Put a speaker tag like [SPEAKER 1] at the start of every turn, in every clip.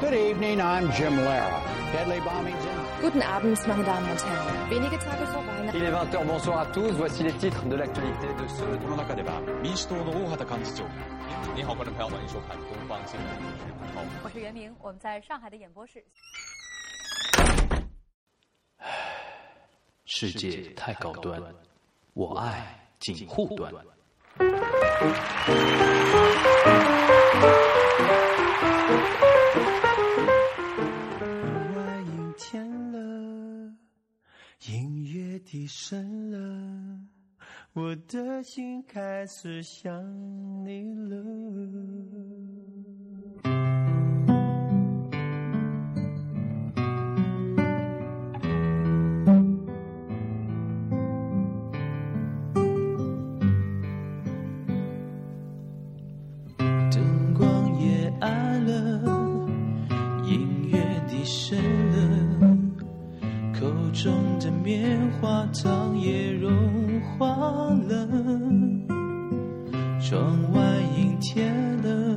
[SPEAKER 1] Good evening, I'm Jim Lara. Deadly bombings in.
[SPEAKER 2] Guten Abend, meine Damen und Herren. Wenige Tage vor Weihnachten.
[SPEAKER 3] Il est 20h, bonsoir à tous. Voici les titres de l'actualité de ce
[SPEAKER 4] この中では民主党の大畑幹事長你好，观众朋友，欢迎收看东方新闻，我是彭涛。
[SPEAKER 5] 我是袁明，我们在上海的演播室。
[SPEAKER 6] 世界太高端，我爱锦护端。
[SPEAKER 7] 外阴天了，音乐低声了，我的心开始想你了。灯光也暗了。音乐低声了，口中的棉花糖也融化了，窗外阴天了，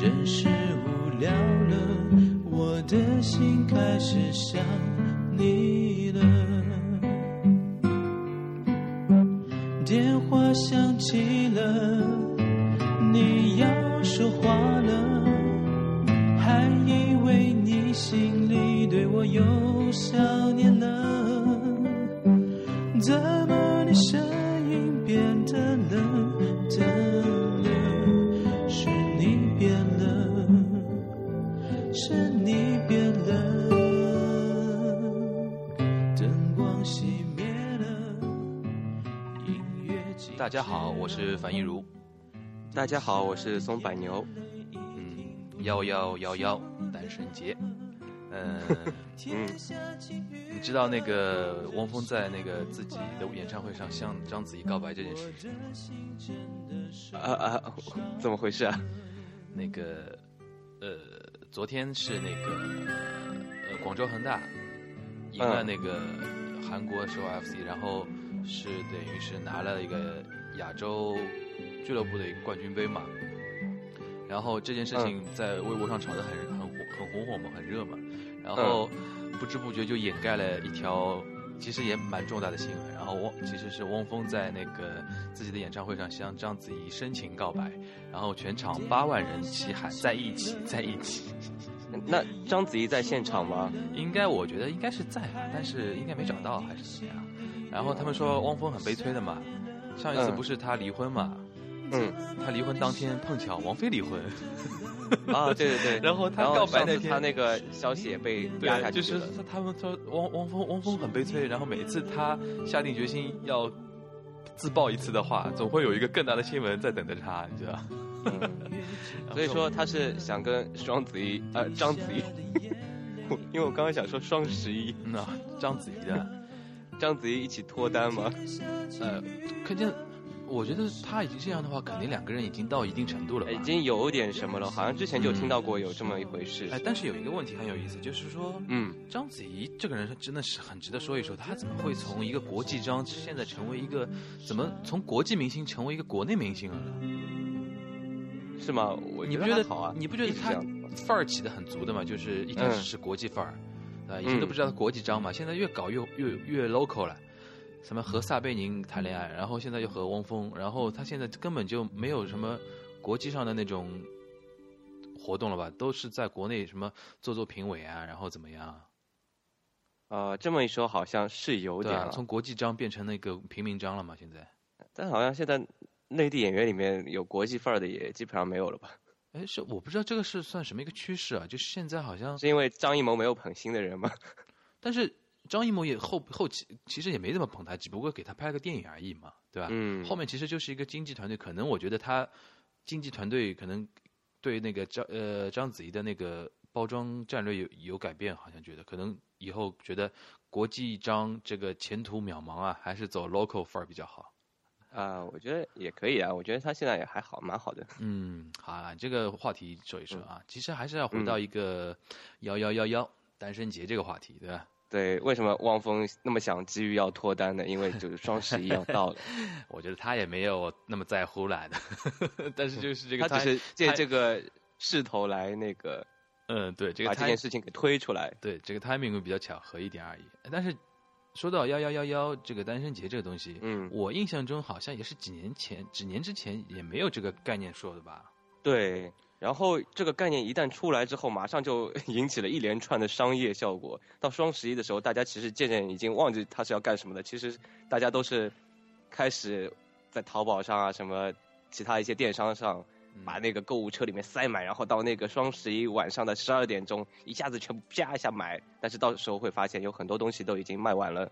[SPEAKER 7] 人是无聊了，我的心开始想你了。电话响起了，你要说话了。还以为你心里对我有想念呢，怎么你声音变得冷淡了？是你变了，是你变了。灯光熄灭了，音乐静
[SPEAKER 4] 大家好，我是樊一茹。
[SPEAKER 8] 大家好，我是松柏牛。
[SPEAKER 4] 嗯，幺幺幺幺，单身 节。嗯，
[SPEAKER 8] 嗯，
[SPEAKER 4] 你知道那个汪峰在那个自己的演唱会上向章子怡告白这件事情吗？
[SPEAKER 8] 啊啊，怎么回事啊？
[SPEAKER 4] 那个，呃，昨天是那个呃广州恒大赢了那个韩国首尔 FC，然后是等于是拿了一个亚洲俱乐部的一个冠军杯嘛。然后这件事情在微博上炒得很很火很红火嘛，很热嘛。然
[SPEAKER 8] 嗯
[SPEAKER 4] 后不知不觉就掩盖了一条其实也蛮重大的新闻。然后汪其实是汪峰在那个自己的演唱会上向章子怡深情告白，然后全场八万人齐喊在一起，在一起。
[SPEAKER 8] 那章子怡在现场吗？
[SPEAKER 4] 应该我觉得应该是在吧，但是应该没找到还是怎么样。然后他们说汪峰很悲催的嘛，上一次
[SPEAKER 8] 嗯
[SPEAKER 4] 不是他离婚嘛，
[SPEAKER 8] 嗯，
[SPEAKER 4] 他离婚当天碰巧王菲离婚，
[SPEAKER 8] 啊，对对对。
[SPEAKER 4] 然后他
[SPEAKER 8] 然
[SPEAKER 4] 告
[SPEAKER 8] 后
[SPEAKER 4] 白
[SPEAKER 8] 上
[SPEAKER 4] 那
[SPEAKER 8] 次
[SPEAKER 4] 天
[SPEAKER 8] 他那个消息也被压下
[SPEAKER 4] 对，
[SPEAKER 8] 去
[SPEAKER 4] 就是
[SPEAKER 8] 了。
[SPEAKER 4] 他们说汪汪峰汪峰很悲催，然后每次他下定决心要自爆一次的话，总会有一个更大的新闻在等着他，你知道？
[SPEAKER 8] 所以说他是想跟双子怡，呃，章子怡，我 因为我刚刚想说双十一，
[SPEAKER 4] 那、章子怡的，
[SPEAKER 8] 章子怡一起脱单吗？
[SPEAKER 4] 呃，肯定，我觉得他已经这样的话，肯定两个人哎已经到一定程度了吧？
[SPEAKER 8] 已经有点什么了，好像之前就听到过有这么一回事
[SPEAKER 4] 哎。，但是有一个问题很有意思，就是说，
[SPEAKER 8] 嗯，
[SPEAKER 4] 章子怡这个人真的是很值得说一说，她怎么会从一个国际章，现在成为一个怎么从国际明星成为一个国内明星了啊呢？
[SPEAKER 8] 是吗？我
[SPEAKER 4] 你不
[SPEAKER 8] 觉
[SPEAKER 4] 觉得
[SPEAKER 8] 还好啊？
[SPEAKER 4] 你不觉得
[SPEAKER 8] 一直
[SPEAKER 4] 她
[SPEAKER 8] 这样子
[SPEAKER 4] 范儿起的很足的嘛？就是一开始
[SPEAKER 8] 嗯
[SPEAKER 4] 是国际范儿，啊、以前都不知道国际章嘛，现在越搞越越越 local 了。什么和撒贝宁谈恋爱，然后现在又和汪峰，然后她现在根本就没有什么国际上的那种活动了吧？都是在国内什么做做评委啊，然后怎么样啊？
[SPEAKER 8] 呃，这么一说好像是有
[SPEAKER 4] 对
[SPEAKER 8] 点
[SPEAKER 4] 啊，
[SPEAKER 8] 了，
[SPEAKER 4] 从国际章变成那个平民章了嘛？现在，
[SPEAKER 8] 但好像现在内地演员里面有国际范儿的也基本上没有了吧？
[SPEAKER 4] 哎，是我不知道这个是算什么一个趋势啊？就是现在好像，
[SPEAKER 8] 是因为张艺谋没有捧新的人吗？
[SPEAKER 4] 但是张艺谋也后后期其实也没怎么捧他，只不过给他拍了个电影而已嘛，对吧？
[SPEAKER 8] 嗯
[SPEAKER 4] 后面其实就是一个经纪团队，可能我觉得他经纪团队可能对那个章呃章子怡的那个包装战略有有改变，好像觉得可能以后觉得国际章这个前途渺茫啊，还是走 local 范儿比较好。
[SPEAKER 8] 啊、我觉得也可以啊，我觉得他现在也还好，蛮好的。
[SPEAKER 4] 嗯，好啊，这个话题说一说啊，其实还是要回到一个幺幺幺幺单身节这个话题，对吧？
[SPEAKER 8] 对，为什么汪峰那么想急于要脱单呢？因为就是双十一要到 了，
[SPEAKER 4] 我觉得他也没有那么在乎来的，但是就是这个
[SPEAKER 8] 他只是借
[SPEAKER 4] 他
[SPEAKER 8] 这个势头来那个
[SPEAKER 4] 嗯，对，这个
[SPEAKER 8] 把这件
[SPEAKER 4] timing
[SPEAKER 8] 事情给推出来。
[SPEAKER 4] 对这个 timing 会比较巧合一点而已。但是说到幺幺幺幺这个单身节这个东西，
[SPEAKER 8] 嗯，
[SPEAKER 4] 我印象中好像也是几年前，几年之前也没有这个概念说的吧？
[SPEAKER 8] 对。然后这个概念一旦出来之后，马上就 引起了一连串的商业效果。到双十一的时候，大家其实渐渐已经忘记它是要干什么的。其实大家都是开始在淘宝上啊，什么其他一些电商上，
[SPEAKER 4] 嗯
[SPEAKER 8] 把那个购物车里面塞满，然后到那个双十一晚上的十二点钟，一下子全部啪一下买。但是到时候会发现有很多东西都已经卖完了。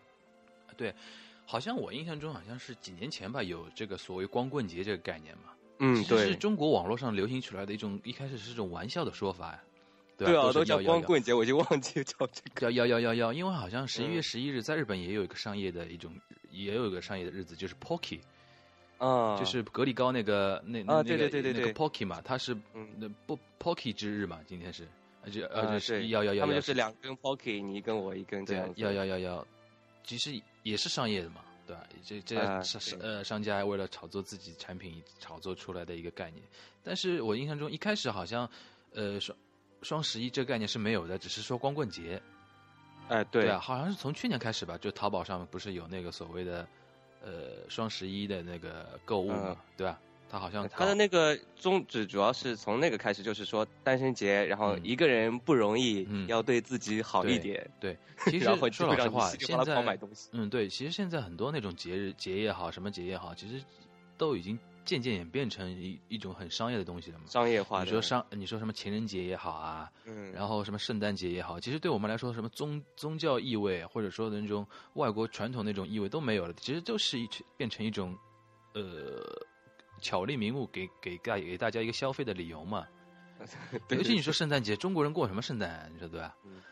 [SPEAKER 4] 好像我印象中好像是几年前吧，有这个所谓光棍节这个概念嘛。
[SPEAKER 8] 嗯，
[SPEAKER 4] 其实是
[SPEAKER 8] 对，
[SPEAKER 4] 中国网络上流行起来的一种，一开始是一种玩笑的说法呀。对
[SPEAKER 8] 对啊，
[SPEAKER 4] 都
[SPEAKER 8] 都
[SPEAKER 4] 是
[SPEAKER 8] 叫
[SPEAKER 4] 幺幺
[SPEAKER 8] 光
[SPEAKER 4] 幺
[SPEAKER 8] 棍节，我就忘记 叫这个。
[SPEAKER 4] 叫幺幺幺幺，因为好像十一月
[SPEAKER 8] 嗯
[SPEAKER 4] 十一日在日本也有一个商业的一种，也有一个商业的日子，就是 Pocky，、
[SPEAKER 8] 啊，
[SPEAKER 4] 就是格力高那个那
[SPEAKER 8] 啊
[SPEAKER 4] 那
[SPEAKER 8] 对对对对
[SPEAKER 4] 那个
[SPEAKER 8] 对
[SPEAKER 4] Pocky 嘛，它是
[SPEAKER 8] 嗯
[SPEAKER 4] 那不 Pocky 之日嘛，今天是，呃而且
[SPEAKER 8] 啊
[SPEAKER 4] 而且是
[SPEAKER 8] 对
[SPEAKER 4] 幺幺幺
[SPEAKER 8] 他们
[SPEAKER 4] 幺
[SPEAKER 8] 就，是两根 pocky，你一根我一根这
[SPEAKER 4] 对
[SPEAKER 8] 样子。
[SPEAKER 4] 幺幺幺幺，其实也是商业的嘛，对吧？这这
[SPEAKER 8] 啊
[SPEAKER 4] 商商
[SPEAKER 8] 对
[SPEAKER 4] 呃商家为了炒作自己产品炒作出来的一个概念，但是我印象中一开始好像呃双双十一这个概念是没有的，只是说光棍节，
[SPEAKER 8] 哎，对
[SPEAKER 4] 啊，好像是从去年开始吧，就淘宝上不是有那个所谓的呃双十一的那个购物嘛，
[SPEAKER 8] 嗯哎
[SPEAKER 4] 对吧、他好像
[SPEAKER 8] 他的那个宗旨主要是从那个开始，就是说单身节，然后
[SPEAKER 4] 嗯
[SPEAKER 8] 一个人不容易，
[SPEAKER 4] 嗯
[SPEAKER 8] 要对自己好
[SPEAKER 4] 对
[SPEAKER 8] 一点。
[SPEAKER 4] 对，其实
[SPEAKER 8] 然后
[SPEAKER 4] 说
[SPEAKER 8] 就会
[SPEAKER 4] 老
[SPEAKER 8] 让
[SPEAKER 4] 实
[SPEAKER 8] 你
[SPEAKER 4] 话，
[SPEAKER 8] 稀里哗
[SPEAKER 4] 现
[SPEAKER 8] 啦
[SPEAKER 4] 在
[SPEAKER 8] 狂买东西。
[SPEAKER 4] 嗯，对，其实现在很多那种节日节也好，什么节也好，其实都已经渐渐演变成一一种很商业的东西了嘛。
[SPEAKER 8] 商业化的。
[SPEAKER 4] 你说商，你说什么情人节也好啊，
[SPEAKER 8] 嗯，
[SPEAKER 4] 然后什么圣诞节也好，其实对我们来说，什么宗宗教意味，或者说那种外国传统那种意味都没有了，其实就是一变成一种，呃，巧立名目给给大给大家一个消费的理由嘛。
[SPEAKER 8] 对
[SPEAKER 4] 尤其你
[SPEAKER 8] 对
[SPEAKER 4] 说圣诞节，中国人过什么圣诞、啊？你说对吧？
[SPEAKER 8] 嗯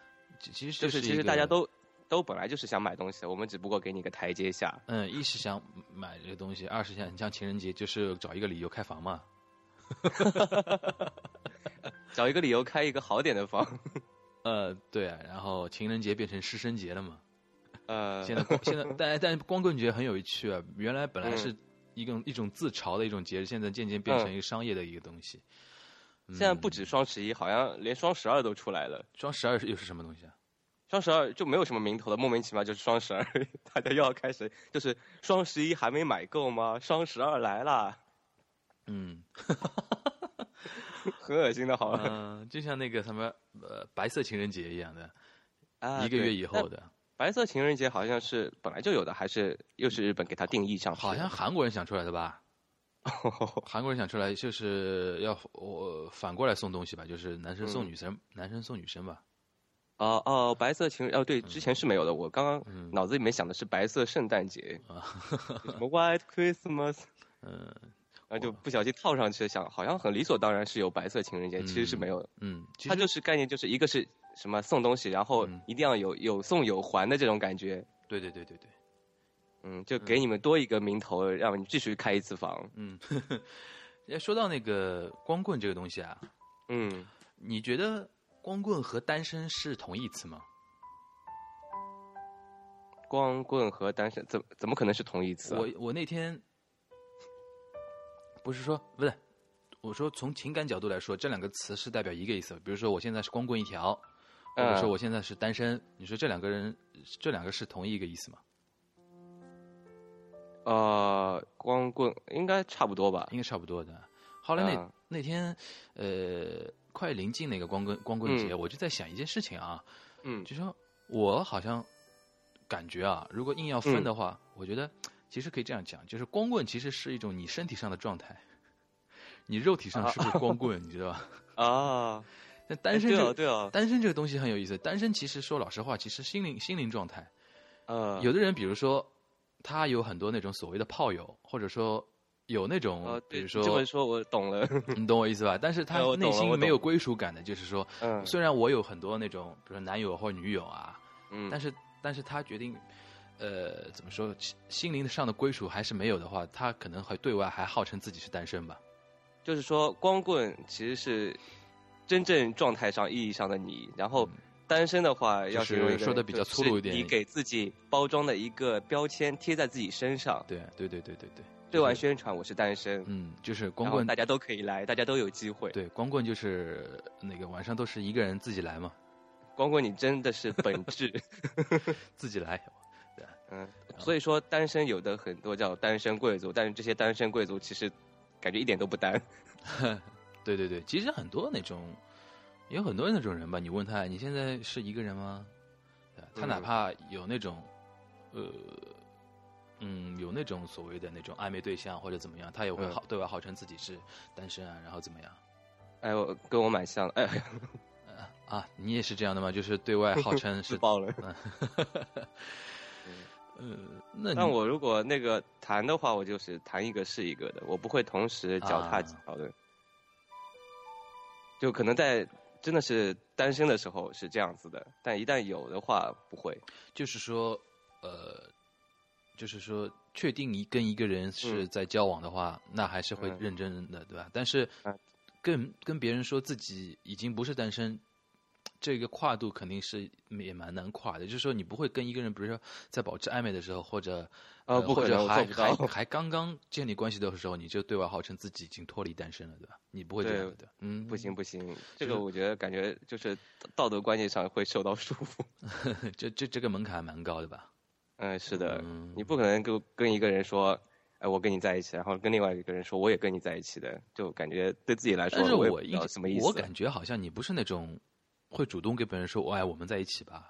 [SPEAKER 4] 其其实
[SPEAKER 8] 就
[SPEAKER 4] 就是是
[SPEAKER 8] 其
[SPEAKER 4] 一
[SPEAKER 8] 实大
[SPEAKER 4] 个
[SPEAKER 8] 家都都本来就是想买东西的，我们只不过给你个台阶下。
[SPEAKER 4] 嗯，一是想买这个东西，二是想你像情人节就是找一个理由开房嘛。
[SPEAKER 8] 找一个理由开一个好点的房，
[SPEAKER 4] 呃，对啊，然后情人节变成师生节了嘛。
[SPEAKER 8] 呃，
[SPEAKER 4] 现在光现在，但但光棍节很有趣啊！原来本来
[SPEAKER 8] 嗯
[SPEAKER 4] 是一种、一种自嘲的一种节日，现在渐渐变成一个商业的一个东西。嗯
[SPEAKER 8] 现在不止双十一，好像连双十二都出来了。
[SPEAKER 4] 双十二又是什么东西啊？
[SPEAKER 8] 双十二就没有什么名头了，莫名其妙就是双十二， 大家又要开始就是双十一还没买够吗？ 双十二来啦，
[SPEAKER 4] 嗯，
[SPEAKER 8] 很恶心 的，好吧？
[SPEAKER 4] 呃，就像那个什么呃白色情人节一样的，
[SPEAKER 8] 啊
[SPEAKER 4] 一个
[SPEAKER 8] 对
[SPEAKER 4] 月以后
[SPEAKER 8] 那
[SPEAKER 4] 的，
[SPEAKER 8] 白色情人节好像是本来就有的，还是又是日本给它定义上去的？
[SPEAKER 4] 好像韩国人想出来的 吧？韩国人想出来就是要我、反过来送东西吧，就是男生送
[SPEAKER 8] 嗯
[SPEAKER 4] 女生，男生送女生吧。
[SPEAKER 8] 哦哦，白色情人哦，对，之前是没有的。我刚
[SPEAKER 4] 嗯
[SPEAKER 8] 刚脑子里面想的是白色圣诞节，
[SPEAKER 4] 啊，
[SPEAKER 8] 什么 White Christmas，
[SPEAKER 4] 嗯
[SPEAKER 8] 然后就不小心套上去，想好像很理所当然是有白色情人节，其实是没有的。
[SPEAKER 4] 嗯，其
[SPEAKER 8] 它
[SPEAKER 4] 实
[SPEAKER 8] 就是概念，就是一个是什么送东西，然后
[SPEAKER 4] 嗯
[SPEAKER 8] 一定要有有送有还的这种感觉。
[SPEAKER 4] 对对对对对。
[SPEAKER 8] 嗯，就给你们多一个名头，让你继续开一次房。
[SPEAKER 4] 嗯，哎说到那个光棍这个东西啊，
[SPEAKER 8] 嗯，
[SPEAKER 4] 你觉得光棍和单身是同义词吗？
[SPEAKER 8] 光棍和单身怎怎么可能是同义词、啊？
[SPEAKER 4] 我我那天不是说不对，我说从情感角度来说，这两个词是代表一个意思。比如说我现在是光棍一条，或者
[SPEAKER 8] 嗯
[SPEAKER 4] 说我现在是单身，你说这两个人这两个是同一个意思吗？
[SPEAKER 8] 呃，光棍应该差不多吧？
[SPEAKER 4] 应该差不多的。后来那、
[SPEAKER 8] 嗯
[SPEAKER 4] 那天呃快临近那个光棍光棍节，
[SPEAKER 8] 嗯
[SPEAKER 4] 我就在想一件事情啊，
[SPEAKER 8] 嗯，
[SPEAKER 4] 就说我好像感觉啊，如果硬要分
[SPEAKER 8] 嗯
[SPEAKER 4] 的话，我觉得其实可以这样讲，就是光棍其实是一种你身体上的状态， 你肉体上是不是光棍，你知道吧？
[SPEAKER 8] 啊，
[SPEAKER 4] 但单身这
[SPEAKER 8] 哎对
[SPEAKER 4] 个、
[SPEAKER 8] 哦对哦，
[SPEAKER 4] 单身这个东西很有意思，单身其实说老实话，其实心灵心灵状态，
[SPEAKER 8] 呃，
[SPEAKER 4] 有的人比如说他有很多那种所谓的炮友，或者说。有那种，
[SPEAKER 8] 呃，
[SPEAKER 4] 比
[SPEAKER 8] 对，
[SPEAKER 4] 如
[SPEAKER 8] 这
[SPEAKER 4] 说，
[SPEAKER 8] 么说我 懂了，
[SPEAKER 4] 你懂我意思吧？但是他
[SPEAKER 8] 哎嗯我懂
[SPEAKER 4] 内
[SPEAKER 8] 了我
[SPEAKER 4] 心没
[SPEAKER 8] 懂
[SPEAKER 4] 有
[SPEAKER 8] 了
[SPEAKER 4] 归属感的，就是说，
[SPEAKER 8] 嗯
[SPEAKER 4] 虽然我有很多那种，比如说男友或女友啊，
[SPEAKER 8] 嗯，
[SPEAKER 4] 但
[SPEAKER 8] 是
[SPEAKER 4] 是但是他决定，呃，怎么说，心心灵上的归属还是没有的话，他可能还对外还号称自己是单身吧。
[SPEAKER 8] 就是说光棍其实是真正状态上意义上的你，然后单身的话，要
[SPEAKER 4] 嗯就是
[SPEAKER 8] 形容一个
[SPEAKER 4] 说得
[SPEAKER 8] 人
[SPEAKER 4] 比
[SPEAKER 8] 就
[SPEAKER 4] 较粗鲁一
[SPEAKER 8] 是
[SPEAKER 4] 点
[SPEAKER 8] 你给自己包装的一个标签贴在自己身上，
[SPEAKER 4] 对对对对对对，
[SPEAKER 8] 对外宣传我是单身，
[SPEAKER 4] 嗯，就是光
[SPEAKER 8] 然后
[SPEAKER 4] 棍
[SPEAKER 8] 大家都可以来，大家都有机会。
[SPEAKER 4] 对光棍就是那个晚上都是一个人自己来嘛，
[SPEAKER 8] 光棍你真的是本质，
[SPEAKER 4] 自己来，
[SPEAKER 8] 嗯， 所以说单身有的很多叫单身贵族，但是这些单身贵族其实感觉一点都不单，
[SPEAKER 4] 对对对，其实很多那种，有很多那种人吧，你问他你现在是一个人吗？对他哪
[SPEAKER 8] 嗯
[SPEAKER 4] 怕有那种，呃，嗯，有那种所谓的那种暧昧对象或者怎么样，他也会
[SPEAKER 8] 嗯
[SPEAKER 4] 号、对外号称自己是单身啊，然后怎么样？
[SPEAKER 8] 哎，我跟我蛮像的， 哎，
[SPEAKER 4] 啊，你也是这样的吗？就是对外号称是
[SPEAKER 8] 自爆了。
[SPEAKER 4] 嗯， 呃，那你
[SPEAKER 8] 但我如果嗯那个谈的话，我就是谈一个是一个的，我不会同时脚踏几条的。就可能在真的是单身的时候是这样子的，但一旦有的话不会。
[SPEAKER 4] 就是说，呃，就是说，确定一跟一个人是在交往的话，那还是会
[SPEAKER 8] 嗯
[SPEAKER 4] 认真的，对吧？但是
[SPEAKER 8] 啊
[SPEAKER 4] 跟跟别人说自己已经不是单身，这个跨度肯定是也蛮难跨的。就是说，你不会跟一个人，比如说在保持暧昧的时候，或者呃
[SPEAKER 8] 啊不
[SPEAKER 4] 或
[SPEAKER 8] 可
[SPEAKER 4] 者
[SPEAKER 8] 能我
[SPEAKER 4] 还
[SPEAKER 8] 做不
[SPEAKER 4] 还
[SPEAKER 8] 到
[SPEAKER 4] 还刚刚建立关系的时候，你就对外号称自己已经脱离单身了，对吧？你不会这
[SPEAKER 8] 对
[SPEAKER 4] 样的，嗯，
[SPEAKER 8] 不行不行，这
[SPEAKER 4] 就
[SPEAKER 8] 个
[SPEAKER 4] 是
[SPEAKER 8] 我觉得感觉就是道德观念上会受到束缚。
[SPEAKER 4] 行，嗯 这这这个门槛还蛮高的吧？
[SPEAKER 8] 嗯，是的，
[SPEAKER 4] 嗯
[SPEAKER 8] 你不可能跟跟一个人说，哎，我跟你在一起，然后跟另外一个人说我也跟你在一起的，就感觉对自己来
[SPEAKER 4] 但是
[SPEAKER 8] 说，也不
[SPEAKER 4] 我
[SPEAKER 8] 知
[SPEAKER 4] 一
[SPEAKER 8] 道
[SPEAKER 4] 直
[SPEAKER 8] 什么意思。
[SPEAKER 4] 我感觉好像你不是那种会主动跟别人说“哎，我们在一起吧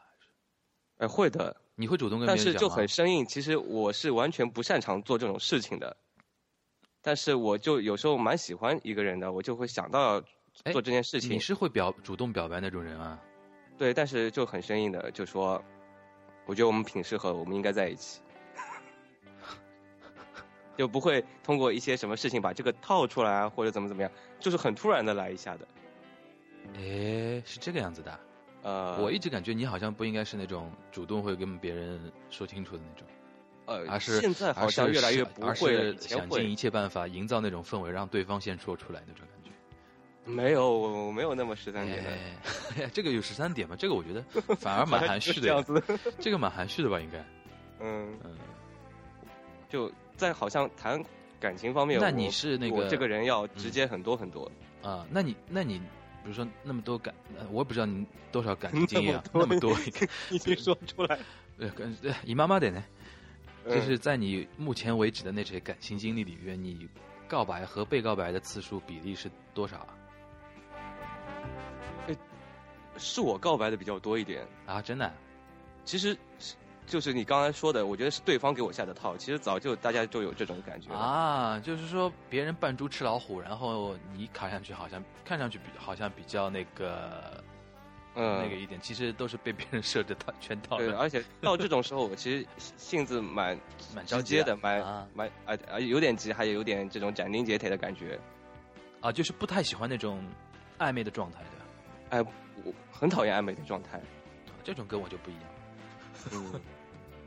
[SPEAKER 8] 哎会的，”，
[SPEAKER 4] 你会主动跟别
[SPEAKER 8] 但
[SPEAKER 4] 人讲啊
[SPEAKER 8] 是
[SPEAKER 4] 吗？
[SPEAKER 8] 就很生硬。其实我是完全不擅长做这种事情的，但是我就有时候蛮喜欢一个人的，我就会想到
[SPEAKER 4] 哎
[SPEAKER 8] 做这件事情
[SPEAKER 4] 你。是会表主动表白那种人啊？
[SPEAKER 8] 对，但是就很生硬的就说，我觉得我们挺适合，我们应该在一起， 就不会通过一些什么事情把这个套出来啊，或者怎么怎么样，就是很突然的来一下的。
[SPEAKER 4] 哎，是这个样子的啊。
[SPEAKER 8] 呃，
[SPEAKER 4] 我一直感觉你好像不应该是那种主动会跟别人说清楚的那种，
[SPEAKER 8] 呃，
[SPEAKER 4] 而是
[SPEAKER 8] 现在好
[SPEAKER 4] 而是
[SPEAKER 8] 像越来越
[SPEAKER 4] 想
[SPEAKER 8] 不
[SPEAKER 4] 而
[SPEAKER 8] 会了，以
[SPEAKER 4] 是
[SPEAKER 8] 前
[SPEAKER 4] 想
[SPEAKER 8] 会
[SPEAKER 4] 尽一切办法营造那种氛围，让对方先说出来那种感觉。
[SPEAKER 8] 没有，我我没有那么十三点的，
[SPEAKER 4] 哎， 这个有十三点吧？这个我觉得反 而
[SPEAKER 8] 好
[SPEAKER 4] 蛮
[SPEAKER 8] 像
[SPEAKER 4] 含
[SPEAKER 8] 就是
[SPEAKER 4] 蓄
[SPEAKER 8] 这样
[SPEAKER 4] 的，
[SPEAKER 8] 子的，
[SPEAKER 4] 这个蛮含蓄的吧？应该，
[SPEAKER 8] 嗯。
[SPEAKER 4] 嗯。
[SPEAKER 8] 就在好像谈感情方面，
[SPEAKER 4] 那
[SPEAKER 8] 我
[SPEAKER 4] 你是那
[SPEAKER 8] 我
[SPEAKER 4] 个嗯
[SPEAKER 8] 这个人要直接很多很多，
[SPEAKER 4] 啊，那你那你，比如说那么多感，呃我也不知道你多少感情经验啊，那么多一个，
[SPEAKER 8] 已经说出来，
[SPEAKER 4] 呃，跟呃姨妈妈的呢，就
[SPEAKER 8] 嗯
[SPEAKER 4] 是在你目前为止的那些感情经历里面，你告白和被告白的次数比例是多少啊
[SPEAKER 8] 是我告白的比较多一点。
[SPEAKER 4] 啊？真的啊
[SPEAKER 8] 其实是就是你刚才说的，我觉得是对方给我下的套。其实早就大家就有这种感觉了，
[SPEAKER 4] 啊，就是说别人扮猪吃老虎，然后你看上去好像看上去比好像比较那个。
[SPEAKER 8] 嗯
[SPEAKER 4] 那个一点，其实都是被别人设置套圈套
[SPEAKER 8] 对，
[SPEAKER 4] 的，
[SPEAKER 8] 而且到这种时候，我其实性子蛮
[SPEAKER 4] 蛮着
[SPEAKER 8] 直
[SPEAKER 4] 急
[SPEAKER 8] 接的，蛮
[SPEAKER 4] 啊
[SPEAKER 8] 蛮啊啊，有点急，还有点这种斩钉截铁的感觉。
[SPEAKER 4] 啊，就是不太喜欢那种暧昧的状态，对吧？
[SPEAKER 8] 哎，我很讨厌暧昧的 状态。
[SPEAKER 4] 这种跟我就不一样。
[SPEAKER 8] 嗯，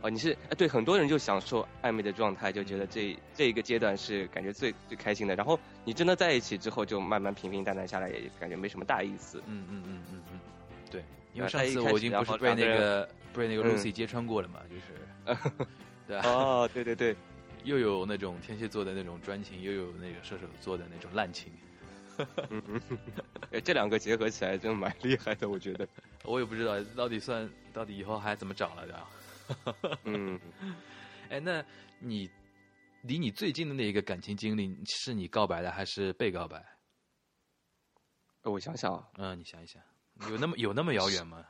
[SPEAKER 8] 哦，你是哎对，很多人就享受暧昧的状态，就
[SPEAKER 4] 嗯
[SPEAKER 8] 觉得这这一个阶段是感觉最最开心的。然后你真的在一起之后，就慢慢平平淡淡下来，也感觉没什么大意思。
[SPEAKER 4] 嗯嗯嗯嗯嗯，对，因
[SPEAKER 8] 啊
[SPEAKER 4] 为
[SPEAKER 8] 他
[SPEAKER 4] 上
[SPEAKER 8] 一
[SPEAKER 4] 次
[SPEAKER 8] 开
[SPEAKER 4] 我已
[SPEAKER 8] 始
[SPEAKER 4] 经
[SPEAKER 8] 然
[SPEAKER 4] 不是
[SPEAKER 8] 后
[SPEAKER 4] 被
[SPEAKER 8] 两
[SPEAKER 4] 那
[SPEAKER 8] 个人
[SPEAKER 4] 个被那个
[SPEAKER 8] 嗯
[SPEAKER 4] Lucy 揭穿过了嘛，就是，对吧？
[SPEAKER 8] 哦，对对对，
[SPEAKER 4] 又有那种天蝎座的那种专情，又有那个射手座的那种滥情，
[SPEAKER 8] 哎这两个结合起来真蛮厉害的，我觉得。
[SPEAKER 4] 我也不知道到底算到底以后还怎么找了的。啊
[SPEAKER 8] 嗯，
[SPEAKER 4] 哎，那你离你最近的那一个感情经历，是你告白的还是被告白？
[SPEAKER 8] 我想想啊，
[SPEAKER 4] 嗯，你想一想，有那么有那么遥远吗？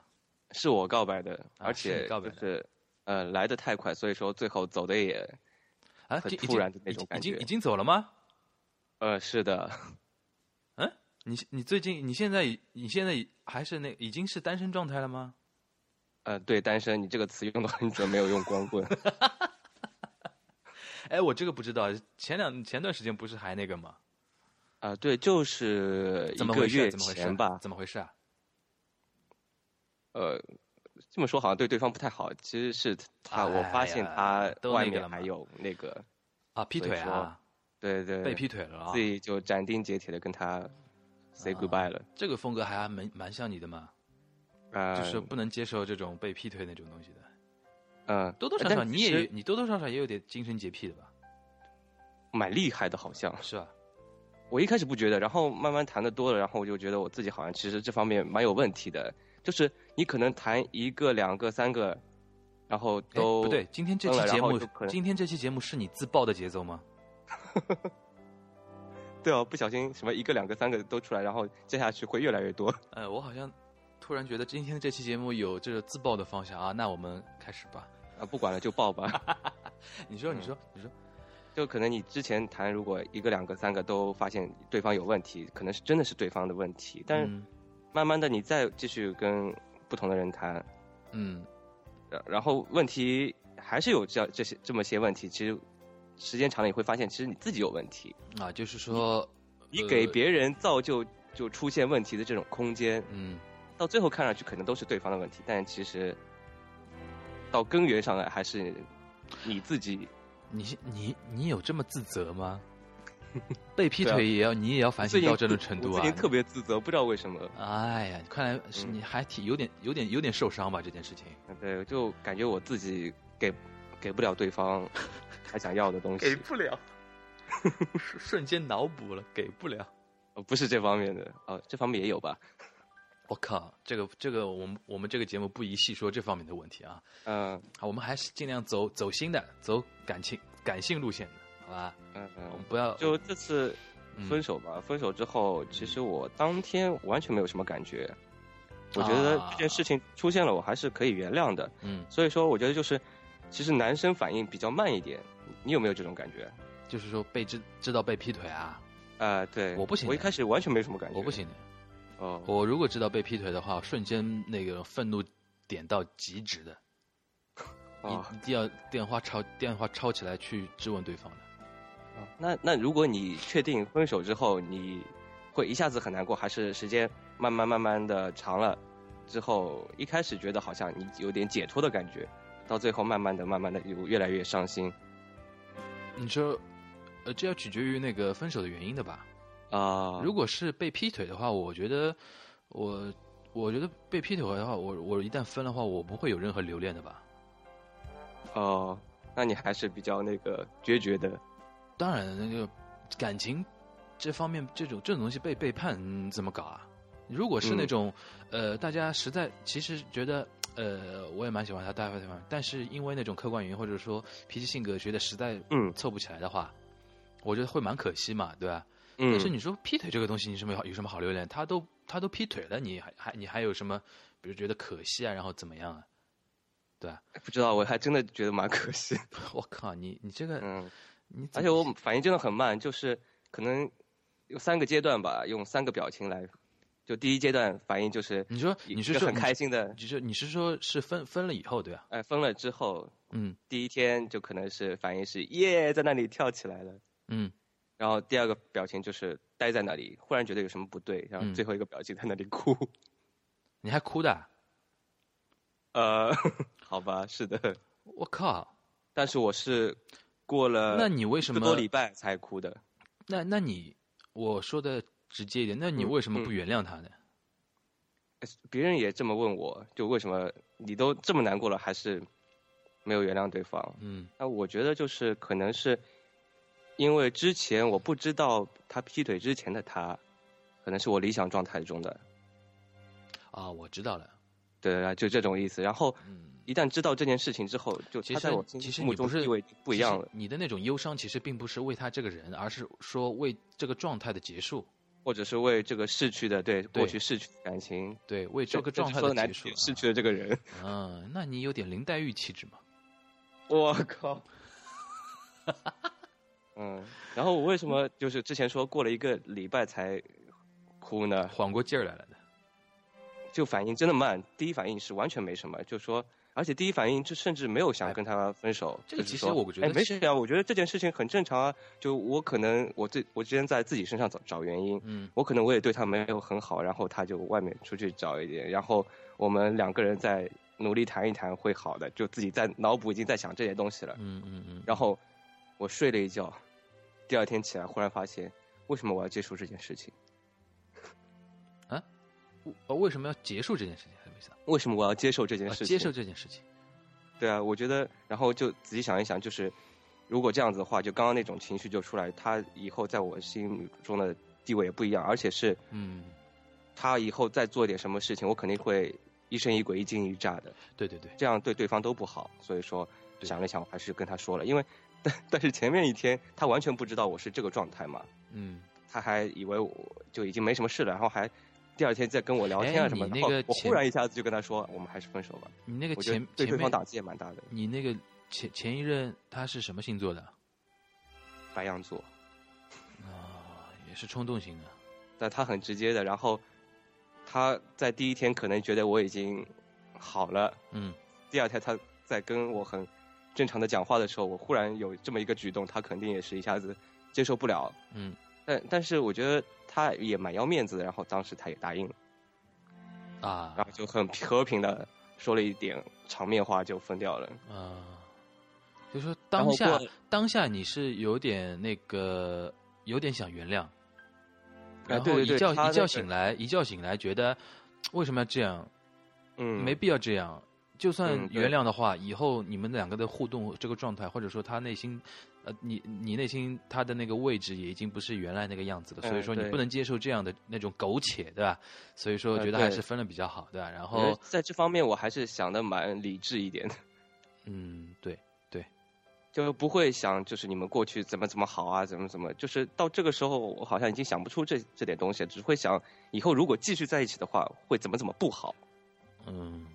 [SPEAKER 8] 是我告白的，
[SPEAKER 4] 啊
[SPEAKER 8] 而
[SPEAKER 4] 是
[SPEAKER 8] 且
[SPEAKER 4] 你告白
[SPEAKER 8] 就
[SPEAKER 4] 的
[SPEAKER 8] 是呃来的太快，所以说最后走的也
[SPEAKER 4] 啊，
[SPEAKER 8] 很
[SPEAKER 4] 已经已
[SPEAKER 8] 突
[SPEAKER 4] 经
[SPEAKER 8] 然的那
[SPEAKER 4] 已
[SPEAKER 8] 种
[SPEAKER 4] 经
[SPEAKER 8] 感
[SPEAKER 4] 已经
[SPEAKER 8] 觉
[SPEAKER 4] 已经走了吗？
[SPEAKER 8] 呃是的，
[SPEAKER 4] 嗯，你你最近你现在你现在还是那已经是单身状态了吗？
[SPEAKER 8] 呃对单身，你这个词用的很准，没有用光棍。
[SPEAKER 4] 哎，我这个不知道，前两前段时间不是还那个吗？
[SPEAKER 8] 啊、对，就是一
[SPEAKER 4] 怎么
[SPEAKER 8] 个
[SPEAKER 4] 回事？
[SPEAKER 8] 月
[SPEAKER 4] 怎么回事
[SPEAKER 8] 前？吧，
[SPEAKER 4] 怎么回事啊？
[SPEAKER 8] 呃，这么说好像对对方不太好，其实是他，我发现
[SPEAKER 4] 哎
[SPEAKER 8] 他
[SPEAKER 4] 呀都
[SPEAKER 8] 外
[SPEAKER 4] 那个
[SPEAKER 8] 面
[SPEAKER 4] 了
[SPEAKER 8] 还
[SPEAKER 4] 嘛
[SPEAKER 8] 有那个，
[SPEAKER 4] 啊，劈
[SPEAKER 8] 所以
[SPEAKER 4] 腿啊，
[SPEAKER 8] 对对，
[SPEAKER 4] 被劈腿了啊
[SPEAKER 8] 自！己就斩钉截铁的跟他 say
[SPEAKER 4] 啊
[SPEAKER 8] goodbye 了，
[SPEAKER 4] 这个风格还蛮蛮像你的嘛，
[SPEAKER 8] 啊、
[SPEAKER 4] 就是不能接受这种被劈腿那种东西的。
[SPEAKER 8] 嗯，
[SPEAKER 4] 多多少
[SPEAKER 8] 哎但
[SPEAKER 4] 少
[SPEAKER 8] 其
[SPEAKER 4] 你也
[SPEAKER 8] 实
[SPEAKER 4] 有你多多少少也有点精神洁癖的吧？
[SPEAKER 8] 蛮厉害的，好像
[SPEAKER 4] 是吧？
[SPEAKER 8] 我一开始不觉得，然后慢慢谈的多了，然后我就觉得我自己好像其实这方面蛮有问题的，就是你可能谈一个、两个、三个，然后
[SPEAKER 4] 哎
[SPEAKER 8] 都
[SPEAKER 4] 不对，今天这
[SPEAKER 8] 嗯
[SPEAKER 4] 期
[SPEAKER 8] 然
[SPEAKER 4] 节
[SPEAKER 8] 后
[SPEAKER 4] 目
[SPEAKER 8] 就可，能
[SPEAKER 4] 今天这期节目是你自爆的节奏吗？
[SPEAKER 8] 对啊，不小心什么一个、两个、三个都出来，然后接下去会越来越多。
[SPEAKER 4] 呃，我好像突然觉得今天这期节目有这个自爆的方向啊，那我们开始吧。
[SPEAKER 8] 啊，不管了，就 报吧。
[SPEAKER 4] 你说，你
[SPEAKER 8] 嗯
[SPEAKER 4] 说，你说，
[SPEAKER 8] 就可能你之前谈，如果一个、两个、三个都发现对方有问题，可能是真的是对方的问题。但是
[SPEAKER 4] 嗯
[SPEAKER 8] 慢慢的，你再继续跟不同的人谈，
[SPEAKER 4] 嗯
[SPEAKER 8] 然然后问题还是有这样这些这么些问题。其实时间长了，你会发现，其实你自己有问题，
[SPEAKER 4] 啊，就是说，
[SPEAKER 8] 你
[SPEAKER 4] 呃
[SPEAKER 8] 给别人造就就出现问题的这种空间，
[SPEAKER 4] 嗯
[SPEAKER 8] 到最后看上去可能都是对方的问题，但其实到根源上来还是你自己。
[SPEAKER 4] 你你你有这么自责 吗？被劈
[SPEAKER 8] 对啊
[SPEAKER 4] 腿也要、你也要反省
[SPEAKER 8] 最近
[SPEAKER 4] 到这种
[SPEAKER 8] 特
[SPEAKER 4] 程
[SPEAKER 8] 我
[SPEAKER 4] 度啊！
[SPEAKER 8] 最近特别自责，不知道为什么。
[SPEAKER 4] 哎呀，看来是
[SPEAKER 8] 嗯
[SPEAKER 4] 你还挺有点有点有点受伤吧？这件事情
[SPEAKER 8] 对，就感觉我自己给给不了 对方他想要的东西，
[SPEAKER 4] 不了，瞬间脑补了，给不了。
[SPEAKER 8] 呃不是这方面的哦，这方面也有吧？
[SPEAKER 4] 我靠，这个这个，我们我们这个节目不宜细说这方面的问题啊。
[SPEAKER 8] 嗯
[SPEAKER 4] 好，我们还是尽量走走心的，走感情感性路线的，好吧？
[SPEAKER 8] 嗯
[SPEAKER 4] 我们
[SPEAKER 8] 嗯，
[SPEAKER 4] 不要
[SPEAKER 8] 就这次
[SPEAKER 4] 嗯
[SPEAKER 8] 分手吧，分手之后，其实我当天完全没有什么感觉，我觉得这
[SPEAKER 4] 啊
[SPEAKER 8] 件事情出现了，我还是可以原谅的。
[SPEAKER 4] 嗯，
[SPEAKER 8] 所以说，我觉得就是，其实男生反应比较慢一点，你有没有这种感觉？
[SPEAKER 4] 就是说被知知道被劈腿啊，
[SPEAKER 8] 啊、对，
[SPEAKER 4] 我不行
[SPEAKER 8] 我一开始完全没什么感觉，
[SPEAKER 4] 我不，行的。
[SPEAKER 8] 哦，
[SPEAKER 4] 我如果知道被劈腿的话，瞬间那个愤怒点到极致的，一
[SPEAKER 8] 哦
[SPEAKER 4] 一定要电话抄电话抄起来去质问对方的。
[SPEAKER 8] 那那如果你确定分手之后，你会一下子很难过，还是时间慢慢慢慢的长了之后，一开始觉得好像你有点解脱的感觉，到最后慢慢的慢慢的又越来越伤心
[SPEAKER 4] 你说，呃，这要取决于那个分手的原因的吧？
[SPEAKER 8] 啊？
[SPEAKER 4] 如果是被劈腿的话，我觉得我我觉得被劈腿的话，我我一旦分的话，我不会有任何留恋的吧？
[SPEAKER 8] 哦、那你还是比较那个决绝的，
[SPEAKER 4] 当然，那个感情这方面，这种这种东西被背叛、嗯怎么搞啊？如果是
[SPEAKER 8] 嗯
[SPEAKER 4] 那种、呃，大家实在其实觉得呃，我也蛮喜欢他，大家喜欢，但是因为那种客观原因或者说脾气性格觉得实在
[SPEAKER 8] 嗯
[SPEAKER 4] 凑不起来的话，我觉得会蛮可惜嘛，对吧？
[SPEAKER 8] 嗯
[SPEAKER 4] 但是你说劈腿这个东西，你什么好有什么好留恋？他都他都劈腿了，你还还你还有什么，比如觉得可惜啊，然后怎么样啊？
[SPEAKER 8] 哎不知道，我还真的觉得蛮 可惜，
[SPEAKER 4] 我靠，你你这个、
[SPEAKER 8] 嗯，
[SPEAKER 4] 你怎么
[SPEAKER 8] 而且我反应真的很慢，就是可能有三个阶段吧，用三个表情来，就第一阶段反应就是
[SPEAKER 4] 你说你
[SPEAKER 8] 一
[SPEAKER 4] 是
[SPEAKER 8] 个
[SPEAKER 4] 说
[SPEAKER 8] 很开心的
[SPEAKER 4] 你，是你是说是分分了以后对吧、
[SPEAKER 8] 哎，分了之后，
[SPEAKER 4] 嗯
[SPEAKER 8] 第一天就可能是反应是耶，在那里跳起来了，
[SPEAKER 4] 嗯，
[SPEAKER 8] 然后第二个表情就是呆在那里，忽然觉得有什么不对，然后
[SPEAKER 4] 嗯
[SPEAKER 8] 最后一个表情在那里哭。
[SPEAKER 4] 你还哭的啊？
[SPEAKER 8] 呃， 好吧，是的，
[SPEAKER 4] 我靠！
[SPEAKER 8] 但是我是过了
[SPEAKER 4] 那你为
[SPEAKER 8] 一
[SPEAKER 4] 什
[SPEAKER 8] 个
[SPEAKER 4] 么
[SPEAKER 8] 多礼拜才哭的？
[SPEAKER 4] 那那你我说的直接一点，那你
[SPEAKER 8] 嗯
[SPEAKER 4] 为什么
[SPEAKER 8] 嗯
[SPEAKER 4] 不原谅他呢？
[SPEAKER 8] 哎别人也这么问我，就为什么你都这么难过了，还是没有原谅对方？
[SPEAKER 4] 嗯
[SPEAKER 8] 那我觉得就是可能是因为之前我不知道他劈腿之前的他，可能是我理想状态中的，
[SPEAKER 4] 啊，我知道了。
[SPEAKER 8] 对，啊就这种意思。然后
[SPEAKER 4] 嗯，
[SPEAKER 8] 一旦知道这件事情之后，就
[SPEAKER 4] 其
[SPEAKER 8] 他在
[SPEAKER 4] 实
[SPEAKER 8] 我心
[SPEAKER 4] 其实
[SPEAKER 8] 目
[SPEAKER 4] 你
[SPEAKER 8] 中
[SPEAKER 4] 不是
[SPEAKER 8] 地位不一样了。。
[SPEAKER 4] 你的那种忧伤其实并不是为他这个人，而是说为这个状态的结束，
[SPEAKER 8] 或者是为这个逝去的对
[SPEAKER 4] 对
[SPEAKER 8] 过去逝去的感情，
[SPEAKER 4] 对，为这个
[SPEAKER 8] 就
[SPEAKER 4] 状
[SPEAKER 8] 就
[SPEAKER 4] 态
[SPEAKER 8] 说难
[SPEAKER 4] 结束
[SPEAKER 8] 听。逝去的这个人，
[SPEAKER 4] 啊嗯，那你有点林黛玉气质嘛？
[SPEAKER 8] 我 靠！嗯，然后我为什么就是之前说过了一个礼拜才哭呢？
[SPEAKER 4] 缓过劲儿来了的。
[SPEAKER 8] 就反应真的慢，第一反应是完全没什么，就说，而且第一反应就甚至没有想跟他分手。
[SPEAKER 4] 这个
[SPEAKER 8] 就是
[SPEAKER 4] 其实
[SPEAKER 8] 说
[SPEAKER 4] 我觉得
[SPEAKER 8] 哎，没
[SPEAKER 4] 是
[SPEAKER 8] 事啊，我觉得这件事情很正常啊。就我可能我自我之前在自己身上找找原因，
[SPEAKER 4] 嗯
[SPEAKER 8] 我可能我也对他没有很好，然后他就外面出去找一点，然后我们两个人再努力谈一谈会好的，就自己在脑补已经在想这些东西了。
[SPEAKER 4] 嗯嗯嗯，
[SPEAKER 8] 然后我睡了一觉，第二天起来忽然发现，为什么我要接触这件事情？
[SPEAKER 4] 哦，为什么要结束这件事情？什么意思啊？
[SPEAKER 8] 为什么我要接受这件
[SPEAKER 4] 啊
[SPEAKER 8] 事情？
[SPEAKER 4] 接受这件事情。
[SPEAKER 8] 对啊，我觉得，然后就仔细想一想，就是如果这样子的话，就刚刚那种情绪就出来，他以后在我心目中的地位也不一样，而且是
[SPEAKER 4] 嗯，
[SPEAKER 8] 他以后再做点什么事情，我肯定会疑神疑鬼、一惊一乍的，
[SPEAKER 4] 对对对，
[SPEAKER 8] 这样对对方都不好。所以说，
[SPEAKER 4] 对
[SPEAKER 8] 想了想，我还是跟他说了，因为 但但是前面一天他完全不知道我是这个状态嘛，
[SPEAKER 4] 嗯，
[SPEAKER 8] 他还以为我就已经没什么事了，然后还第二天再跟我聊天
[SPEAKER 4] 哎
[SPEAKER 8] 啊什么的。
[SPEAKER 4] 你那
[SPEAKER 8] 然后
[SPEAKER 4] 个
[SPEAKER 8] 我
[SPEAKER 4] 前
[SPEAKER 8] 忽然一下子就跟他说，我们还是分手吧。
[SPEAKER 4] 你那个
[SPEAKER 8] 我觉得
[SPEAKER 4] 前
[SPEAKER 8] 对
[SPEAKER 4] 前
[SPEAKER 8] 对
[SPEAKER 4] 面
[SPEAKER 8] 方打击也蛮大的，
[SPEAKER 4] 你那个前前一任他是什么星座的？
[SPEAKER 8] 白羊座，
[SPEAKER 4] 啊，也是冲动型的。
[SPEAKER 8] 但他很直接的，然后他在第一天可能觉得我已经好了，
[SPEAKER 4] 嗯，
[SPEAKER 8] 第二天他在跟我很正常的讲话的时候，我忽然有这么一个举动，他肯定也是一下子接受不了。
[SPEAKER 4] 嗯，
[SPEAKER 8] 但但是我觉得他也蛮要面子的，然后当时他也答应了，
[SPEAKER 4] 啊
[SPEAKER 8] 然后就很和平的说了一点场面话就分掉了。
[SPEAKER 4] 啊，就说
[SPEAKER 8] 然
[SPEAKER 4] 当
[SPEAKER 8] 后
[SPEAKER 4] 下
[SPEAKER 8] 过了
[SPEAKER 4] 当下你是有点那个，有点想原谅，然
[SPEAKER 8] 哎对
[SPEAKER 4] 后
[SPEAKER 8] 对
[SPEAKER 4] 一
[SPEAKER 8] 对
[SPEAKER 4] 觉
[SPEAKER 8] 他那
[SPEAKER 4] 一觉
[SPEAKER 8] 个
[SPEAKER 4] 醒来，一觉醒来觉得为什么要这样？
[SPEAKER 8] 嗯，
[SPEAKER 4] 没必要这样。就算
[SPEAKER 8] 嗯对
[SPEAKER 4] 原谅的话，以后你们两个的互动这个状态，或者说他内心，呃，你你内心他的那个位置也已经不是原来那个样子了，所以
[SPEAKER 8] 嗯
[SPEAKER 4] 说你
[SPEAKER 8] 对
[SPEAKER 4] 不能接受这样的那种苟且，对吧？所以说我
[SPEAKER 8] 呃
[SPEAKER 4] 觉得还
[SPEAKER 8] 对
[SPEAKER 4] 是分了比较好，对吧？然
[SPEAKER 8] 我觉得
[SPEAKER 4] 后，
[SPEAKER 8] 在这方面我还是想的蛮理智一点的，
[SPEAKER 4] 嗯，对，
[SPEAKER 8] 就不会想就是你们过去怎么怎么好啊，怎么怎么，就是到这个时候我好像已经想不出这这点东西，只会想以后如果继续在一起的话会怎么怎么不好，
[SPEAKER 4] 嗯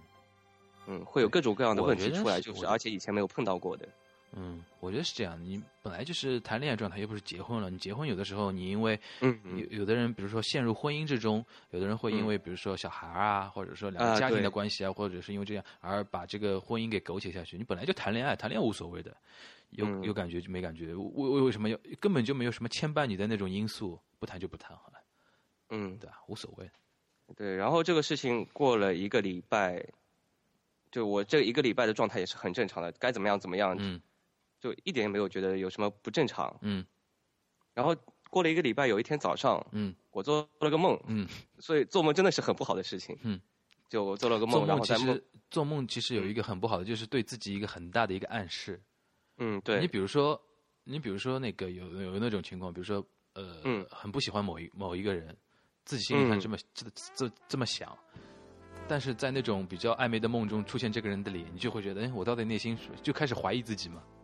[SPEAKER 8] 嗯，会有各种各样的
[SPEAKER 4] 我
[SPEAKER 8] 问
[SPEAKER 4] 觉
[SPEAKER 8] 题
[SPEAKER 4] 得
[SPEAKER 8] 出来，
[SPEAKER 4] 是
[SPEAKER 8] 就
[SPEAKER 4] 我
[SPEAKER 8] 是
[SPEAKER 4] 觉
[SPEAKER 8] 而且以前没有碰到过的，
[SPEAKER 4] 嗯，我觉得是这样。你本来就是谈恋爱状态，又不是结婚了。你结婚有的时候，你因为
[SPEAKER 8] 嗯嗯
[SPEAKER 4] 有有的人，比如说陷入婚姻之中，有的人会因为比如说小孩儿啊，或者说两
[SPEAKER 8] 啊
[SPEAKER 4] 个家庭
[SPEAKER 8] 对
[SPEAKER 4] 的关系啊，或者是因为这样而把这个婚姻给苟且下去。你本来就谈恋爱，谈恋爱无所谓的，有
[SPEAKER 8] 嗯
[SPEAKER 4] 有感觉就没感觉，为为为什么要根本就没有什么牵绊你的那种因素，不谈就不谈好了，
[SPEAKER 8] 嗯，
[SPEAKER 4] 对吧？无所谓。
[SPEAKER 8] 对，然后这个事情过了一个礼拜，就我这一个礼拜的状态也是很正常的，该怎么样怎么样，
[SPEAKER 4] 嗯
[SPEAKER 8] 就一点也没有觉得有什么不正常，
[SPEAKER 4] 嗯
[SPEAKER 8] 然后过了一个礼拜，有一天早上，
[SPEAKER 4] 嗯
[SPEAKER 8] 我做了个梦，
[SPEAKER 4] 嗯，
[SPEAKER 8] 所以做梦真的是很不好的事情。
[SPEAKER 4] 嗯，
[SPEAKER 8] 就我做了个
[SPEAKER 4] 做
[SPEAKER 8] 梦，然
[SPEAKER 4] 梦
[SPEAKER 8] 后
[SPEAKER 4] 其
[SPEAKER 8] 在梦，
[SPEAKER 4] 实做梦其实有一个很不好的，就是对自己一个很大的一个暗示。
[SPEAKER 8] 嗯，
[SPEAKER 4] 你
[SPEAKER 8] 对，
[SPEAKER 4] 比如说，你比如说那个有有那种情况，比如说呃，
[SPEAKER 8] 嗯
[SPEAKER 4] 很不喜欢某一某一个人，自己心里
[SPEAKER 8] 嗯
[SPEAKER 4] 很这么、这这这么想，但是在那种比较暧昧的梦中出现这个人的脸，你就会觉得，哎，我到底内心是就开始怀疑自己嘛，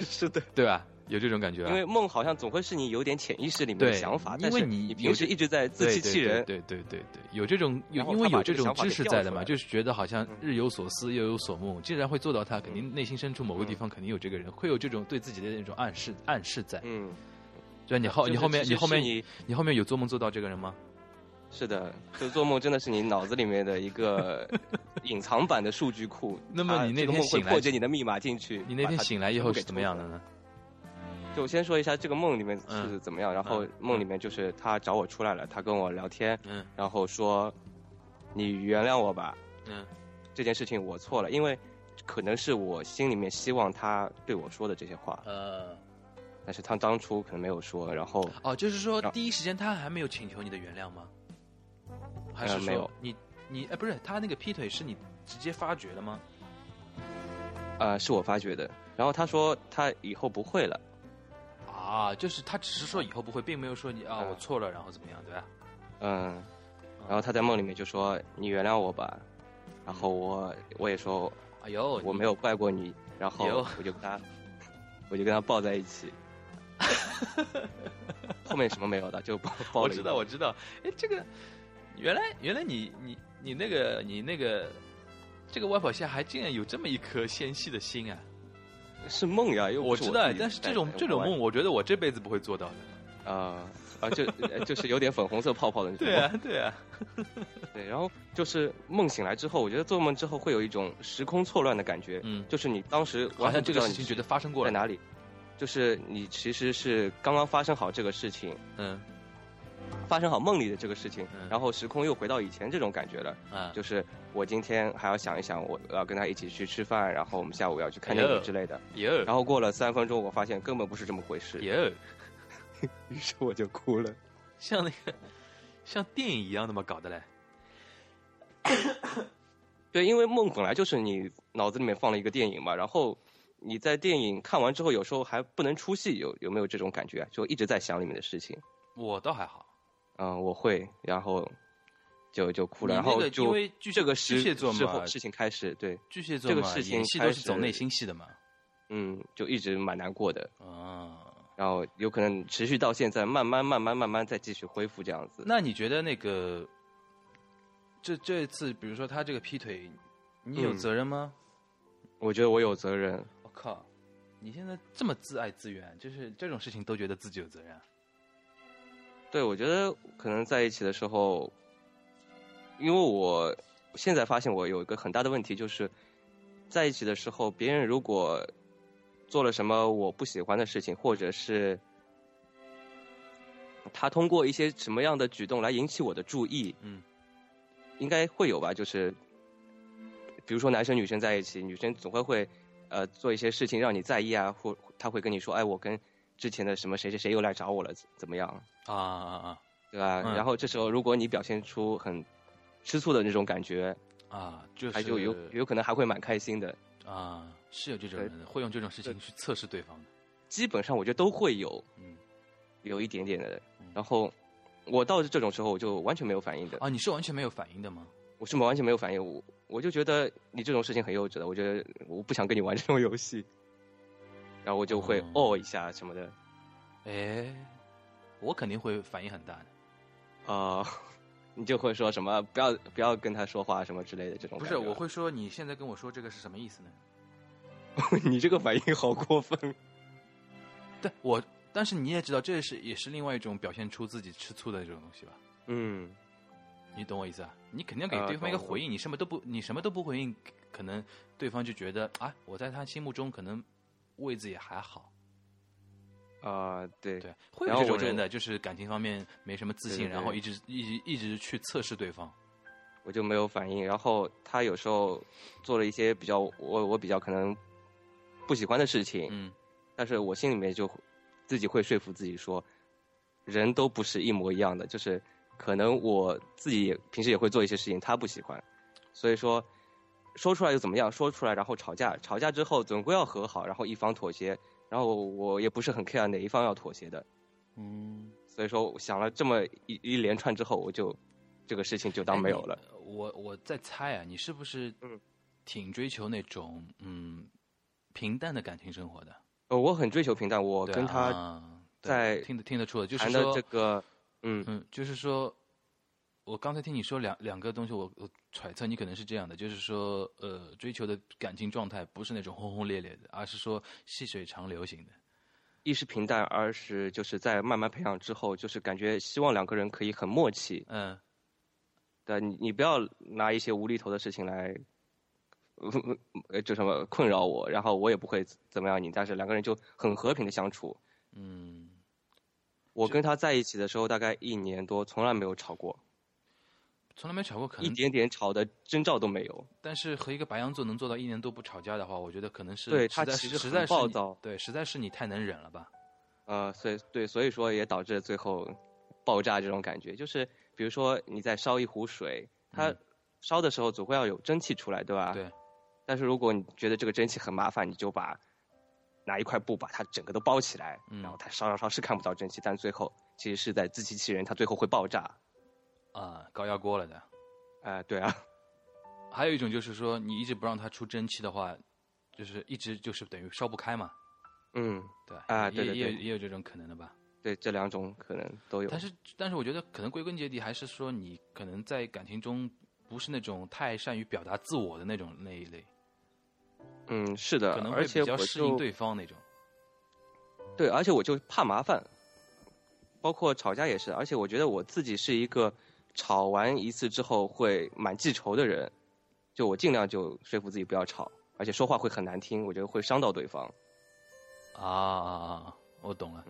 [SPEAKER 8] 是的，
[SPEAKER 4] 对吧？有这种感觉吧，啊
[SPEAKER 8] 因为梦好像总会是你有点潜意识里面
[SPEAKER 4] 嗯
[SPEAKER 8] 的
[SPEAKER 4] 对
[SPEAKER 8] 想法，
[SPEAKER 4] 因
[SPEAKER 8] 但
[SPEAKER 4] 为
[SPEAKER 8] 是
[SPEAKER 4] 你
[SPEAKER 8] 你
[SPEAKER 4] 有
[SPEAKER 8] 平时
[SPEAKER 4] 这
[SPEAKER 8] 一直在自欺欺人。
[SPEAKER 4] 对对对对对对，有这种有
[SPEAKER 8] 然后
[SPEAKER 4] 因为
[SPEAKER 8] 他把
[SPEAKER 4] 有
[SPEAKER 8] 这个
[SPEAKER 4] 种
[SPEAKER 8] 想法
[SPEAKER 4] 知
[SPEAKER 8] 给
[SPEAKER 4] 识
[SPEAKER 8] 调
[SPEAKER 4] 在
[SPEAKER 8] 出
[SPEAKER 4] 的嘛，
[SPEAKER 8] 来
[SPEAKER 4] 就是觉得好像
[SPEAKER 8] 嗯
[SPEAKER 4] 日有所思夜有所梦，既然会做到他，肯定内心深处某个
[SPEAKER 8] 嗯
[SPEAKER 4] 地方肯定有这个人，会有这种对自己的那种暗示暗示在。
[SPEAKER 8] 嗯，
[SPEAKER 4] 对，你后
[SPEAKER 8] 就
[SPEAKER 4] 你
[SPEAKER 8] 是
[SPEAKER 4] 后面
[SPEAKER 8] 其
[SPEAKER 4] 你
[SPEAKER 8] 实
[SPEAKER 4] 后
[SPEAKER 8] 是
[SPEAKER 4] 面
[SPEAKER 8] 你
[SPEAKER 4] 你后面有做梦做到这个人吗？
[SPEAKER 8] 是的，就做梦真的是你脑子里面的一 个隐藏版的数据库。
[SPEAKER 4] 那么
[SPEAKER 8] 它
[SPEAKER 4] 你那
[SPEAKER 8] 这个
[SPEAKER 4] 天
[SPEAKER 8] 梦会
[SPEAKER 4] 醒来
[SPEAKER 8] 破解你的密码进去，
[SPEAKER 4] 你那
[SPEAKER 8] 把
[SPEAKER 4] 天
[SPEAKER 8] 它
[SPEAKER 4] 醒来以后是怎么样的
[SPEAKER 8] 全部给抽出来？
[SPEAKER 4] 呢？
[SPEAKER 8] 就我先说一下这个梦里面是
[SPEAKER 4] 嗯
[SPEAKER 8] 怎么样，然后梦里面就是他找我出来了，他跟我聊天，
[SPEAKER 4] 嗯
[SPEAKER 8] 然后说你原谅我吧，
[SPEAKER 4] 嗯
[SPEAKER 8] 这件事情我错了，因为可能是我心里面希望他对我说的这些话，
[SPEAKER 4] 呃，
[SPEAKER 8] 但是他当初可能没有说，然后
[SPEAKER 4] 哦，就是说
[SPEAKER 8] 然后
[SPEAKER 4] 第一时间他还没有请求你的原谅吗？还是
[SPEAKER 8] 呃
[SPEAKER 4] 说
[SPEAKER 8] 没有
[SPEAKER 4] 你你哎不是他那个劈腿是你直接发觉的吗？
[SPEAKER 8] 呃是我发觉的，然后他说他以后不会了，
[SPEAKER 4] 啊，就是他只是说以后不会，并没有说你啊
[SPEAKER 8] 嗯
[SPEAKER 4] 我错了，然后怎么样，对吧？
[SPEAKER 8] 嗯，然后他在梦里面就说你原谅我吧，
[SPEAKER 4] 嗯
[SPEAKER 8] 然后我我也说
[SPEAKER 4] 哎呦，
[SPEAKER 8] 我
[SPEAKER 4] 你
[SPEAKER 8] 没有怪过你，然后
[SPEAKER 4] 有
[SPEAKER 8] 我就跟他，我就跟他抱在一起。后面什么没有的，就抱抱了
[SPEAKER 4] 我
[SPEAKER 8] 一
[SPEAKER 4] 知
[SPEAKER 8] 个
[SPEAKER 4] 道，我知道。哎，这个原来原来你你你那个你那个这个外婆下还竟然有这么一颗纤细的心啊！
[SPEAKER 8] 是梦呀，又
[SPEAKER 4] 我
[SPEAKER 8] 不是
[SPEAKER 4] 知道
[SPEAKER 8] 自，己
[SPEAKER 4] 但是
[SPEAKER 8] 在
[SPEAKER 4] 这种这种梦，我觉得我这辈子不会做到的。
[SPEAKER 8] 啊啊，就呃就是有点粉红色泡泡的那种。
[SPEAKER 4] 对啊，对啊，
[SPEAKER 8] 对，然后就是梦醒来之后，我觉得做梦之后会有一种时空错乱的感觉，
[SPEAKER 4] 嗯
[SPEAKER 8] 就是你当时
[SPEAKER 4] 好
[SPEAKER 8] 完
[SPEAKER 4] 像
[SPEAKER 8] 全
[SPEAKER 4] 这个
[SPEAKER 8] 不知道
[SPEAKER 4] 事
[SPEAKER 8] 你
[SPEAKER 4] 情
[SPEAKER 8] 是
[SPEAKER 4] 觉得发生过
[SPEAKER 8] 在
[SPEAKER 4] 了
[SPEAKER 8] 哪里，就是你其实是刚刚发生好这个事情，
[SPEAKER 4] 嗯
[SPEAKER 8] 发生好梦里的这个事情，
[SPEAKER 4] 嗯
[SPEAKER 8] 然后时空又回到以前这种感觉了。
[SPEAKER 4] 啊，
[SPEAKER 8] 就是我今天还要想一想，我要跟他一起去吃饭，然后我们下午要去看
[SPEAKER 4] 哎
[SPEAKER 8] 电
[SPEAKER 4] 呦
[SPEAKER 8] 影之类的。
[SPEAKER 4] 有
[SPEAKER 8] 然后过了三分钟，我发现根本不是这么回事，
[SPEAKER 4] 有
[SPEAKER 8] 于是我就哭了。
[SPEAKER 4] 像那个像电影一样那么搞的嘞。
[SPEAKER 8] 对，因为梦本来就是你脑子里面放了一个电影嘛，然后你在电影看完之后，有时候还不能出戏，有有没有这种感觉啊？就一直在想里面的事情。
[SPEAKER 4] 我倒还好。
[SPEAKER 8] 嗯，我会，然后就就哭了，
[SPEAKER 4] 你
[SPEAKER 8] 然
[SPEAKER 4] 那
[SPEAKER 8] 后
[SPEAKER 4] 个
[SPEAKER 8] 就
[SPEAKER 4] 因为巨
[SPEAKER 8] 这个
[SPEAKER 4] 巨
[SPEAKER 8] 时
[SPEAKER 4] 蟹座
[SPEAKER 8] 时
[SPEAKER 4] 嘛
[SPEAKER 8] 候，事情开始，对，
[SPEAKER 4] 巨蟹座
[SPEAKER 8] 这个
[SPEAKER 4] 嘛
[SPEAKER 8] 事情
[SPEAKER 4] 演戏都
[SPEAKER 8] 开
[SPEAKER 4] 是走
[SPEAKER 8] 始
[SPEAKER 4] 内心戏的嘛。
[SPEAKER 8] 嗯，就一直蛮难过的，
[SPEAKER 4] 啊，
[SPEAKER 8] 然后有可能持续到现在，慢慢慢慢慢慢再继续恢复这样子。
[SPEAKER 4] 那你觉得那个这这一次，比如说他这个劈腿，你有
[SPEAKER 8] 嗯
[SPEAKER 4] 责任吗？
[SPEAKER 8] 我觉得我有责任，
[SPEAKER 4] 我、靠，你现在这么自爱自怨，就是这种事情都觉得自己有责任啊。
[SPEAKER 8] 对，我觉得可能在一起的时候，因为我现在发现我有一个很大的问题，就是在一起的时候，别人如果做了什么我不喜欢的事情，或者是他通过一些什么样的举动来引起我的注意，
[SPEAKER 4] 嗯，
[SPEAKER 8] 应该会有吧？就是比如说男生女生在一起，女生总会会呃做一些事情让你在意啊，或他会跟你说，哎，我跟之前的什么谁谁谁又来找我了，怎怎么样？
[SPEAKER 4] 啊啊
[SPEAKER 8] 对吧？
[SPEAKER 4] 嗯
[SPEAKER 8] 然后这时候如果你表现出很吃醋的那种感觉，
[SPEAKER 4] 啊啊！就是
[SPEAKER 8] 还就有有可能还会蛮开心的。
[SPEAKER 4] 啊，是有这种
[SPEAKER 8] 对
[SPEAKER 4] 人的会用这种事情去测试对方的。
[SPEAKER 8] 基本上我觉得都会有
[SPEAKER 4] 嗯
[SPEAKER 8] 有一点点的
[SPEAKER 4] 嗯。
[SPEAKER 8] 然后我到这种时候我就完全没有反应的，
[SPEAKER 4] 啊，你是完全没有反应的吗？
[SPEAKER 8] 我是完全没有反应，我我就觉得你这种事情很幼稚的，我觉得我不想跟你玩这种游戏。然后我就会
[SPEAKER 4] 嗯
[SPEAKER 8] 哦一下什么的，
[SPEAKER 4] 哎，我肯定会反应很大的。
[SPEAKER 8] 啊、 你就会说什么不要不要跟他说话什么之类的这种
[SPEAKER 4] 不
[SPEAKER 8] 感
[SPEAKER 4] 是，
[SPEAKER 8] 觉吧。啊
[SPEAKER 4] 我会说你现在跟我说这个是什么意思呢？
[SPEAKER 8] 你这个反应好过分。
[SPEAKER 4] 对我，但是你也知道，这是也是另外一种表现出自己吃醋的这种东西吧？
[SPEAKER 8] 嗯，
[SPEAKER 4] 你懂我意思啊？你肯定要给
[SPEAKER 8] 啊
[SPEAKER 4] 对方一个
[SPEAKER 8] 懂
[SPEAKER 4] 回应，你什么都不，你什么都不回应，可能对方就觉得啊，我在他心目中可能位置也还好，
[SPEAKER 8] 啊、对，
[SPEAKER 4] 对，会
[SPEAKER 8] 然
[SPEAKER 4] 有
[SPEAKER 8] 后
[SPEAKER 4] 这种
[SPEAKER 8] 我就
[SPEAKER 4] 人的，就是感情方面没什么自
[SPEAKER 8] 对
[SPEAKER 4] 信，
[SPEAKER 8] 对
[SPEAKER 4] 然后
[SPEAKER 8] 对
[SPEAKER 4] 一直一直一直去测试对方。
[SPEAKER 8] 我就没有反应。然后他有时候做了一些比较我我比较可能不喜欢的事情，
[SPEAKER 4] 嗯，
[SPEAKER 8] 但是我心里面就自己会说服自己说，人都不是一模一样的，就是可能我自己也平时也会做一些事情，他不喜欢，所以说说出来又怎么样？说出来然后吵架，吵架之后总归要和好，然后一方妥协，然后我我也不是很 care 哪一方要妥协的，
[SPEAKER 4] 嗯，
[SPEAKER 8] 所以说我想了这么一一连串之后，我就这个事情就当没有了。
[SPEAKER 4] 哎。你我我在猜啊，你是不是
[SPEAKER 8] 嗯
[SPEAKER 4] 挺追求那种嗯平淡的感情生活的？
[SPEAKER 8] 呃，我很追求平淡，我
[SPEAKER 4] 对
[SPEAKER 8] 跟他
[SPEAKER 4] 啊对
[SPEAKER 8] 在
[SPEAKER 4] 听得听得出来，就是
[SPEAKER 8] 谈的
[SPEAKER 4] 说
[SPEAKER 8] 这个，嗯
[SPEAKER 4] 嗯，就是说，我刚才听你说两两个东西，我我揣测你可能是这样的，就是说，呃，追求的感情状态不是那种轰轰烈烈的，而是说细水长流型的。
[SPEAKER 8] 一是平淡，二是就是在慢慢培养之后，就是感觉希望两个人可以很默契。
[SPEAKER 4] 嗯，
[SPEAKER 8] 对，你你不要拿一些无厘头的事情来，呃呃，就什么困扰我，然后我也不会怎么样你，但是两个人就很和平的相处。
[SPEAKER 4] 嗯，
[SPEAKER 8] 我跟他在一起的时候大概一年多，从来没有吵过，
[SPEAKER 4] 从来没吵过，可
[SPEAKER 8] 一
[SPEAKER 4] 能，
[SPEAKER 8] 点点吵的征兆都没有。
[SPEAKER 4] 但是和一个白羊座能做到一年多不吵架的话，我觉得可能是
[SPEAKER 8] 对
[SPEAKER 4] 实
[SPEAKER 8] 他
[SPEAKER 4] 在
[SPEAKER 8] 其
[SPEAKER 4] 是实
[SPEAKER 8] 实很
[SPEAKER 4] 在是
[SPEAKER 8] 暴
[SPEAKER 4] 你
[SPEAKER 8] 躁
[SPEAKER 4] 对，实在是你太能忍了吧？
[SPEAKER 8] 呃，所以对，所以说也导致最后爆炸这种感觉，就是比如说你在烧一壶水，它
[SPEAKER 4] 嗯
[SPEAKER 8] 烧的时候总会要有蒸汽出来，对吧？
[SPEAKER 4] 对。
[SPEAKER 8] 但是如果你觉得这个蒸汽很麻烦，你就把拿一块布把它整个都包起来，
[SPEAKER 4] 嗯
[SPEAKER 8] 然后它烧烧烧是看不到蒸汽，但最后其实是在自欺欺人，它最后会爆炸。
[SPEAKER 4] 啊、高压锅了的。
[SPEAKER 8] 啊、对啊，
[SPEAKER 4] 还有一种就是说，你一直不让它出蒸汽的话，就是一直就是等于烧不开嘛，
[SPEAKER 8] 嗯，
[SPEAKER 4] 对吧
[SPEAKER 8] 啊
[SPEAKER 4] 也
[SPEAKER 8] 对对
[SPEAKER 4] 也有
[SPEAKER 8] 对
[SPEAKER 4] 也有这种可能的吧？
[SPEAKER 8] 对，这两种可能都有。
[SPEAKER 4] 但是，但是我觉得可能归根结底还是说，你可能在感情中不是那种太善于表达自我的那种那一类，
[SPEAKER 8] 嗯，是的
[SPEAKER 4] 可能，会
[SPEAKER 8] 而且
[SPEAKER 4] 比
[SPEAKER 8] 我
[SPEAKER 4] 较适应
[SPEAKER 8] 就
[SPEAKER 4] 对方那种。
[SPEAKER 8] 对，而且我就怕麻烦，包括吵架也是。而且我觉得我自己是一个吵完一次之后会蛮记仇的人，就我尽量就说服自己不要吵，而且说话会很难听，我觉得会伤到对方。
[SPEAKER 4] 啊啊啊！我懂了，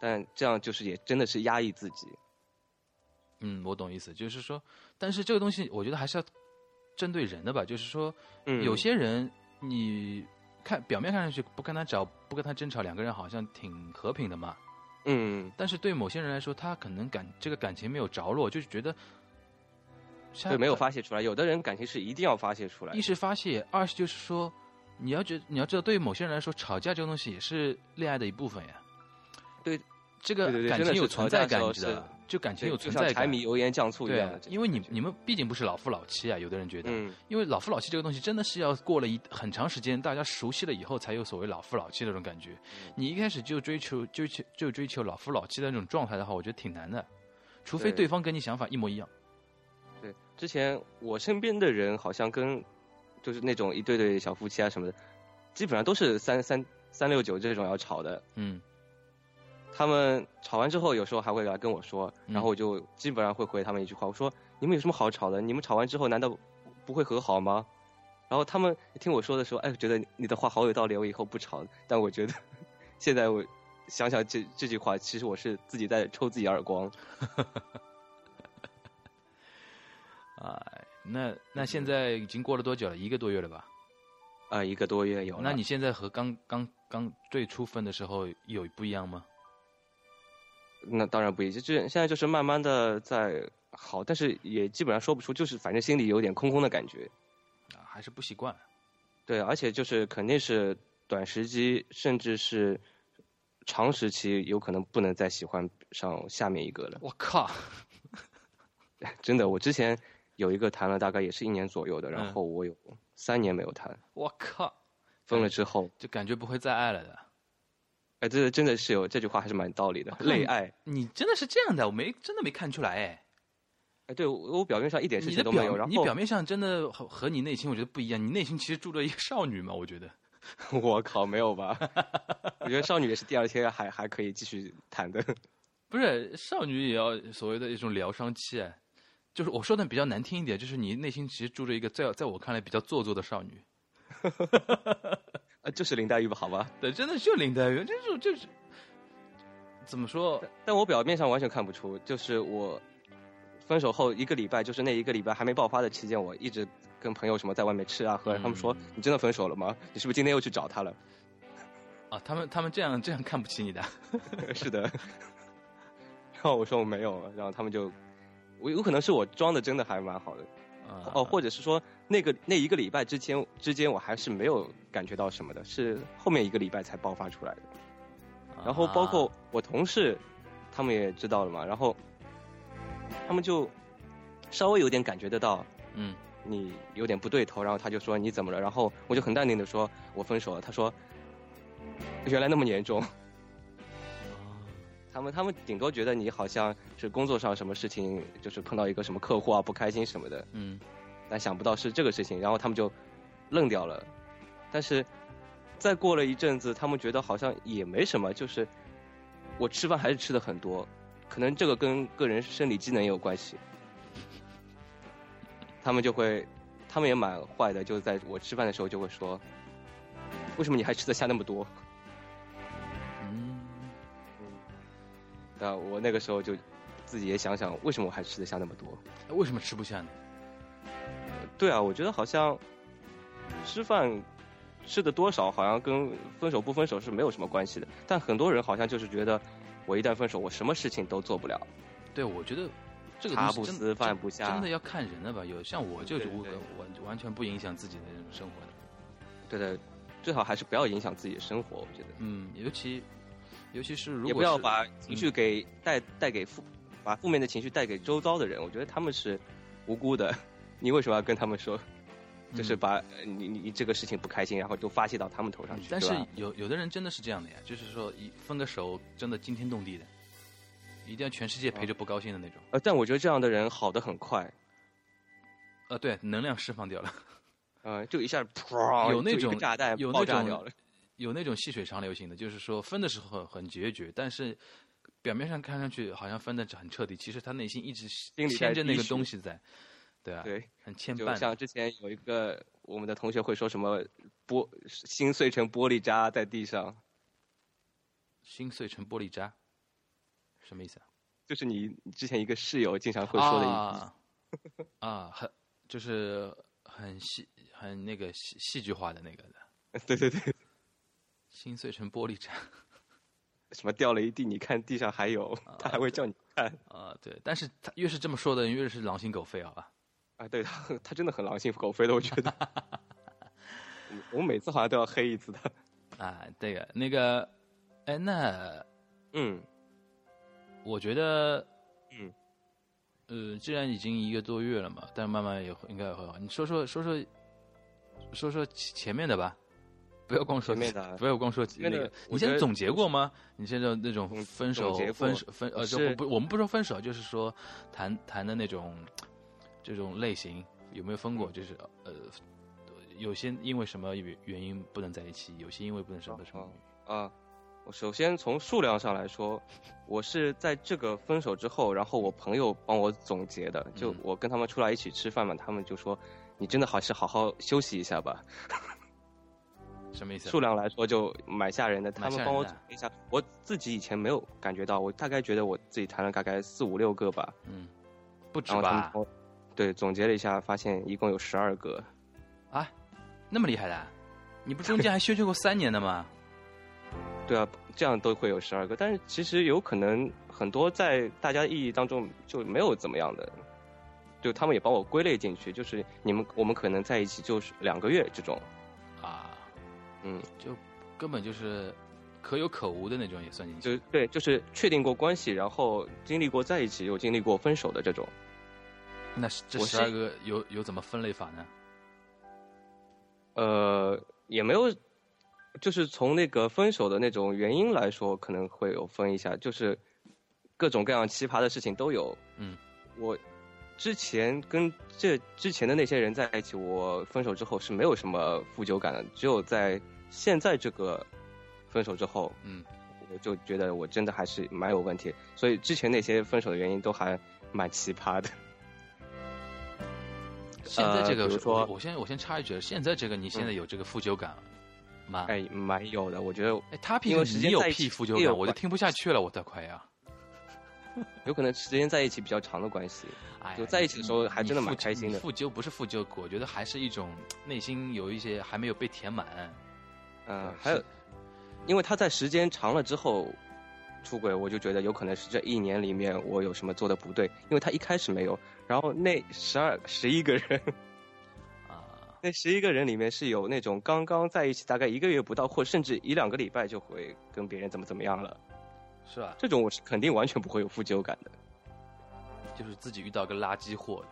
[SPEAKER 8] 但这样就是也真的是压抑自己。
[SPEAKER 4] 嗯，我懂意思，就是说，但是这个东西我觉得还是要针对人的吧，就是说，
[SPEAKER 8] 嗯，
[SPEAKER 4] 有些人你看表面看上去不跟他吵、不跟他争吵，两个人好像挺和平的嘛，
[SPEAKER 8] 嗯，
[SPEAKER 4] 但是对某些人来说，他可能感这个感情没有着落，就是觉得像
[SPEAKER 8] 对，没有发泄出来。有的人感情是一定要发泄出来
[SPEAKER 4] 一
[SPEAKER 8] 的。
[SPEAKER 4] 是发泄，二是就是说，你要觉你要知道，对于某些人来说，吵架这个东西也是恋爱的一部分呀。
[SPEAKER 8] 对，
[SPEAKER 4] 这个
[SPEAKER 8] 对对对
[SPEAKER 4] 感
[SPEAKER 8] 真的
[SPEAKER 4] 情有
[SPEAKER 8] 是
[SPEAKER 4] 存
[SPEAKER 8] 吵架
[SPEAKER 4] 在
[SPEAKER 8] 的时
[SPEAKER 4] 感，
[SPEAKER 8] 候
[SPEAKER 4] 你知道
[SPEAKER 8] 是
[SPEAKER 4] 吧？就感情有
[SPEAKER 8] 就
[SPEAKER 4] 存
[SPEAKER 8] 像
[SPEAKER 4] 在
[SPEAKER 8] 柴
[SPEAKER 4] 感。
[SPEAKER 8] 米油盐酱醋一
[SPEAKER 4] 对
[SPEAKER 8] 样
[SPEAKER 4] 啊
[SPEAKER 8] 的，这种
[SPEAKER 4] 因为你
[SPEAKER 8] 感觉
[SPEAKER 4] 你们毕竟不是老夫老妻啊，有的人觉得，
[SPEAKER 8] 嗯
[SPEAKER 4] 因为老夫老妻这个东西真的是要过了一很长时间，大家熟悉了以后，才有所谓老夫老妻的那种感觉。
[SPEAKER 8] 嗯
[SPEAKER 4] 你一开始就追求追求就追求老夫老妻的那种状态的话，我觉得挺难的，除非
[SPEAKER 8] 对
[SPEAKER 4] 对方跟你想法一模一样。
[SPEAKER 8] 对，之前我身边的人好像跟就是那种一对对小夫妻啊什么的，基本上都是三三三六九这种要吵的。
[SPEAKER 4] 嗯，
[SPEAKER 8] 他们吵完之后，有时候还会来跟我说，
[SPEAKER 4] 嗯
[SPEAKER 8] 然后我就基本上会回他们一句话，我说：“你们有什么好吵的？你们吵完之后难道不会和好吗？”然后他们听我说的时候，哎，觉得你的话好有道理，我以后不吵了。但我觉得 现在我想想这这句话，其实我是自己在抽自己耳光。
[SPEAKER 4] 哎，那那
[SPEAKER 8] 嗯
[SPEAKER 4] 现在已经过了多久了？一个多月了吧？
[SPEAKER 8] 啊、一个多月有了。
[SPEAKER 4] 那你现在和刚刚刚最初分的时候有不一样吗？
[SPEAKER 8] 那当然不一致，这现在就是慢慢的在好，但是也基本上说不出，就是反正心里有点空空的感觉。
[SPEAKER 4] 啊，还是不习惯。
[SPEAKER 8] 对，而且就是肯定是短时期，甚至是长时期，有可能不能再喜欢上下面一个了。
[SPEAKER 4] 我靠，
[SPEAKER 8] 真的，我之前有一个谈了大概也是一年左右的，然
[SPEAKER 4] 嗯
[SPEAKER 8] 后我有三年没有谈，
[SPEAKER 4] 我靠，
[SPEAKER 8] 分
[SPEAKER 4] 嗯
[SPEAKER 8] 了之后，
[SPEAKER 4] 就感觉不会再爱了的。
[SPEAKER 8] 哎，这真的是有这句话还是蛮道理的，
[SPEAKER 4] 看
[SPEAKER 8] 累爱。
[SPEAKER 4] 你真的是这样的，我没真的没看出来哎。
[SPEAKER 8] 哎，对我我表面上一点事
[SPEAKER 4] 你的
[SPEAKER 8] 情都没有，
[SPEAKER 4] 表，
[SPEAKER 8] 然
[SPEAKER 4] 你
[SPEAKER 8] 后
[SPEAKER 4] 表面上真的和和你内心我觉得不一样。你内心其实住着一个少女嘛，我觉得。
[SPEAKER 8] 我靠，没有 吧？我觉得少女也是第二天还还可以继续谈的。
[SPEAKER 4] 不是少女也要所谓的一种疗伤期，哎就是我说的比较难听一点，就是你内心其实住着一个在在我看来比较做作的少女。
[SPEAKER 8] 呃，就是林黛玉吧，好吧。
[SPEAKER 4] 对，真的就林黛玉，就是就是怎么说？
[SPEAKER 8] 但我表面上完全看不出，就是我分手后一个礼拜，就是那一个礼拜还没爆发的期间，我一直跟朋友什么在外面吃啊喝啊，
[SPEAKER 4] 嗯
[SPEAKER 8] 他们说你真的分手了吗？你是不是今天又去找他 了？
[SPEAKER 4] 啊，他们他们这样这样看不起你的，
[SPEAKER 8] 是的。 然后我说我没有，然后他们就。我有可能是我装的真的还蛮好的，哦，
[SPEAKER 4] 哦
[SPEAKER 8] 或者是说那个那一个礼拜之间之间我还是没有感觉到什么的，是后面一个礼拜才爆发出来的。然
[SPEAKER 4] 啊
[SPEAKER 8] 后包括我同事，他们也知道了嘛，然后他们就稍微有点感觉得到
[SPEAKER 4] 嗯，
[SPEAKER 8] 你有点不对头，然后他就说你怎么了？然后我就很淡定的说我分手了。他说原来那么严重，他们他们顶多觉得你好像是工作上什么事情，就是碰到一个什么客户啊不开心什么的，
[SPEAKER 4] 嗯，
[SPEAKER 8] 但想不到是这个事情，然后他们就愣掉了。但是再过了一阵子，他们觉得好像也没什么，就是我吃饭还是吃的很多，可能这个跟个人生理机能也有关系。他们就会，他们也蛮坏的，就在我吃饭的时候就会说：“为什么你还吃得下那么多
[SPEAKER 4] 嗯，？”
[SPEAKER 8] 啊，我那个时候就自己也想想，为什么我还吃得下那么多？
[SPEAKER 4] 为什么吃不下呢？
[SPEAKER 8] 对啊，我觉得好像吃饭吃的多少，好像跟分手不分手是没有什么关系的。但很多人好像就是觉得，我一旦分手，我什么事情都做不了。
[SPEAKER 4] 对，我觉得这个
[SPEAKER 8] 茶
[SPEAKER 4] 东西
[SPEAKER 8] 不
[SPEAKER 4] 真
[SPEAKER 8] 思
[SPEAKER 4] 真
[SPEAKER 8] 饭不下
[SPEAKER 4] 真的要看人了吧？有像我就
[SPEAKER 8] 对
[SPEAKER 4] 是
[SPEAKER 8] 对
[SPEAKER 4] 无
[SPEAKER 8] 对
[SPEAKER 4] 完完全不影响自己的那种生活的，
[SPEAKER 8] 对的，最好还是不要影响自己的生活。我觉得，
[SPEAKER 4] 嗯，尤其尤其是如果
[SPEAKER 8] 也不要
[SPEAKER 4] 是嗯
[SPEAKER 8] 把情绪给带带给负，把负面的情绪带给周遭的人。我觉得他们是无辜的， 你为什么要跟他们说？就是
[SPEAKER 4] 嗯
[SPEAKER 8] 把呃你你你这个事情不开心，然后都发泄到他们头上去。
[SPEAKER 4] 但
[SPEAKER 8] 嗯对
[SPEAKER 4] 是
[SPEAKER 8] 吧
[SPEAKER 4] 有有的人真的是这样的呀，就是说一分个手真的惊天动地的，一定要全世界
[SPEAKER 8] 嗯
[SPEAKER 4] 陪着不高兴的那种。
[SPEAKER 8] 呃，但我觉得这样的人好的很快，
[SPEAKER 4] 呃，对，能量释放掉了，
[SPEAKER 8] 呃，就一下砰，
[SPEAKER 4] 有那
[SPEAKER 8] 就一个
[SPEAKER 4] 种
[SPEAKER 8] 炸弹
[SPEAKER 4] 有
[SPEAKER 8] 爆
[SPEAKER 4] 那
[SPEAKER 8] 炸掉
[SPEAKER 4] 种
[SPEAKER 8] 了。
[SPEAKER 4] 有那种细水长流型的，就是说分的时候很很决绝，但是表面上看上去好像分的很彻底，其实他内心一直
[SPEAKER 8] 里在
[SPEAKER 4] 牵着那
[SPEAKER 8] 滴
[SPEAKER 4] 个
[SPEAKER 8] 血
[SPEAKER 4] 东西在，对啊，
[SPEAKER 8] 对，
[SPEAKER 4] 很牵
[SPEAKER 8] 就
[SPEAKER 4] 绊
[SPEAKER 8] 像
[SPEAKER 4] 的。
[SPEAKER 8] 之前有一个我们的同学会说什么玻心碎成玻璃渣在地上，
[SPEAKER 4] 心碎成玻璃渣，什么意思啊？
[SPEAKER 8] 就是你之前一个室友经常会说的一句。
[SPEAKER 4] 啊啊，很就是很戏很那个戏戏剧化的那个的，
[SPEAKER 8] 对对对，
[SPEAKER 4] 心碎成玻璃渣
[SPEAKER 8] 什么掉了一地，你看地上还有，他还会叫你看
[SPEAKER 4] 啊，对。但是他越是这么说的人，越是狼心狗肺，好吧？
[SPEAKER 8] 啊。对他，他真的很狼心狗肺的，我觉得。我每次好像都要黑一次的。
[SPEAKER 4] 啊，这个那个，哎，那
[SPEAKER 8] 嗯，
[SPEAKER 4] 我觉得，
[SPEAKER 8] 嗯，
[SPEAKER 4] 呃，既然已经一个多月了嘛，但慢慢也会应该也会好。你说说说说，说说前前面的吧，不要光说
[SPEAKER 8] 前面的啊
[SPEAKER 4] 不要光说
[SPEAKER 8] 面
[SPEAKER 4] 那
[SPEAKER 8] 的
[SPEAKER 4] 个。
[SPEAKER 8] 我
[SPEAKER 4] 你
[SPEAKER 8] 觉
[SPEAKER 4] 现在
[SPEAKER 8] 得
[SPEAKER 4] 总结过吗？你现在那种
[SPEAKER 8] 总
[SPEAKER 4] 分手
[SPEAKER 8] 总结、过
[SPEAKER 4] 分手、分呃，就是不不，我们不说分手，就是说谈谈的那种这种类型，有没有分
[SPEAKER 8] 嗯
[SPEAKER 4] 过？就是呃，有些因为什么原因不能在一起，有些因为不能什么什么
[SPEAKER 8] 哦啊，我首先从数量上来说，我是在这个分手之后，然后我朋友帮我总结的，就
[SPEAKER 4] 嗯
[SPEAKER 8] 我跟他们出来一起吃饭嘛，他们就说你真的还是好好休息一下吧。
[SPEAKER 4] 什么意思？啊
[SPEAKER 8] 数量来说就蛮吓人的，他
[SPEAKER 4] 蛮吓
[SPEAKER 8] 们
[SPEAKER 4] 人的
[SPEAKER 8] 帮我总结一下，我自己以前没有感觉到，我大概觉得我自己谈了大概四五六个吧，
[SPEAKER 4] 嗯，不止
[SPEAKER 8] 然后他们
[SPEAKER 4] 吧
[SPEAKER 8] 帮？我对总结了一下，发现一共有十二个。
[SPEAKER 4] 啊，那么厉害的啊，你不中间还休息过三年的吗？
[SPEAKER 8] 对啊，这样都会有十二个，但是其实有可能很多在大家意义当中就没有怎么样的，就他们也把我归类进去，就是你们我们可能在一起就是两个月这种，
[SPEAKER 4] 啊，
[SPEAKER 8] 嗯，
[SPEAKER 4] 就根本就是可有可无的那种也算进去。
[SPEAKER 8] 就对，就是确定过关系，然后经历过在一起，又经历过分手的这种，
[SPEAKER 4] 那是这
[SPEAKER 8] 我
[SPEAKER 4] 十
[SPEAKER 8] 是
[SPEAKER 4] 二个有有怎么分类法呢？
[SPEAKER 8] 呃，也没有，就是从那个分手的那种原因来说，可能会有分一下，就是各种各样奇葩的事情都有。
[SPEAKER 4] 嗯，
[SPEAKER 8] 我之前跟这之前的那些人在一起，我分手之后是没有什么负疚感的，只有在现在这个分手之后，
[SPEAKER 4] 嗯，
[SPEAKER 8] 我就觉得我真的还是蛮有问题，所以之前那些分手的原因都还蛮奇葩的。
[SPEAKER 4] 现在这个，
[SPEAKER 8] 比如说
[SPEAKER 4] 我我先我先插一句，现在这个你现在有这个负疚感吗？
[SPEAKER 8] 哎，蛮有的，我觉得
[SPEAKER 4] 哎，他屁
[SPEAKER 8] 因
[SPEAKER 4] 股
[SPEAKER 8] 为时
[SPEAKER 4] 你
[SPEAKER 8] 间
[SPEAKER 4] 有
[SPEAKER 8] 在一
[SPEAKER 4] 屁
[SPEAKER 8] 起
[SPEAKER 4] 负疚
[SPEAKER 8] 也有
[SPEAKER 4] 感，我都
[SPEAKER 8] 关
[SPEAKER 4] 听不下去了，我的快呀！
[SPEAKER 8] 有可能时间在一起比较长的关系。
[SPEAKER 4] 哎呀，
[SPEAKER 8] 就在一起的时候
[SPEAKER 4] 你
[SPEAKER 8] 还真的
[SPEAKER 4] 你
[SPEAKER 8] 蛮
[SPEAKER 4] 负
[SPEAKER 8] 开心的
[SPEAKER 4] 你负疚不是负疚，我觉得还是一种内心有一些还没有被填满。
[SPEAKER 8] 嗯，
[SPEAKER 4] 对
[SPEAKER 8] 还有
[SPEAKER 4] 是，
[SPEAKER 8] 因为他在时间长了之后出轨，我就觉得有可能是这一年里面我有什么做的不对，因为他一开始没有，然后那十二十一个人，
[SPEAKER 4] 啊，
[SPEAKER 8] 那十一个人里面是有那种刚刚在一起大概一个月不到，或甚至一两个礼拜就会跟别人怎么怎么样了，
[SPEAKER 4] 是吧？
[SPEAKER 8] 这种我是肯定完全不会有负疚感的。
[SPEAKER 4] 就是自己遇到个垃圾货的。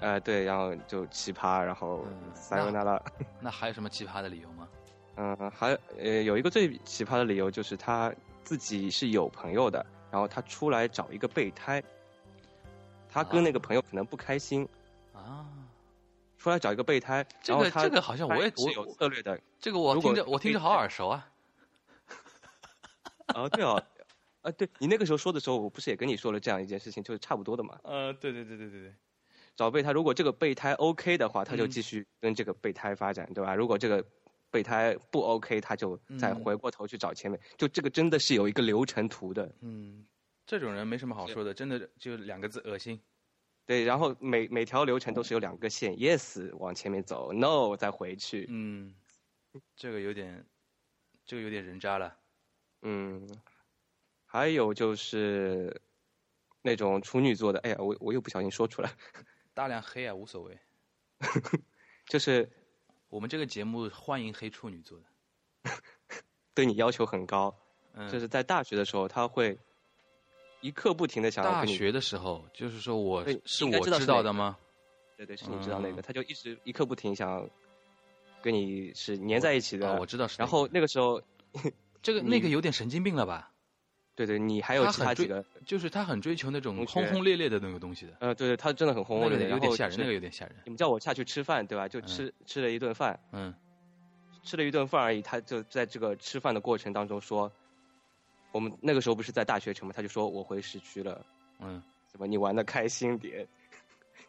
[SPEAKER 8] 呃，对，然后就奇葩，然后
[SPEAKER 4] 嗯
[SPEAKER 8] 塞维那拉，
[SPEAKER 4] 那还有什么奇葩的理由吗？
[SPEAKER 8] 嗯，还呃有一个最奇葩的理由就是他自己是有朋友的，然后他出来找一个备胎，他跟那个朋友可能不开心，
[SPEAKER 4] 啊，
[SPEAKER 8] 出来找一个备胎，
[SPEAKER 4] 这
[SPEAKER 8] 然
[SPEAKER 4] 个
[SPEAKER 8] 后他
[SPEAKER 4] 这个好像我也
[SPEAKER 8] 他是有策略 的
[SPEAKER 4] 这个我
[SPEAKER 8] 如果
[SPEAKER 4] 听着我听着好耳熟啊。
[SPEAKER 8] 啊，对啊，啊，对你那个时候说的时候，我不是也跟你说了这样一件事情，就是差不多的嘛。
[SPEAKER 4] 呃，对对对对对对，
[SPEAKER 8] 找备胎，如果这个备胎 OK 的话，他就
[SPEAKER 4] 嗯
[SPEAKER 8] 继续跟这个备胎发展，对吧？如果这个备胎不 OK，他就再
[SPEAKER 4] 嗯
[SPEAKER 8] 回过头去找前面，就这个真的是有一个流程图的。
[SPEAKER 4] 嗯，这种人没什么好说的，真的就两个字：恶心。
[SPEAKER 8] 对，然后每每条流程都是有两个线，yes 往前面走，no 再回去。
[SPEAKER 4] 嗯，这个有点，这个有点人渣了。
[SPEAKER 8] 嗯，还有就是那种处女座的，哎呀，我我又不小心说出来，
[SPEAKER 4] 大量黑啊，无所谓。
[SPEAKER 8] 就是
[SPEAKER 4] 我们这个节目欢迎黑处女座的。
[SPEAKER 8] 对你要求很高，
[SPEAKER 4] 嗯，
[SPEAKER 8] 就是在大学的时候，他会一刻不停的想要
[SPEAKER 4] 大
[SPEAKER 8] 啊跟你，
[SPEAKER 4] 学的时候，就是说我
[SPEAKER 8] 对
[SPEAKER 4] 是
[SPEAKER 8] 应该
[SPEAKER 4] 我
[SPEAKER 8] 知道是
[SPEAKER 4] 知道
[SPEAKER 8] 哪
[SPEAKER 4] 的
[SPEAKER 8] 个
[SPEAKER 4] 吗？
[SPEAKER 8] 对对，是你知道那个，
[SPEAKER 4] 嗯
[SPEAKER 8] 他就一直一刻不停想要跟你是粘在一起的。
[SPEAKER 4] 啊，我知道是哪
[SPEAKER 8] 然
[SPEAKER 4] 个。
[SPEAKER 8] 后那嗯个时候，
[SPEAKER 4] 这个
[SPEAKER 8] 你
[SPEAKER 4] 那个有点神经病了吧？
[SPEAKER 8] 对对，你还有
[SPEAKER 4] 他
[SPEAKER 8] 其
[SPEAKER 4] 很
[SPEAKER 8] 他几
[SPEAKER 4] 追
[SPEAKER 8] 个，
[SPEAKER 4] 就是他很追求那种
[SPEAKER 8] 同
[SPEAKER 4] 轰
[SPEAKER 8] 学
[SPEAKER 4] 轰烈烈的那个东西的，
[SPEAKER 8] 呃，对对，他真的很轰
[SPEAKER 4] 那
[SPEAKER 8] 轰烈
[SPEAKER 4] 个有
[SPEAKER 8] 烈，然
[SPEAKER 4] 点
[SPEAKER 8] 后
[SPEAKER 4] 吓
[SPEAKER 8] 就
[SPEAKER 4] 人，
[SPEAKER 8] 是
[SPEAKER 4] 那个有点吓人。
[SPEAKER 8] 你们叫我下去吃饭，对吧？就吃、吃了一顿饭，
[SPEAKER 4] 嗯，
[SPEAKER 8] 吃了一顿饭而已。他就在这个吃饭的过程当中说，我们那个时候不是在大学城嘛，他就说我回市区了，
[SPEAKER 4] 嗯，
[SPEAKER 8] 怎么你玩的开心点？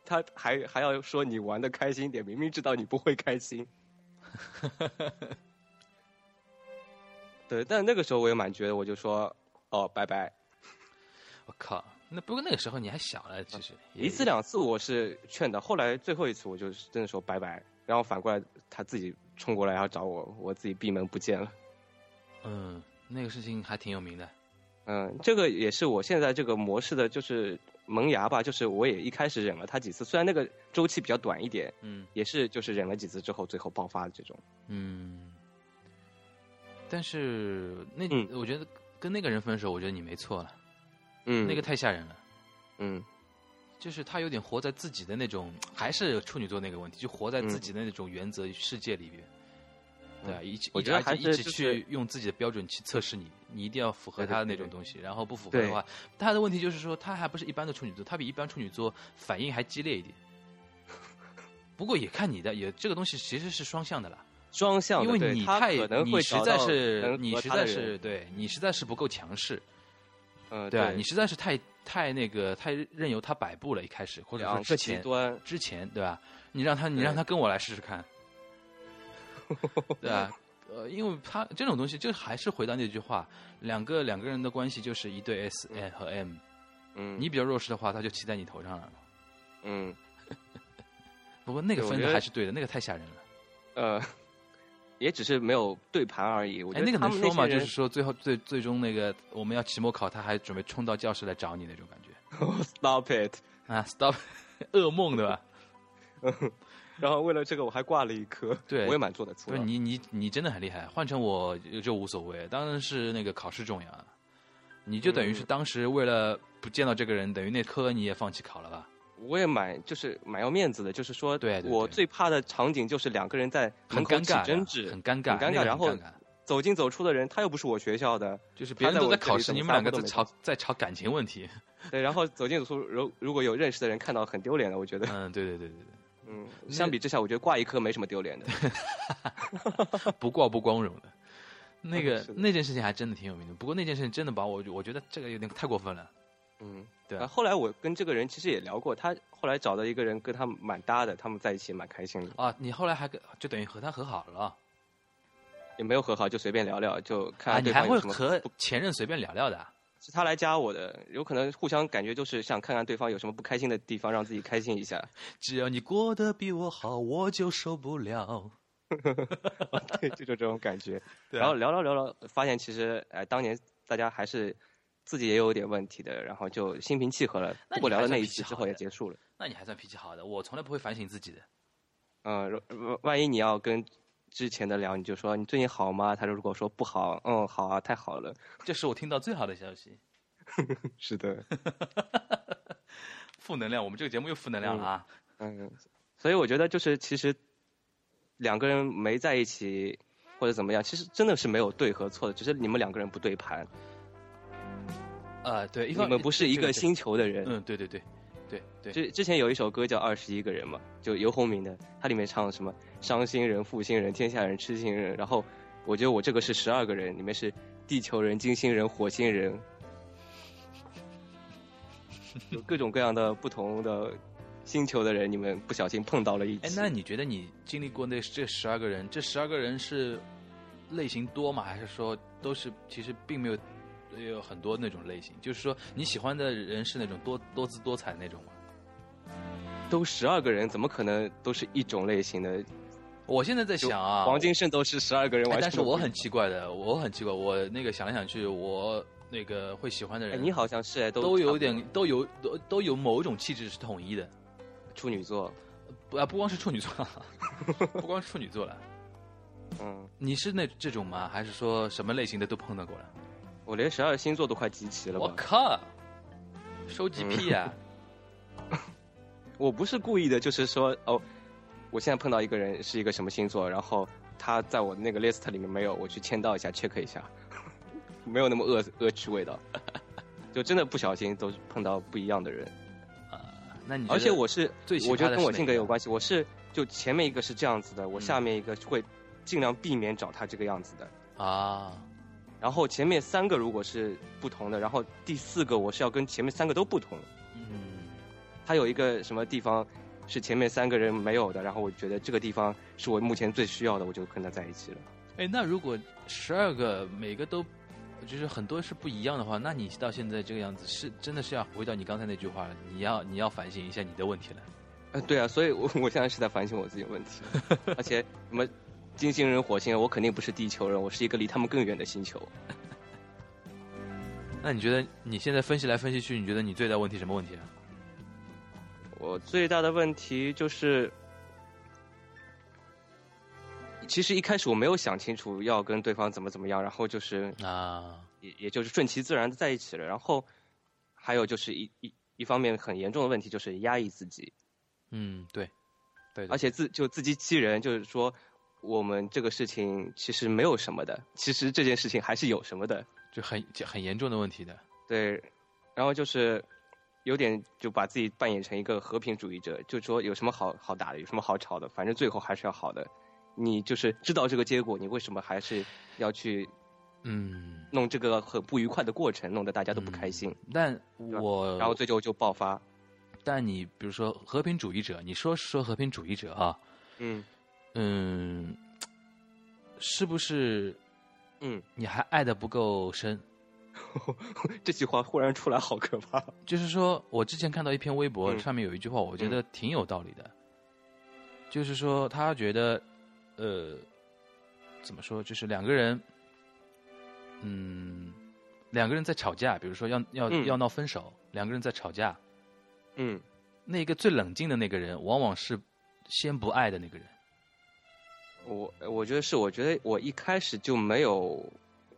[SPEAKER 8] 他还还要说你玩的开心点，明明知道你不会开心。对，但那个时候我也蛮觉得，我就说哦，拜拜。
[SPEAKER 4] 我靠，那不过那个时候你还小了，其实也
[SPEAKER 8] 一次两次我是劝的，后来最后一次我就是真的说拜拜，然后反过来他自己冲过来要找我，我自己闭门不见了。
[SPEAKER 4] 嗯，那个事情还挺有名的。
[SPEAKER 8] 嗯，这个也是我现在这个模式的，就是萌芽吧，就是我也一开始忍了他几次，虽然那个周期比较短一点，
[SPEAKER 4] 嗯
[SPEAKER 8] 也是就是忍了几次之后，最后爆发的这种。
[SPEAKER 4] 嗯。但是那、
[SPEAKER 8] 嗯
[SPEAKER 4] 我觉得跟那个人分手，我觉得你没错了，
[SPEAKER 8] 嗯，
[SPEAKER 4] 那个太吓人了。
[SPEAKER 8] 嗯
[SPEAKER 4] 就是他有点活在自己的那种，还是处女座那个问题，就活在自己的那种原则世界里边。对啊，一直
[SPEAKER 8] 嗯我觉得
[SPEAKER 4] 一直
[SPEAKER 8] 还
[SPEAKER 4] 一
[SPEAKER 8] 是
[SPEAKER 4] 直
[SPEAKER 8] 就是
[SPEAKER 4] 去用自己的标准去测试你，你一定要符合他的那种东西，然后不符合
[SPEAKER 8] 对
[SPEAKER 4] 的话，他的问题就是说他还不是一般的处女座，他比一般处女座反应还激烈一点。不过也看你的，也这个东西其实是双向的啦，
[SPEAKER 8] 双向
[SPEAKER 4] 因
[SPEAKER 8] 的，
[SPEAKER 4] 为
[SPEAKER 8] 对
[SPEAKER 4] 你
[SPEAKER 8] 他
[SPEAKER 4] 太
[SPEAKER 8] 可能
[SPEAKER 4] 你
[SPEAKER 8] 会
[SPEAKER 4] 实
[SPEAKER 8] 找
[SPEAKER 4] 在
[SPEAKER 8] 到
[SPEAKER 4] 是
[SPEAKER 8] 能
[SPEAKER 4] 你
[SPEAKER 8] 和
[SPEAKER 4] 实
[SPEAKER 8] 他
[SPEAKER 4] 在
[SPEAKER 8] 的人
[SPEAKER 4] 是对你实在是不够强势，
[SPEAKER 8] 嗯
[SPEAKER 4] 对啊，你实在是太太那个太任由他摆布了，一开始或者说
[SPEAKER 8] 两
[SPEAKER 4] 之
[SPEAKER 8] 个极
[SPEAKER 4] 前
[SPEAKER 8] 端，
[SPEAKER 4] 之前，对吧？你让他，你
[SPEAKER 8] 对
[SPEAKER 4] 让他跟我来试试看，对 吧？呃，因为他这种东西，就还是回到那句话，两个两个人的关系就是一对 S N 和 M，
[SPEAKER 8] 嗯，
[SPEAKER 4] 你比较弱势的话，他就骑在你头上了。
[SPEAKER 8] 嗯
[SPEAKER 4] 不过那个
[SPEAKER 8] 对我
[SPEAKER 4] 分
[SPEAKER 8] 觉
[SPEAKER 4] 的
[SPEAKER 8] 得
[SPEAKER 4] 还是对的，那个太吓人了。
[SPEAKER 8] 呃，也只是没有对盘而已。我
[SPEAKER 4] 哎，
[SPEAKER 8] 觉得
[SPEAKER 4] 那个
[SPEAKER 8] 他
[SPEAKER 4] 能
[SPEAKER 8] 们
[SPEAKER 4] 说吗？
[SPEAKER 8] 些
[SPEAKER 4] 就
[SPEAKER 8] 人
[SPEAKER 4] 是说最后最最终那个我们要期末考，他还准备冲到教室来找你那种感觉
[SPEAKER 8] stop it，
[SPEAKER 4] 啊！Stop，噩 梦对吧？
[SPEAKER 8] 然后为了这个我还挂了一科，
[SPEAKER 4] 对
[SPEAKER 8] 我也蛮做得错
[SPEAKER 4] 不
[SPEAKER 8] 的。
[SPEAKER 4] 是你你你真的很厉害，换成我就就无所谓，当然是那个考试重要啊。你就等于是
[SPEAKER 8] 嗯
[SPEAKER 4] 当时为了不见到这个人，等于那科你也放弃考了吧？
[SPEAKER 8] 我也蛮就是蛮要面子的，就是说，
[SPEAKER 4] 对对
[SPEAKER 8] 我
[SPEAKER 4] 对
[SPEAKER 8] 最怕的场景就是两个人在门
[SPEAKER 4] 很
[SPEAKER 8] 口
[SPEAKER 4] 尴
[SPEAKER 8] 起
[SPEAKER 4] 尬
[SPEAKER 8] 争
[SPEAKER 4] 的，
[SPEAKER 8] 执，
[SPEAKER 4] 很尴尬，
[SPEAKER 8] 很尴
[SPEAKER 4] 那
[SPEAKER 8] 尬。
[SPEAKER 4] 个
[SPEAKER 8] 然后
[SPEAKER 4] 很尴尬
[SPEAKER 8] 走进走出的人，他又不是我学校的，
[SPEAKER 4] 就是别人
[SPEAKER 8] 他在
[SPEAKER 4] 都
[SPEAKER 8] 我
[SPEAKER 4] 在
[SPEAKER 8] 这
[SPEAKER 4] 考
[SPEAKER 8] 里
[SPEAKER 4] 试，
[SPEAKER 8] 怎么
[SPEAKER 4] 你们两
[SPEAKER 8] 撒
[SPEAKER 4] 个
[SPEAKER 8] 都
[SPEAKER 4] 在
[SPEAKER 8] 没
[SPEAKER 4] 吵
[SPEAKER 8] 关系
[SPEAKER 4] 在吵感情问题。
[SPEAKER 8] 对，然后走进走出，如如果有认识的人看到，很丢脸的，我觉得，
[SPEAKER 4] 嗯，对对对对对，
[SPEAKER 8] 嗯，相比之下，我觉得挂一科没什么 丢脸的，
[SPEAKER 4] 不过不光荣的。那 个
[SPEAKER 8] 是的
[SPEAKER 4] 那件事情还真的挺有名的，不过那件事情真的把我我觉得这个有点太过分了。
[SPEAKER 8] 嗯，
[SPEAKER 4] 对啊
[SPEAKER 8] 然后后来我跟这个人其实也聊过，他后来找到一个人跟他蛮搭的，他们在一起蛮开心的，
[SPEAKER 4] 啊！你后来还跟就等于和他和好了
[SPEAKER 8] 也没有和好，就随便聊聊，就
[SPEAKER 4] 啊？
[SPEAKER 8] 看
[SPEAKER 4] 你
[SPEAKER 8] 对
[SPEAKER 4] 还
[SPEAKER 8] 方
[SPEAKER 4] 会
[SPEAKER 8] 有什么
[SPEAKER 4] 和
[SPEAKER 8] 不
[SPEAKER 4] 前任随便聊聊的啊？
[SPEAKER 8] 是他来加我的，有可能互相感觉就是想看看对方有什么不开心的地方，让自己开心一下。
[SPEAKER 4] 只要你过得比我好，我就受不了。
[SPEAKER 8] 对，就就这种感觉。
[SPEAKER 4] 对啊
[SPEAKER 8] 然后聊聊聊聊，发现其实哎、当年大家还是自己也有点问题的，然后就心平气和了。
[SPEAKER 4] 那
[SPEAKER 8] 不过
[SPEAKER 4] 你
[SPEAKER 8] 聊
[SPEAKER 4] 还
[SPEAKER 8] 了
[SPEAKER 4] 算
[SPEAKER 8] 那一
[SPEAKER 4] 脾气
[SPEAKER 8] 次之
[SPEAKER 4] 好
[SPEAKER 8] 后也
[SPEAKER 4] 的
[SPEAKER 8] 结束了。
[SPEAKER 4] 那你还算脾气好的，我从来不会反省自己的。
[SPEAKER 8] 嗯，如万万一你要跟之前的聊，你就说你最近好吗？他如果说不好，嗯，好啊，太好了。
[SPEAKER 4] 这是我听到最好的消息。
[SPEAKER 8] 是的，
[SPEAKER 4] 负能量，我们这个节目又负能量了啊！
[SPEAKER 8] 嗯，所以我觉得就是其实两个人没在一起或者怎么样，其实真的是没有对和错的，只是你们两个人不对盘，
[SPEAKER 4] 呃，对，一
[SPEAKER 8] 你
[SPEAKER 4] 方
[SPEAKER 8] 们不是一个，星
[SPEAKER 4] 这
[SPEAKER 8] 球的人。
[SPEAKER 4] 这嗯，对对对，对对，
[SPEAKER 8] 之之前有一首歌叫《二十一个人》嘛，就游鸿明的，它里面唱什么“伤心人、负心人、天下人、痴心人”，然后我觉得我这个是十二个人，里面是地球人、金星人、火 星人，有各种各样的不同的星球的人，你们不小心碰到了一
[SPEAKER 4] 哎
[SPEAKER 8] 起。，
[SPEAKER 4] 那你觉得你经历过那这十二个人，这十二个人是类型多吗？还是说都是其实并没有也有很多那种类型？就是说你喜欢的人是那种多多姿多彩那种吗？
[SPEAKER 8] 都十二个人，怎么可能都是一种类型的？
[SPEAKER 4] 我现在在
[SPEAKER 8] 就
[SPEAKER 4] 想啊，
[SPEAKER 8] 黄金圣斗士十二个人
[SPEAKER 4] 哎
[SPEAKER 8] 完全、
[SPEAKER 4] 但是我很，奇怪的，我很奇怪，我那个想来想去，我那个会喜欢的
[SPEAKER 8] 哎，
[SPEAKER 4] 人，
[SPEAKER 8] 你好像是哎，都
[SPEAKER 4] 都
[SPEAKER 8] 差
[SPEAKER 4] 有
[SPEAKER 8] 不多
[SPEAKER 4] 点都有都都有某种气质是统一的，
[SPEAKER 8] 处女座，
[SPEAKER 4] 不啊不光是处女座， 不光是处女座了。
[SPEAKER 8] 嗯，
[SPEAKER 4] 你是那这种吗？还是说什么类型的都碰到过了？
[SPEAKER 8] 我连十二星座都快集齐了吧？嗯
[SPEAKER 4] 我靠，收集癖 啊！
[SPEAKER 8] 我不是故意的，就是说哦，我现在碰到一个人是一个什么星座，然后他在我那个 list 里面没有，我去签到一下 check 一下， 没有那么恶恶趣味道， 就真的不小心都碰到不一样的人。
[SPEAKER 4] 那你觉得
[SPEAKER 8] 而且我是，
[SPEAKER 4] 最奇葩的
[SPEAKER 8] 我觉得跟我
[SPEAKER 4] 是哪
[SPEAKER 8] 性格
[SPEAKER 4] 个
[SPEAKER 8] 有关系，我是就前面一个是这样子的，我
[SPEAKER 4] 嗯
[SPEAKER 8] 下面一个会尽量避免找他这个样子的。
[SPEAKER 4] 啊，
[SPEAKER 8] 然后前面三个如果是不同的，然后第四个我是要跟前面三个都不同。
[SPEAKER 4] 嗯，
[SPEAKER 8] 它有一个什么地方是前面三个人没有的，然后我觉得这个地方是我目前最需要的，我就跟他在一起了。
[SPEAKER 4] 哎，那如果十二个每个都就是很多是不一样的话，那你到现在这个样子是真的是要回到你刚才那句话了，你要你要反省一下你的问题了。
[SPEAKER 8] 呃，对啊，所以我我现在是在反省我自己的 问题，而且什么金星人、火星人，我肯定不是地球人，我是一个离他们更远的星球。
[SPEAKER 4] 那你觉得你现在分析来分析去，你觉得你最大问题什么问题啊？
[SPEAKER 8] 我最大的问题就是，其实一开始我没有想清楚要跟对方怎么怎么样，然后就是
[SPEAKER 4] 啊，
[SPEAKER 8] 也也就是顺其自然的在一起了。然后还有就是一一一方面很严重的问题就是压抑自己，
[SPEAKER 4] 嗯，对，对，
[SPEAKER 8] 而且自就自欺欺人，就是说我们这个事情其实没有什么的，其实这件事情还是有什么的。
[SPEAKER 4] 就很就很严重的问题的，
[SPEAKER 8] 对，然后就是有点就把自己扮演成一个和平主义者，就说有什么好好打的，有什么好吵的，反正最后还是要好的。你就是知道这个结果，你为什么还是要去
[SPEAKER 4] 嗯，
[SPEAKER 8] 弄这个很不愉快的过程，弄得大家都不开心？
[SPEAKER 4] 嗯。但
[SPEAKER 8] 吧
[SPEAKER 4] 我，
[SPEAKER 8] 然后最后就爆发。
[SPEAKER 4] 但你比如说和平主义者，你说说和平主义者啊，
[SPEAKER 8] 嗯
[SPEAKER 4] 嗯，是不是
[SPEAKER 8] 嗯，
[SPEAKER 4] 你还爱的不够深？
[SPEAKER 8] 这句话忽然出来好可怕。
[SPEAKER 4] 就是说我之前看到一篇微博，
[SPEAKER 8] 嗯
[SPEAKER 4] 上面有一句话，我觉得挺有道理的，就是说他觉得，呃，怎么说，就是两个人，嗯，两个人在吵架，比如说要要、
[SPEAKER 8] 嗯
[SPEAKER 4] 要闹分手，两个人在吵架，
[SPEAKER 8] 嗯，
[SPEAKER 4] 那个最冷静的那个人，往往是先不爱的那个人。
[SPEAKER 8] 我我觉得是，我觉得我一开始就没有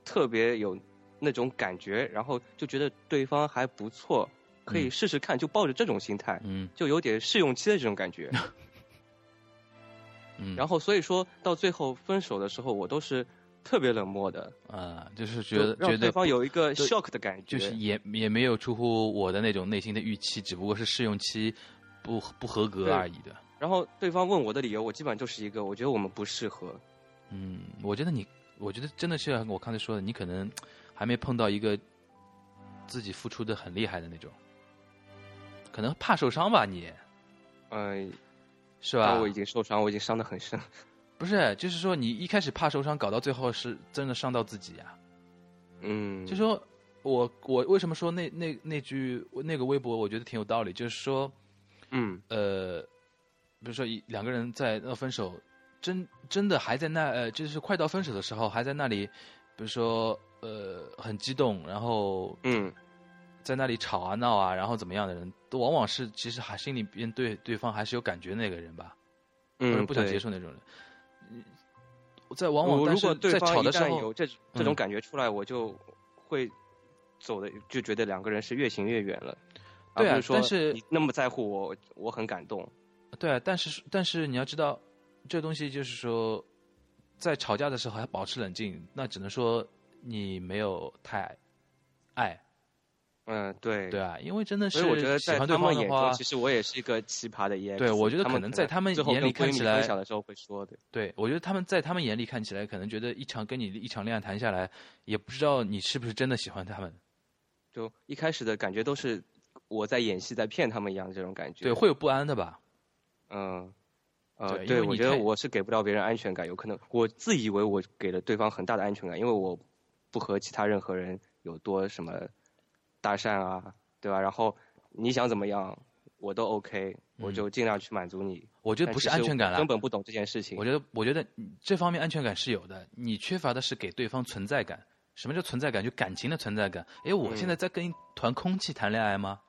[SPEAKER 8] 特别有那种感觉，然后就觉得对方还不错，可以
[SPEAKER 4] 嗯
[SPEAKER 8] 试试看，就抱着这种心态，
[SPEAKER 4] 嗯
[SPEAKER 8] 就有点试用期的这种感觉。
[SPEAKER 4] 嗯，
[SPEAKER 8] 然后所以说到最后分手的时候，我都是特别冷漠的，
[SPEAKER 4] 啊、就是觉
[SPEAKER 8] 就
[SPEAKER 4] 得觉
[SPEAKER 8] 让对
[SPEAKER 4] 得
[SPEAKER 8] 方有一个
[SPEAKER 4] 对
[SPEAKER 8] shock 的感
[SPEAKER 4] 就
[SPEAKER 8] 觉。
[SPEAKER 4] 是也也没有出乎我的那种内心的预期，只不过是试用期不不合格
[SPEAKER 8] 对
[SPEAKER 4] 而已的。
[SPEAKER 8] 然后对方问我的理由，我基本上就是一个，我觉得我们不适合。
[SPEAKER 4] 嗯，我觉得你，我觉得真的是像我刚才说的，你可能还没碰到一个自己付出的很厉害的那种，可能怕受伤吧，你
[SPEAKER 8] 嗯、
[SPEAKER 4] 是吧？
[SPEAKER 8] 啊但我已经受伤，我已经伤得很深。
[SPEAKER 4] 不是，就是说你一开始怕受伤，搞到最后是真的伤到自己啊。
[SPEAKER 8] 嗯，
[SPEAKER 4] 就说我我为什么说那那那句那个微博，我觉得挺有道理，就是说
[SPEAKER 8] 嗯
[SPEAKER 4] 呃，比如说一两个人在那分手，真真的还在那呃，就是快到分手的时候还在那里，比如说呃很激动，然后
[SPEAKER 8] 嗯，
[SPEAKER 4] 在那里吵啊闹啊，然后怎么样的人，都往往是其实还心里边对对方还是有感觉的那个人吧，或者
[SPEAKER 8] 嗯，
[SPEAKER 4] 不想
[SPEAKER 8] 对
[SPEAKER 4] 接受那种人。嗯在往往
[SPEAKER 8] 我
[SPEAKER 4] 但
[SPEAKER 8] 如果
[SPEAKER 4] 是
[SPEAKER 8] 对
[SPEAKER 4] 在
[SPEAKER 8] 方
[SPEAKER 4] 吵
[SPEAKER 8] 一
[SPEAKER 4] 的时
[SPEAKER 8] 旦
[SPEAKER 4] 候
[SPEAKER 8] 有，这这种
[SPEAKER 4] 嗯
[SPEAKER 8] 感觉出来，我就会走的，就觉得两个人是越行越远了。
[SPEAKER 4] 对啊
[SPEAKER 8] 而不是说
[SPEAKER 4] 但是
[SPEAKER 8] 你那么在乎我，我很感动。
[SPEAKER 4] 对啊，但是但是你要知道，这东西就是说，在吵架的时候还保持冷静，那只能说你没有太爱，
[SPEAKER 8] 嗯，对
[SPEAKER 4] 对。啊，因为真的
[SPEAKER 8] 所以我觉得
[SPEAKER 4] 是喜
[SPEAKER 8] 在
[SPEAKER 4] 欢对
[SPEAKER 8] 他们
[SPEAKER 4] 方的
[SPEAKER 8] 眼
[SPEAKER 4] 话
[SPEAKER 8] 中，，其实我也是一个奇葩的 EX。
[SPEAKER 4] 对我觉得可能在他们
[SPEAKER 8] 最后
[SPEAKER 4] 眼
[SPEAKER 8] 跟
[SPEAKER 4] 里看
[SPEAKER 8] 闺蜜
[SPEAKER 4] 起来
[SPEAKER 8] 分享的时候会说的。
[SPEAKER 4] 对我觉得他们在他们眼里看起来，可能觉得一场跟你一场恋爱谈下来，也不知道你是不是真的喜欢他们，
[SPEAKER 8] 就一开始的感觉都是我在演戏，在骗他们一样的这种感觉。
[SPEAKER 4] 对，会有不安的吧？
[SPEAKER 8] 嗯，呃，
[SPEAKER 4] 对因
[SPEAKER 8] 对，
[SPEAKER 4] 为
[SPEAKER 8] 我
[SPEAKER 4] 你
[SPEAKER 8] 觉得
[SPEAKER 4] 太
[SPEAKER 8] 我是给不到别人安全感，有可能我自以为我给了对方很大的安全感，因为我不和其他任何人有多什么搭讪啊，对吧？然后你想怎么样，我都 OK，我
[SPEAKER 4] 嗯
[SPEAKER 8] 就尽量去满足你。
[SPEAKER 4] 我觉得
[SPEAKER 8] 但
[SPEAKER 4] 不
[SPEAKER 8] 其
[SPEAKER 4] 是安
[SPEAKER 8] 实
[SPEAKER 4] 全感
[SPEAKER 8] 我
[SPEAKER 4] 了，
[SPEAKER 8] 根本不懂这件事情
[SPEAKER 4] 我。觉得我觉得这方面安全感是有的，你缺乏的是给对方存在感。什么叫存在感？就感情的存在感。诶，我
[SPEAKER 8] 嗯
[SPEAKER 4] 现在在跟一团空气谈恋爱吗？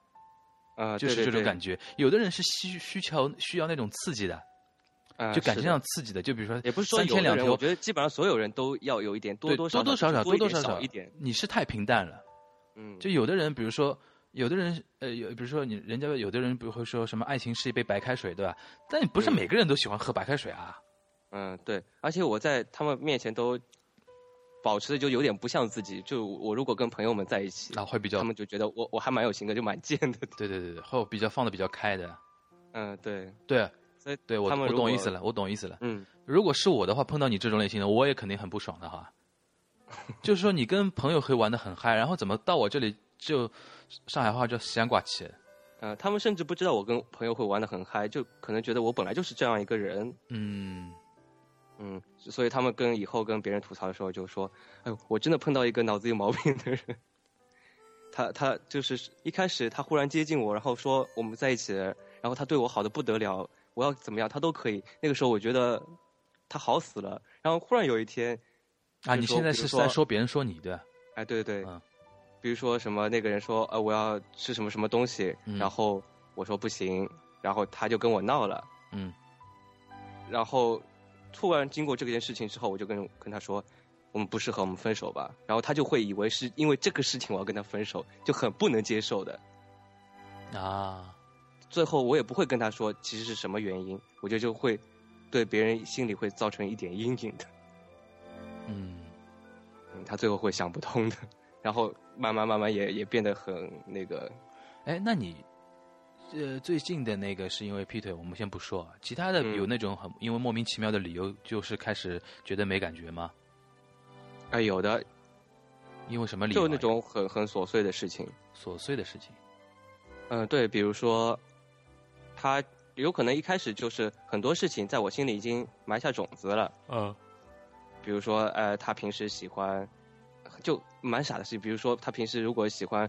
[SPEAKER 8] 呃，
[SPEAKER 4] 就
[SPEAKER 8] 对
[SPEAKER 4] 是
[SPEAKER 8] 对
[SPEAKER 4] 这种
[SPEAKER 8] 对
[SPEAKER 4] 感觉。有的人是需需求需要那种刺激的，
[SPEAKER 8] 呃
[SPEAKER 4] 就感
[SPEAKER 8] 是
[SPEAKER 4] 情
[SPEAKER 8] 的
[SPEAKER 4] 上刺激的，就比如说
[SPEAKER 8] 也不是说
[SPEAKER 4] 三
[SPEAKER 8] 有
[SPEAKER 4] 天
[SPEAKER 8] 的
[SPEAKER 4] 两
[SPEAKER 8] 人，
[SPEAKER 4] 头
[SPEAKER 8] 我，觉得基本上所有人都要有一点多
[SPEAKER 4] 对
[SPEAKER 8] 多
[SPEAKER 4] 多多少
[SPEAKER 8] 少
[SPEAKER 4] 少
[SPEAKER 8] 就
[SPEAKER 4] 多
[SPEAKER 8] 是一
[SPEAKER 4] 多
[SPEAKER 8] 点
[SPEAKER 4] 少少
[SPEAKER 8] 少一点，
[SPEAKER 4] 你是太平淡了。
[SPEAKER 8] 嗯，
[SPEAKER 4] 就有的人，比如说，有的人，呃，有比如说你，人家有的人不会说什么爱情是一杯白开水，对吧？但不是
[SPEAKER 8] 嗯
[SPEAKER 4] 每个人都喜欢喝白开水啊。
[SPEAKER 8] 嗯，对，而且我在他们面前都保持的就有点不像自己。就我如果跟朋友们在一起，
[SPEAKER 4] 啊，会比较
[SPEAKER 8] 他，们就觉得我我还蛮有性格，就蛮贱的。
[SPEAKER 4] 对对对对，会比较放的比较开的。
[SPEAKER 8] 嗯，对，
[SPEAKER 4] 对
[SPEAKER 8] 所以
[SPEAKER 4] 对，我
[SPEAKER 8] 他们
[SPEAKER 4] 我
[SPEAKER 8] 如
[SPEAKER 4] 懂意
[SPEAKER 8] 果
[SPEAKER 4] 思了，我懂意思了。
[SPEAKER 8] 嗯
[SPEAKER 4] 如果是我的话，碰到你这种类型的，我也肯定很不爽的 哈。就是说，你跟朋友可以玩的很嗨，然后怎么到我这里就上海话叫西洋挂起？
[SPEAKER 8] 呃，他们甚至不知道我跟朋友会玩的很嗨，就可能觉得我本来就是这样一个人。
[SPEAKER 4] 嗯，
[SPEAKER 8] 嗯，所以他们跟以后跟别人吐槽的时候就说：“哎呦，我真的碰到一个脑子有毛病的人。他”他就是一开始他忽然接近我，然后说我们在一起了，然后他对我好的不得了，我要怎么样他都可以。那个时候我觉得他好死了，然后忽然有一天，
[SPEAKER 4] 啊，
[SPEAKER 8] 就
[SPEAKER 4] 你
[SPEAKER 8] 说
[SPEAKER 4] 现在
[SPEAKER 8] 比如
[SPEAKER 4] 是
[SPEAKER 8] 说
[SPEAKER 4] 在说别人说你对吧？
[SPEAKER 8] 哎，对对对，
[SPEAKER 4] 嗯
[SPEAKER 8] 比如说什么那个人说：“呃，我要吃什么什么东西。
[SPEAKER 4] 嗯
[SPEAKER 8] 然后我说：“不行。”然后他就跟我闹了，
[SPEAKER 4] 嗯，
[SPEAKER 8] 然后突然经过这件事情之后，我就跟跟他说，我们不适合，我们分手吧。然后他就会以为是因为这个事情我要跟他分手，就很不能接受的。
[SPEAKER 4] 啊，
[SPEAKER 8] 最后我也不会跟他说其实是什么原因，我觉得就会对别人心里会造成一点阴影的。
[SPEAKER 4] 嗯，
[SPEAKER 8] 嗯，他最后会想不通的，然后慢慢慢慢也也变得很那个，
[SPEAKER 4] 哎，那你，呃，最近的那个是因为劈腿，我们先不说啊，其他的
[SPEAKER 8] 嗯
[SPEAKER 4] 有那种很、因为莫名其妙的理由，就是开始觉得没感觉吗？
[SPEAKER 8] 哎，有的
[SPEAKER 4] 因为什么理由啊？
[SPEAKER 8] 就那种很很琐碎的事情。
[SPEAKER 4] 琐碎的事情。
[SPEAKER 8] 嗯，对，比如说，他有可能一开始就是很多事情在我心里已经埋下种子了。
[SPEAKER 4] 嗯
[SPEAKER 8] 比如说，呃，他平时喜欢，就蛮傻的事情。比如说，他平时如果喜欢，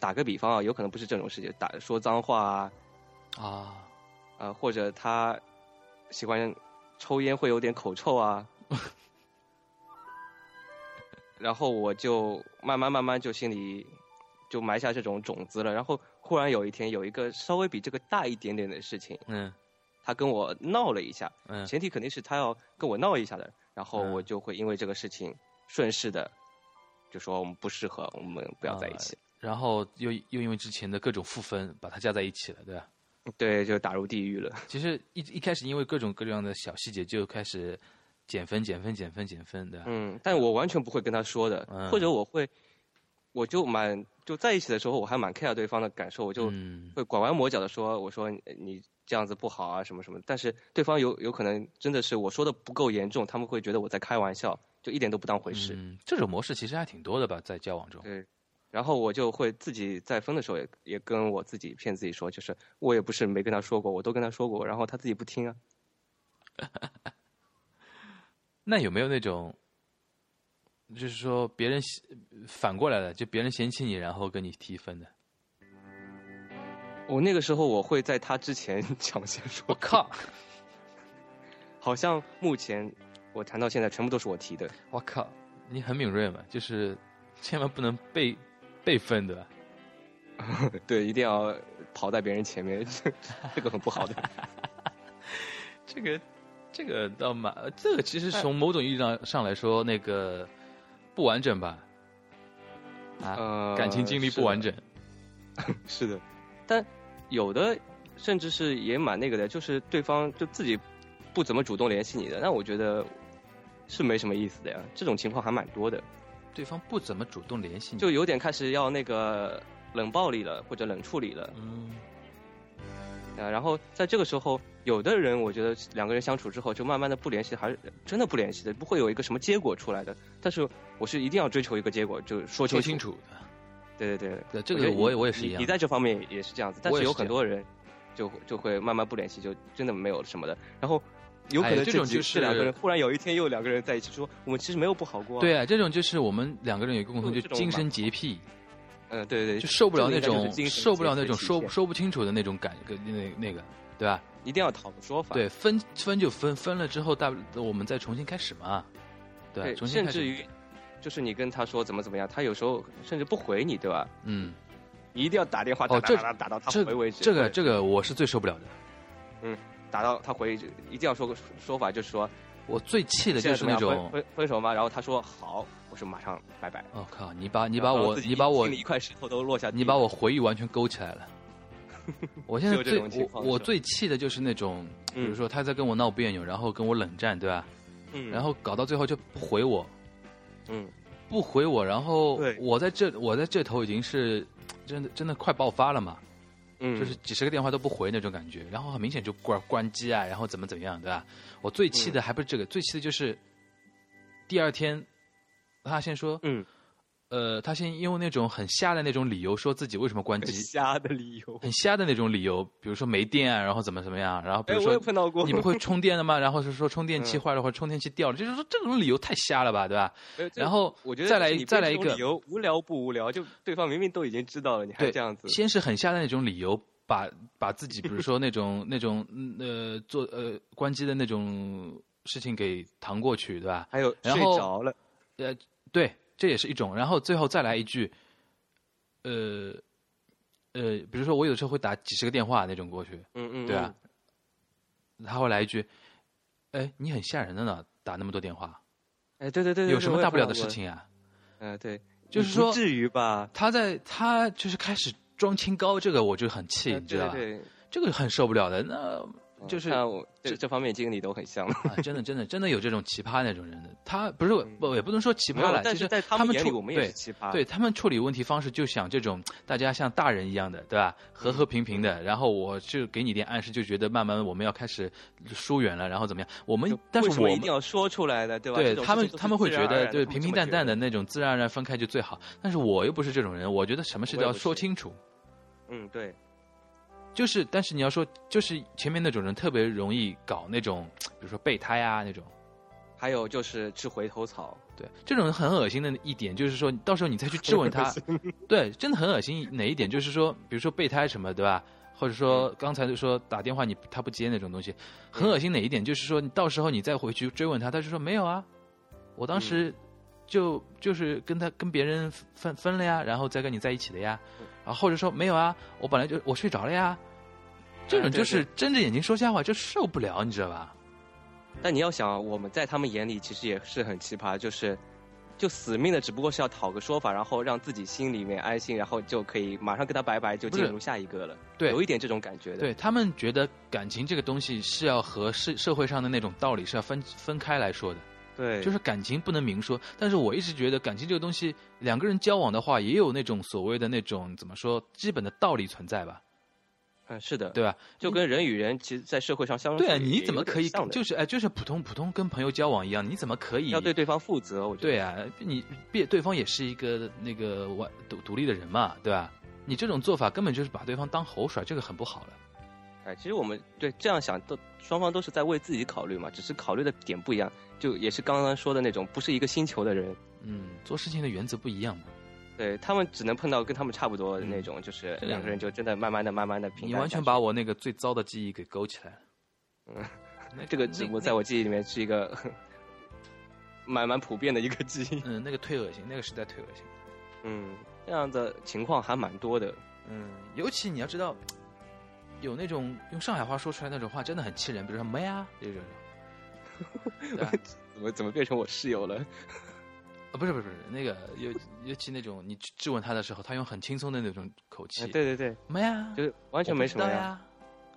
[SPEAKER 8] 打个比方啊，有可能不是这种事情，打说脏话啊，
[SPEAKER 4] 啊，
[SPEAKER 8] 呃，或者他喜欢抽烟会有点口臭啊。然后我就慢慢慢慢就心里就埋下这种种子了。然后忽然有一天，有一个稍微比这个大一点点的事情，
[SPEAKER 4] 嗯
[SPEAKER 8] 他跟我闹了一下，
[SPEAKER 4] 嗯
[SPEAKER 8] 前提肯定是他要跟我闹一下的，然后
[SPEAKER 4] 嗯
[SPEAKER 8] 我就会因为这个事情顺势的就说我们不适合，我们不要在一起。
[SPEAKER 4] 然后又又因为之前的各种负分把它加在一起了，对吧？
[SPEAKER 8] 对，就打入地 狱了。
[SPEAKER 4] 其实一一开始因为各种各样的小细节就开始减分、减分、减分、减分，对吧？
[SPEAKER 8] 嗯，但我完全不会跟他说的，
[SPEAKER 4] 嗯
[SPEAKER 8] 或者我会，我就蛮就在一起的时候，我还蛮 care 对方的感受，我就
[SPEAKER 4] 嗯
[SPEAKER 8] 会拐弯抹角的说，我说呃你这样子不好啊，什么什么的。但是对方有有可能真的是我说的不够严重，他们会觉得我在开玩笑，就一点都不当回事。
[SPEAKER 4] 嗯，这种模式其实还挺多的吧，在交往中。
[SPEAKER 8] 对，然后我就会自己在分的时候也也跟我自己骗自己说，就是我也不是没跟他说过，我都跟他说过，然后他自己不听啊。
[SPEAKER 4] 那有没有那种，就是说别人喜反过来的，就别人嫌弃你，然后跟你提分的？
[SPEAKER 8] 我那个时候我会在他之前 抢先
[SPEAKER 4] 我
[SPEAKER 8] 说，
[SPEAKER 4] 靠！
[SPEAKER 8] 好像目前我谈到现在全部都是我提的。
[SPEAKER 4] 我靠！你很敏锐嘛，就是千万不能被被分的。
[SPEAKER 8] 对，一定要跑在别人前面， 这个很不 好的。
[SPEAKER 4] 这个，哎这个倒蛮，这个其实从某种意义上上来说，那个不完整吧，啊，
[SPEAKER 8] 呃
[SPEAKER 4] 感情经历不完整。
[SPEAKER 8] 是的，但有的甚至是也蛮那个的，就是对方就自己不怎么主动联系你的，那我觉得是没什么意思的呀。这种情况还蛮多的。
[SPEAKER 4] 对方不怎么主动联系你，
[SPEAKER 8] 就有点开始要那个冷暴力了，或者冷处理了。
[SPEAKER 4] 嗯
[SPEAKER 8] 啊，然后在这个时候，有的人我觉得两个人相处之后，就慢慢的不联系，还是真的不联系的，不会有一个什么结果出来的。但是我是一定要追嗯求一个结果，就
[SPEAKER 4] 说
[SPEAKER 8] 说清
[SPEAKER 4] 清
[SPEAKER 8] 楚。
[SPEAKER 4] 楚的。
[SPEAKER 8] 对对对，
[SPEAKER 4] 对这个
[SPEAKER 8] 觉得你
[SPEAKER 4] 我也我也是一样的
[SPEAKER 8] 你。你在这方面也是这样子，但
[SPEAKER 4] 我也
[SPEAKER 8] 是
[SPEAKER 4] 是
[SPEAKER 8] 有很多人就就会慢慢不联系，就真的没有什么的。然后。有可
[SPEAKER 4] 哎
[SPEAKER 8] 能
[SPEAKER 4] 这
[SPEAKER 8] 这
[SPEAKER 4] 种
[SPEAKER 8] 几
[SPEAKER 4] 就是
[SPEAKER 8] 这两个人忽然有一天又两个人在一起，说我们其实没有不好过、啊。
[SPEAKER 4] 对，啊，这种就是我们两个人有一个共同，就
[SPEAKER 8] 这
[SPEAKER 4] 是
[SPEAKER 8] 种
[SPEAKER 4] 精
[SPEAKER 8] 嘛
[SPEAKER 4] 神洁癖，
[SPEAKER 8] 嗯，对对，
[SPEAKER 4] 就受不了那
[SPEAKER 8] 这个应该
[SPEAKER 4] 种
[SPEAKER 8] 就是精神
[SPEAKER 4] 受不了那
[SPEAKER 8] 洁癖
[SPEAKER 4] 种
[SPEAKER 8] 体
[SPEAKER 4] 说
[SPEAKER 8] 现
[SPEAKER 4] 说不清楚的那种感，跟那那个，对吧？
[SPEAKER 8] 一定要讨个说法。
[SPEAKER 4] 对，分分就分，分了之后大不我们再重新开始嘛，对吧，重新
[SPEAKER 8] 甚
[SPEAKER 4] 开
[SPEAKER 8] 至
[SPEAKER 4] 始，
[SPEAKER 8] 于就是你跟他说怎么怎么样，他有时候甚至不回你，对吧？
[SPEAKER 4] 嗯，
[SPEAKER 8] 你一定要打电话打
[SPEAKER 4] 哦
[SPEAKER 8] 打
[SPEAKER 4] 这
[SPEAKER 8] 打打打到他
[SPEAKER 4] 这
[SPEAKER 8] 回为止，
[SPEAKER 4] 这个
[SPEAKER 8] 对
[SPEAKER 4] 这个我是最受不了的，
[SPEAKER 8] 打到他回，一定要说个说法，就是说
[SPEAKER 4] 我最气的就
[SPEAKER 8] 现在
[SPEAKER 4] 是
[SPEAKER 8] 怎么
[SPEAKER 4] 那
[SPEAKER 8] 样
[SPEAKER 4] 种
[SPEAKER 8] 分，分分手吗？然后他说好，我说马上拜拜。
[SPEAKER 4] 我、靠，你把你把
[SPEAKER 8] 然后
[SPEAKER 4] 我
[SPEAKER 8] 自己
[SPEAKER 4] 你把我
[SPEAKER 8] 心里一块石头都落下地了，
[SPEAKER 4] 你把我回忆完全勾起来 了。我现在
[SPEAKER 8] 就这
[SPEAKER 4] 最
[SPEAKER 8] 种情
[SPEAKER 4] 我
[SPEAKER 8] 况
[SPEAKER 4] 我
[SPEAKER 8] 是吧
[SPEAKER 4] 最气的就是那种，比如
[SPEAKER 8] 嗯
[SPEAKER 4] 说他在跟我闹别扭，然后跟我冷战，对吧？
[SPEAKER 8] 嗯，
[SPEAKER 4] 然后搞到最后就不回我，
[SPEAKER 8] 嗯，
[SPEAKER 4] 不回我，然后
[SPEAKER 8] 对
[SPEAKER 4] 我在这我在这头已经是真的真的快爆发了嘛，
[SPEAKER 8] 嗯
[SPEAKER 4] 就是几十个电话都不回那种感觉，然后很明显就关关机啊，然后怎么怎么样，对吧？我最气
[SPEAKER 8] 嗯
[SPEAKER 4] 的还不是这个，最气的就是第二天他先说，
[SPEAKER 8] 嗯，
[SPEAKER 4] 呃，他先用那种很瞎的那种理由说自己为什么关机，
[SPEAKER 8] 瞎的理由。
[SPEAKER 4] 很瞎的那种理由，比如说没电啊，然后怎么怎么样，然 后比
[SPEAKER 8] 哎，
[SPEAKER 4] 如
[SPEAKER 8] 我
[SPEAKER 4] 说
[SPEAKER 8] 也碰到过，
[SPEAKER 4] 你不会充电的吗？然后是说充电器
[SPEAKER 8] 嗯
[SPEAKER 4] 坏了或者充电器掉了，就是说这种理由太瞎了吧，对吧？
[SPEAKER 8] 哎这
[SPEAKER 4] 然后
[SPEAKER 8] 我觉得
[SPEAKER 4] 再来
[SPEAKER 8] 你
[SPEAKER 4] 再
[SPEAKER 8] 编
[SPEAKER 4] 来
[SPEAKER 8] 这
[SPEAKER 4] 一
[SPEAKER 8] 种
[SPEAKER 4] 个
[SPEAKER 8] 理由，无聊不无聊？就对方明明都已经知道了，你还
[SPEAKER 4] 对，
[SPEAKER 8] 这样子，
[SPEAKER 4] 先是很瞎的那种理由，把把自己，比如说那种那种嗯呃做呃关机的那种事情给搪过去，对吧？
[SPEAKER 8] 还有
[SPEAKER 4] 然
[SPEAKER 8] 睡
[SPEAKER 4] 后
[SPEAKER 8] 着了，
[SPEAKER 4] 呃，对，这也是一种。然后最后再来一句，呃呃，比如说我有时候会打几十个电话那种过去，
[SPEAKER 8] 嗯嗯，
[SPEAKER 4] 对啊，嗯他会来一句：“哎，你很吓人的呢，打那么多电话，
[SPEAKER 8] 嗯，哎，对对对对，
[SPEAKER 4] 有什么大不了的事
[SPEAKER 8] 情？
[SPEAKER 4] 情啊
[SPEAKER 8] 嗯，对，？”
[SPEAKER 4] 就是
[SPEAKER 8] 不
[SPEAKER 4] 说，
[SPEAKER 8] 至于吧？
[SPEAKER 4] 他在他就是开始装清高，这个我就很气，
[SPEAKER 8] 呃
[SPEAKER 4] 你知道吧？
[SPEAKER 8] 对对
[SPEAKER 4] 这个很受不了的。那
[SPEAKER 8] 对，
[SPEAKER 4] 就是
[SPEAKER 8] 看我
[SPEAKER 4] 这
[SPEAKER 8] 这这方面已经跟你都很像了。
[SPEAKER 4] 啊，真的，真的，真的有这种奇葩那种人的，他不是不也不能说奇
[SPEAKER 8] 嗯没
[SPEAKER 4] 葩
[SPEAKER 8] 有
[SPEAKER 4] 了，
[SPEAKER 8] 但
[SPEAKER 4] 其实
[SPEAKER 8] 是在
[SPEAKER 4] 他
[SPEAKER 8] 们眼里，
[SPEAKER 4] 处
[SPEAKER 8] 我们也
[SPEAKER 4] 对
[SPEAKER 8] 是奇葩。
[SPEAKER 4] 对他们处理问题方式就想这种大家像大人一样的，对吧？和和平平
[SPEAKER 8] 嗯
[SPEAKER 4] 的，然后我就给你点暗示，就觉得慢慢我们要开始疏远了，然后怎么样？我们
[SPEAKER 8] 就
[SPEAKER 4] 但是
[SPEAKER 8] 为什
[SPEAKER 4] 我
[SPEAKER 8] 么一
[SPEAKER 4] 们
[SPEAKER 8] 定要说出来的，对吧？
[SPEAKER 4] 对
[SPEAKER 8] 这种
[SPEAKER 4] 他们
[SPEAKER 8] 事情都是
[SPEAKER 4] 他们会
[SPEAKER 8] 自
[SPEAKER 4] 觉
[SPEAKER 8] 然而
[SPEAKER 4] 得对
[SPEAKER 8] 然他们
[SPEAKER 4] 平
[SPEAKER 8] 这
[SPEAKER 4] 平
[SPEAKER 8] 么
[SPEAKER 4] 淡
[SPEAKER 8] 觉
[SPEAKER 4] 淡
[SPEAKER 8] 得
[SPEAKER 4] 的，那种自然而然分开就最好，但是我又不是这种人，我觉得什么事
[SPEAKER 8] 我
[SPEAKER 4] 都
[SPEAKER 8] 也
[SPEAKER 4] 要
[SPEAKER 8] 不
[SPEAKER 4] 说
[SPEAKER 8] 是
[SPEAKER 4] 清楚。
[SPEAKER 8] 嗯，对，
[SPEAKER 4] 就是，但是你要说，就是前面那种人特别容易搞那种，比如说备胎啊那种，
[SPEAKER 8] 还有就是吃回头草，
[SPEAKER 4] 对，这种很恶心的一点就是说，到时候你再去质问他，对，真的很恶心。哪一点就是说，比如说备胎什么，对吧？或者
[SPEAKER 8] 嗯
[SPEAKER 4] 说刚才就说打电话你他不接那种东西，很恶心。哪一点就是说，你到时候你再回去追问他，他就说没有啊，我
[SPEAKER 8] 嗯
[SPEAKER 4] 当时就就是跟他跟别人分分了呀，然后再跟你在一起的呀，
[SPEAKER 8] 嗯
[SPEAKER 4] 然后或者说没有啊，我本来就我睡着了呀，这种
[SPEAKER 8] 哎对
[SPEAKER 4] 就是睁着眼睛说瞎话，就受不了，你知道吧？
[SPEAKER 8] 但你要想，我们在他们眼里其实也是很奇葩，就是就死命的，只不过是要讨个说法，然后让自己心里面安心，然后就可以马上跟他拜拜，就进
[SPEAKER 4] 不是
[SPEAKER 8] 入下一个了。
[SPEAKER 4] 对
[SPEAKER 8] 有一点这种感觉的。
[SPEAKER 4] 对他们觉得感情这个东西是要和社社会上的那种道理是要分分开来说的，
[SPEAKER 8] 对，
[SPEAKER 4] 就是感情不能明说。但是我一直觉得感情这个东西，两个人交往的话，也有那种所谓的那种怎么说基本的道理存在吧，
[SPEAKER 8] 嗯，是的，
[SPEAKER 4] 对吧？
[SPEAKER 8] 就跟人与人其实，在社会上相处
[SPEAKER 4] 对啊，
[SPEAKER 8] 也
[SPEAKER 4] 你怎么
[SPEAKER 8] 有点
[SPEAKER 4] 可以
[SPEAKER 8] 像的
[SPEAKER 4] 就是哎，就是普通普通跟朋友交往一样，你怎么可以
[SPEAKER 8] 要对对方负责？我觉得
[SPEAKER 4] 对啊，你别对方也是一个那个完独独立的人嘛，对吧？你这种做法根本就是把对方当猴耍，这个很不好了。
[SPEAKER 8] 哎，其实我们对这样想，都双方都是在为自己考虑嘛，只是考虑的点不一样，就也是刚刚说的那种不是一个星球的人，
[SPEAKER 4] 嗯，做事情的原则不一样嘛。
[SPEAKER 8] 对他们只能碰到跟他们差不多的那种，就是
[SPEAKER 4] 这
[SPEAKER 8] 两
[SPEAKER 4] 样
[SPEAKER 8] 个人就真的慢慢的、慢慢的平
[SPEAKER 4] 嗯
[SPEAKER 8] 淡
[SPEAKER 4] 你完全
[SPEAKER 8] 下去
[SPEAKER 4] 把我那个最糟的记忆给勾起来了。嗯，
[SPEAKER 8] 这个直播在我记忆里面是一个蛮蛮普遍的一个记 忆。
[SPEAKER 4] 嗯那个忒恶心，那个实在忒恶心。
[SPEAKER 8] 嗯，这样的情况还蛮多的。
[SPEAKER 4] 嗯，尤其你要知道，有那种用上海话说出来那种话，真的很气人，比如说“没啊”这种。对吧？
[SPEAKER 8] 怎么怎么变成我室友了？
[SPEAKER 4] 啊，不是不是不是，那个尤尤其那种你质问他的时候，他用很轻松的那种口气，
[SPEAKER 8] 哎 对对对，
[SPEAKER 4] 没啊，
[SPEAKER 8] 就是完全没什么
[SPEAKER 4] 我不知道
[SPEAKER 8] 呀。
[SPEAKER 4] 呀。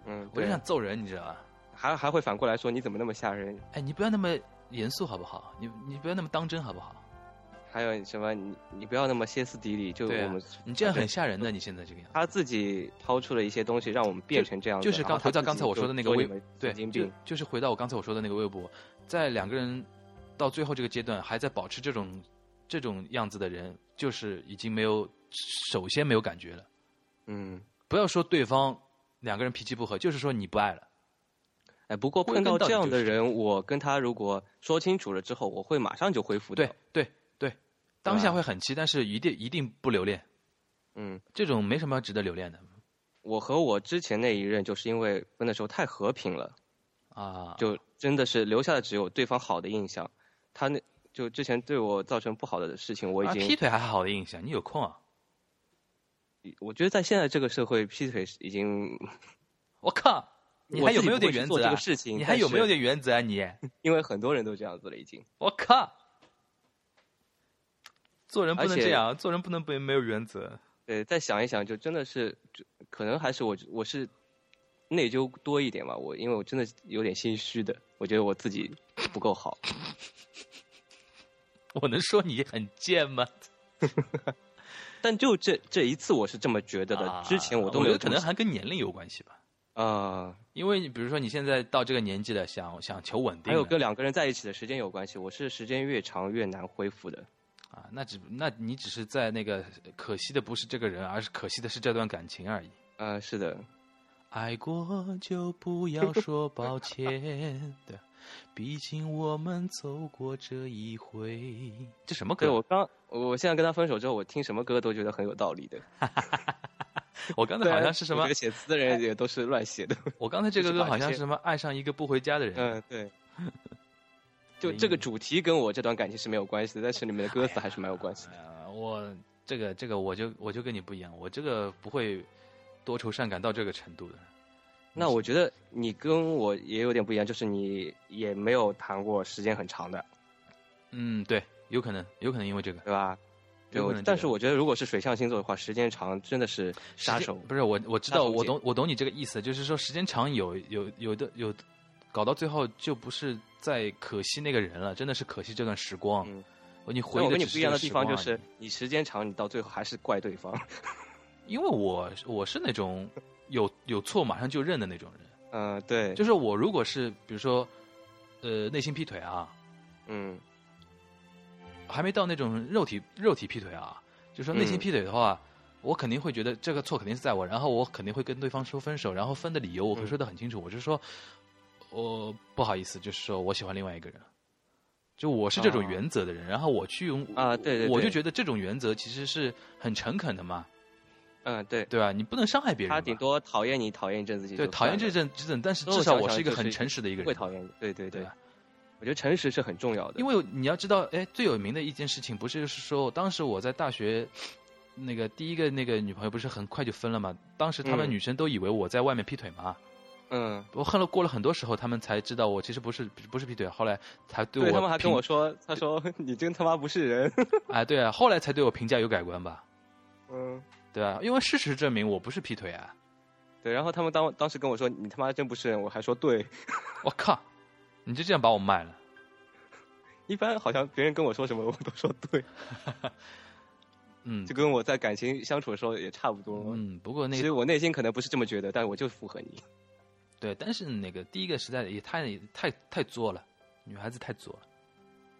[SPEAKER 8] 嗯，
[SPEAKER 4] 我
[SPEAKER 8] 对
[SPEAKER 4] 就
[SPEAKER 8] 啊
[SPEAKER 4] 想，揍人，你知道吧？
[SPEAKER 8] 还还会反过来说你怎么那么吓人？
[SPEAKER 4] 哎，你不要那么严肃好不好？你你不要那么当真好不好？
[SPEAKER 8] 还有什么？你你不要那么歇斯底里，就
[SPEAKER 4] 对啊
[SPEAKER 8] 我们
[SPEAKER 4] 你这样
[SPEAKER 8] 反
[SPEAKER 4] 很
[SPEAKER 8] 正
[SPEAKER 4] 吓人的，你现在这个样子。
[SPEAKER 8] 他自己抛出了一些东西，让我们变成这样子。
[SPEAKER 4] 就是
[SPEAKER 8] 然
[SPEAKER 4] 刚回到
[SPEAKER 8] 后他自己
[SPEAKER 4] 刚才我
[SPEAKER 8] 就
[SPEAKER 4] 说的那个
[SPEAKER 8] 说
[SPEAKER 4] 微
[SPEAKER 8] 你们
[SPEAKER 4] 对
[SPEAKER 8] 神，经
[SPEAKER 4] 就
[SPEAKER 8] 病。
[SPEAKER 4] 就是回到我刚才我说的那个微博，在两个人到最后这个阶段还在保持这种这种样子的人，就是已经没有首先没有感觉了。
[SPEAKER 8] 嗯，
[SPEAKER 4] 不要说对方两个人脾气不合，就是说你不爱了。
[SPEAKER 8] 哎，不过
[SPEAKER 4] 归根
[SPEAKER 8] 碰到
[SPEAKER 4] 到底
[SPEAKER 8] 这样
[SPEAKER 4] 就
[SPEAKER 8] 的
[SPEAKER 4] 是这
[SPEAKER 8] 人，我跟他如果说清楚了之后，我会马上就恢复的。
[SPEAKER 4] 对对对，当下
[SPEAKER 8] 吧
[SPEAKER 4] 会很气，但是一定一定不留恋，
[SPEAKER 8] 嗯，
[SPEAKER 4] 这种没什么值得留恋的
[SPEAKER 8] 我和我之前那一任，就是因为分的时候太和平了，
[SPEAKER 4] 啊。
[SPEAKER 8] 就真的是留下的只有对方好的印象。他那就之前对我造成不好的事情，我已
[SPEAKER 4] 啊，
[SPEAKER 8] 经
[SPEAKER 4] 劈、腿还好的印象，你有空啊？
[SPEAKER 8] 我觉得在现在这个社会，劈腿是已经
[SPEAKER 4] 我靠，你
[SPEAKER 8] 我
[SPEAKER 4] 还有
[SPEAKER 8] 自己
[SPEAKER 4] 没有点
[SPEAKER 8] 不会去
[SPEAKER 4] 原
[SPEAKER 8] 做
[SPEAKER 4] 则
[SPEAKER 8] 这
[SPEAKER 4] 啊
[SPEAKER 8] 个？事情，
[SPEAKER 4] 你还
[SPEAKER 8] 但
[SPEAKER 4] 有没有
[SPEAKER 8] 是
[SPEAKER 4] 点原则啊？你？
[SPEAKER 8] 因为很多人都这样子了，已经。
[SPEAKER 4] 我靠！做人不能
[SPEAKER 8] 而且
[SPEAKER 4] 这样，做人不能不没有原则。
[SPEAKER 8] 对，再想一想，就真的是，就可能还是我我是内疚多一点吧。我因为我真的有点心虚的，我觉得我自己不够好。
[SPEAKER 4] 我能说你很贱吗？
[SPEAKER 8] 但就这这一次，我是这么觉得的。
[SPEAKER 4] 啊
[SPEAKER 8] 之前
[SPEAKER 4] 我
[SPEAKER 8] 我都没有
[SPEAKER 4] 觉得可
[SPEAKER 8] 这
[SPEAKER 4] 能
[SPEAKER 8] 么
[SPEAKER 4] 还跟年龄有关系吧。
[SPEAKER 8] 啊。
[SPEAKER 4] 因为你比如说你现在到这个年纪了，想想求稳定
[SPEAKER 8] 还
[SPEAKER 4] 了，
[SPEAKER 8] 有跟两个人在一起的时间有关系，我是时间越长越难恢复的。
[SPEAKER 4] 啊，那只那你只是在那个可惜的不是这个人，而是可惜的是这段感情而已。
[SPEAKER 8] 呃，是的，
[SPEAKER 4] 爱过就不要说抱歉对，毕竟我们走过这一回。这什么
[SPEAKER 8] 对
[SPEAKER 4] 歌？
[SPEAKER 8] 我刚，我现在跟他分手之后，我听什么歌都觉得很有道理的。
[SPEAKER 4] 我刚才 好像是什
[SPEAKER 8] 我
[SPEAKER 4] 么
[SPEAKER 8] 觉得？写词的人也都是乱写的。
[SPEAKER 4] 我刚才这个
[SPEAKER 8] 就是
[SPEAKER 4] 歌
[SPEAKER 8] 把
[SPEAKER 4] 好
[SPEAKER 8] 这
[SPEAKER 4] 像
[SPEAKER 8] 些
[SPEAKER 4] 是什么？爱上一个不回家的人。
[SPEAKER 8] 嗯，对。 就这个主题跟我这段感情是没有关系的，但是里面的歌
[SPEAKER 4] 哎
[SPEAKER 8] 词还是蛮有关系的。
[SPEAKER 4] 呃，我这个这个我就我就跟你不一样，我这个不会多愁善感到这个程度的。
[SPEAKER 8] 那我觉得你跟我也有点不一样，就是你也没有谈过时间很长的，
[SPEAKER 4] 嗯，对，有可能，有可能因为这个
[SPEAKER 8] 对吧？对，
[SPEAKER 4] 有可
[SPEAKER 8] 我
[SPEAKER 4] 能这个
[SPEAKER 8] 但是我觉得如果是水象星座的话，时间长真的是杀
[SPEAKER 4] 时间
[SPEAKER 8] 手。
[SPEAKER 4] 不是我，我知
[SPEAKER 8] 杀
[SPEAKER 4] 道，
[SPEAKER 8] 手锏
[SPEAKER 4] 我懂，我懂你这个意思，就是说时间长有有有的有，搞到最后就不是再可惜那个人了，真的是可惜这段时光。
[SPEAKER 8] 嗯
[SPEAKER 4] 你
[SPEAKER 8] 但
[SPEAKER 4] 回忆
[SPEAKER 8] 我跟
[SPEAKER 4] 的只
[SPEAKER 8] 你不
[SPEAKER 4] 是
[SPEAKER 8] 一样
[SPEAKER 4] 这
[SPEAKER 8] 的
[SPEAKER 4] 个
[SPEAKER 8] 地
[SPEAKER 4] 时
[SPEAKER 8] 方
[SPEAKER 4] 光啊
[SPEAKER 8] 就
[SPEAKER 4] 而已
[SPEAKER 8] 是，你时间长，你到最后还是怪对方。
[SPEAKER 4] 因为我我是那种有有错马上就认的那种人。
[SPEAKER 8] 嗯、对，
[SPEAKER 4] 就是我如果是比如说，呃，内心劈腿啊，
[SPEAKER 8] 嗯
[SPEAKER 4] 还没到那种肉体肉体劈腿啊，就说内心
[SPEAKER 8] 嗯
[SPEAKER 4] 劈腿的话，我肯定会觉得这个错肯定是在我，然后我肯定会跟对方说分手，然后分的理由我会
[SPEAKER 8] 嗯
[SPEAKER 4] 说的很清楚，我就说，我不好意思，就是说我喜欢另外一个人，就我是这种
[SPEAKER 8] 啊
[SPEAKER 4] 原则的人，然后我去用
[SPEAKER 8] 啊对对
[SPEAKER 4] 我就
[SPEAKER 8] 对
[SPEAKER 4] 觉得这种原则其实是很诚恳的嘛，
[SPEAKER 8] 嗯、对，
[SPEAKER 4] 对吧？你不能伤害别人
[SPEAKER 8] 他
[SPEAKER 4] 嘛，
[SPEAKER 8] 顶多讨厌你讨厌一阵子，
[SPEAKER 4] 对讨厌这阵这阵，但是至少我是一个很诚实的一个人，
[SPEAKER 8] 会讨厌你。对对
[SPEAKER 4] 对
[SPEAKER 8] 对
[SPEAKER 4] 吧，
[SPEAKER 8] 我觉得诚实是很重要的。
[SPEAKER 4] 因为你要知道，哎，最有名的一件事情不是就是说，当时我在大学，那个第一个那个女朋友不是很快就分了嘛？当时她们
[SPEAKER 8] 嗯
[SPEAKER 4] 女生都以为我在外面劈腿嘛，
[SPEAKER 8] 嗯，
[SPEAKER 4] 我恨了过了很多时候，她们才知道我其实不是不是劈腿，后来才对我
[SPEAKER 8] 他们还跟
[SPEAKER 4] 评
[SPEAKER 8] 我说，他说 你真他妈不是 人。
[SPEAKER 4] 哎对啊，后来才对我评价有改观吧，
[SPEAKER 8] 嗯，
[SPEAKER 4] 对啊，因为事实证明我不是劈腿啊，
[SPEAKER 8] 对。然后他们当当时跟我说你他妈真不是人，我还说对。
[SPEAKER 4] 我靠，你就这样把我卖了。
[SPEAKER 8] 一般好像别人跟我说什么我都说对，
[SPEAKER 4] 嗯
[SPEAKER 8] 就跟我在感情相处的时候也差不多。
[SPEAKER 4] 嗯，不过那
[SPEAKER 8] 其
[SPEAKER 4] 个
[SPEAKER 8] 实我内心可能不是这么觉得，但我就附和你。
[SPEAKER 4] 对，但是那个第一个时代也太太太作了，女孩子太作了。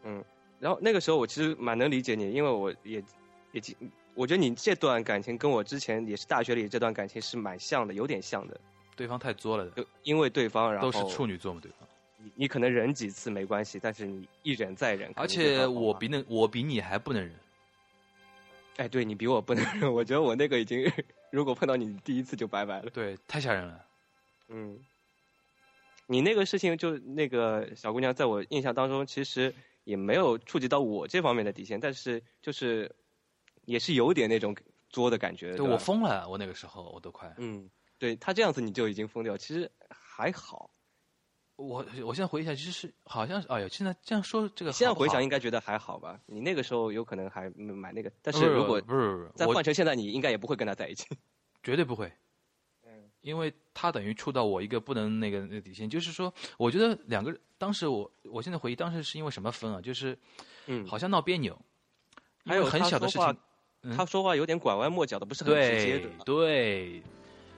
[SPEAKER 8] 嗯然后那个时候我其实蛮能理解你，因为我也也经，我觉得你这段感情跟我之前也是大学里这段感情是蛮像的，有点像的。
[SPEAKER 4] 对方太作了的，
[SPEAKER 8] 就因为对方，然
[SPEAKER 4] 都
[SPEAKER 8] 后
[SPEAKER 4] 是处女座嘛，对方。
[SPEAKER 8] 你你可能忍几次没关系，但是你一忍再忍。
[SPEAKER 4] 而
[SPEAKER 8] 肯定对
[SPEAKER 4] 且
[SPEAKER 8] 方好
[SPEAKER 4] 我
[SPEAKER 8] 嘛
[SPEAKER 4] 比那我比你还不能忍，
[SPEAKER 8] 哎，对你比我不能忍，我觉得我那个已经，如果碰到你第一次就拜拜了。
[SPEAKER 4] 对，太吓人了。
[SPEAKER 8] 嗯，你那个事情就那个小姑娘，在我印象当中其实也没有触及到我这方面的底线，但是就是也是有点那种作的感觉。
[SPEAKER 4] 对
[SPEAKER 8] 对吧
[SPEAKER 4] 我疯了，我那个时候我都快，
[SPEAKER 8] 嗯，对他这样子你就已经疯掉，其实还好。
[SPEAKER 4] 我我现在回忆一下，其实是好像是，哎呀，现在这样说这个好不好，
[SPEAKER 8] 现在回想应该觉得还好吧？你那个时候有可能还没买那个，但是
[SPEAKER 4] 不
[SPEAKER 8] 如果
[SPEAKER 4] 不是不是
[SPEAKER 8] 再
[SPEAKER 4] 我
[SPEAKER 8] 换成现在，你应该也不会跟他在一起。
[SPEAKER 4] 绝对不会。
[SPEAKER 8] 嗯
[SPEAKER 4] 因为他等于触到我一个不能那个那个底线，就是说，我觉得两个当时我我现在回忆，当时是因为什么分啊？就是
[SPEAKER 8] 嗯，
[SPEAKER 4] 好像闹别扭，因
[SPEAKER 8] 还有
[SPEAKER 4] 为很
[SPEAKER 8] 他
[SPEAKER 4] 小的事
[SPEAKER 8] 说话
[SPEAKER 4] 情，嗯
[SPEAKER 8] 他说话有点拐弯抹角的，不是很直
[SPEAKER 4] 对
[SPEAKER 8] 接的。
[SPEAKER 4] 对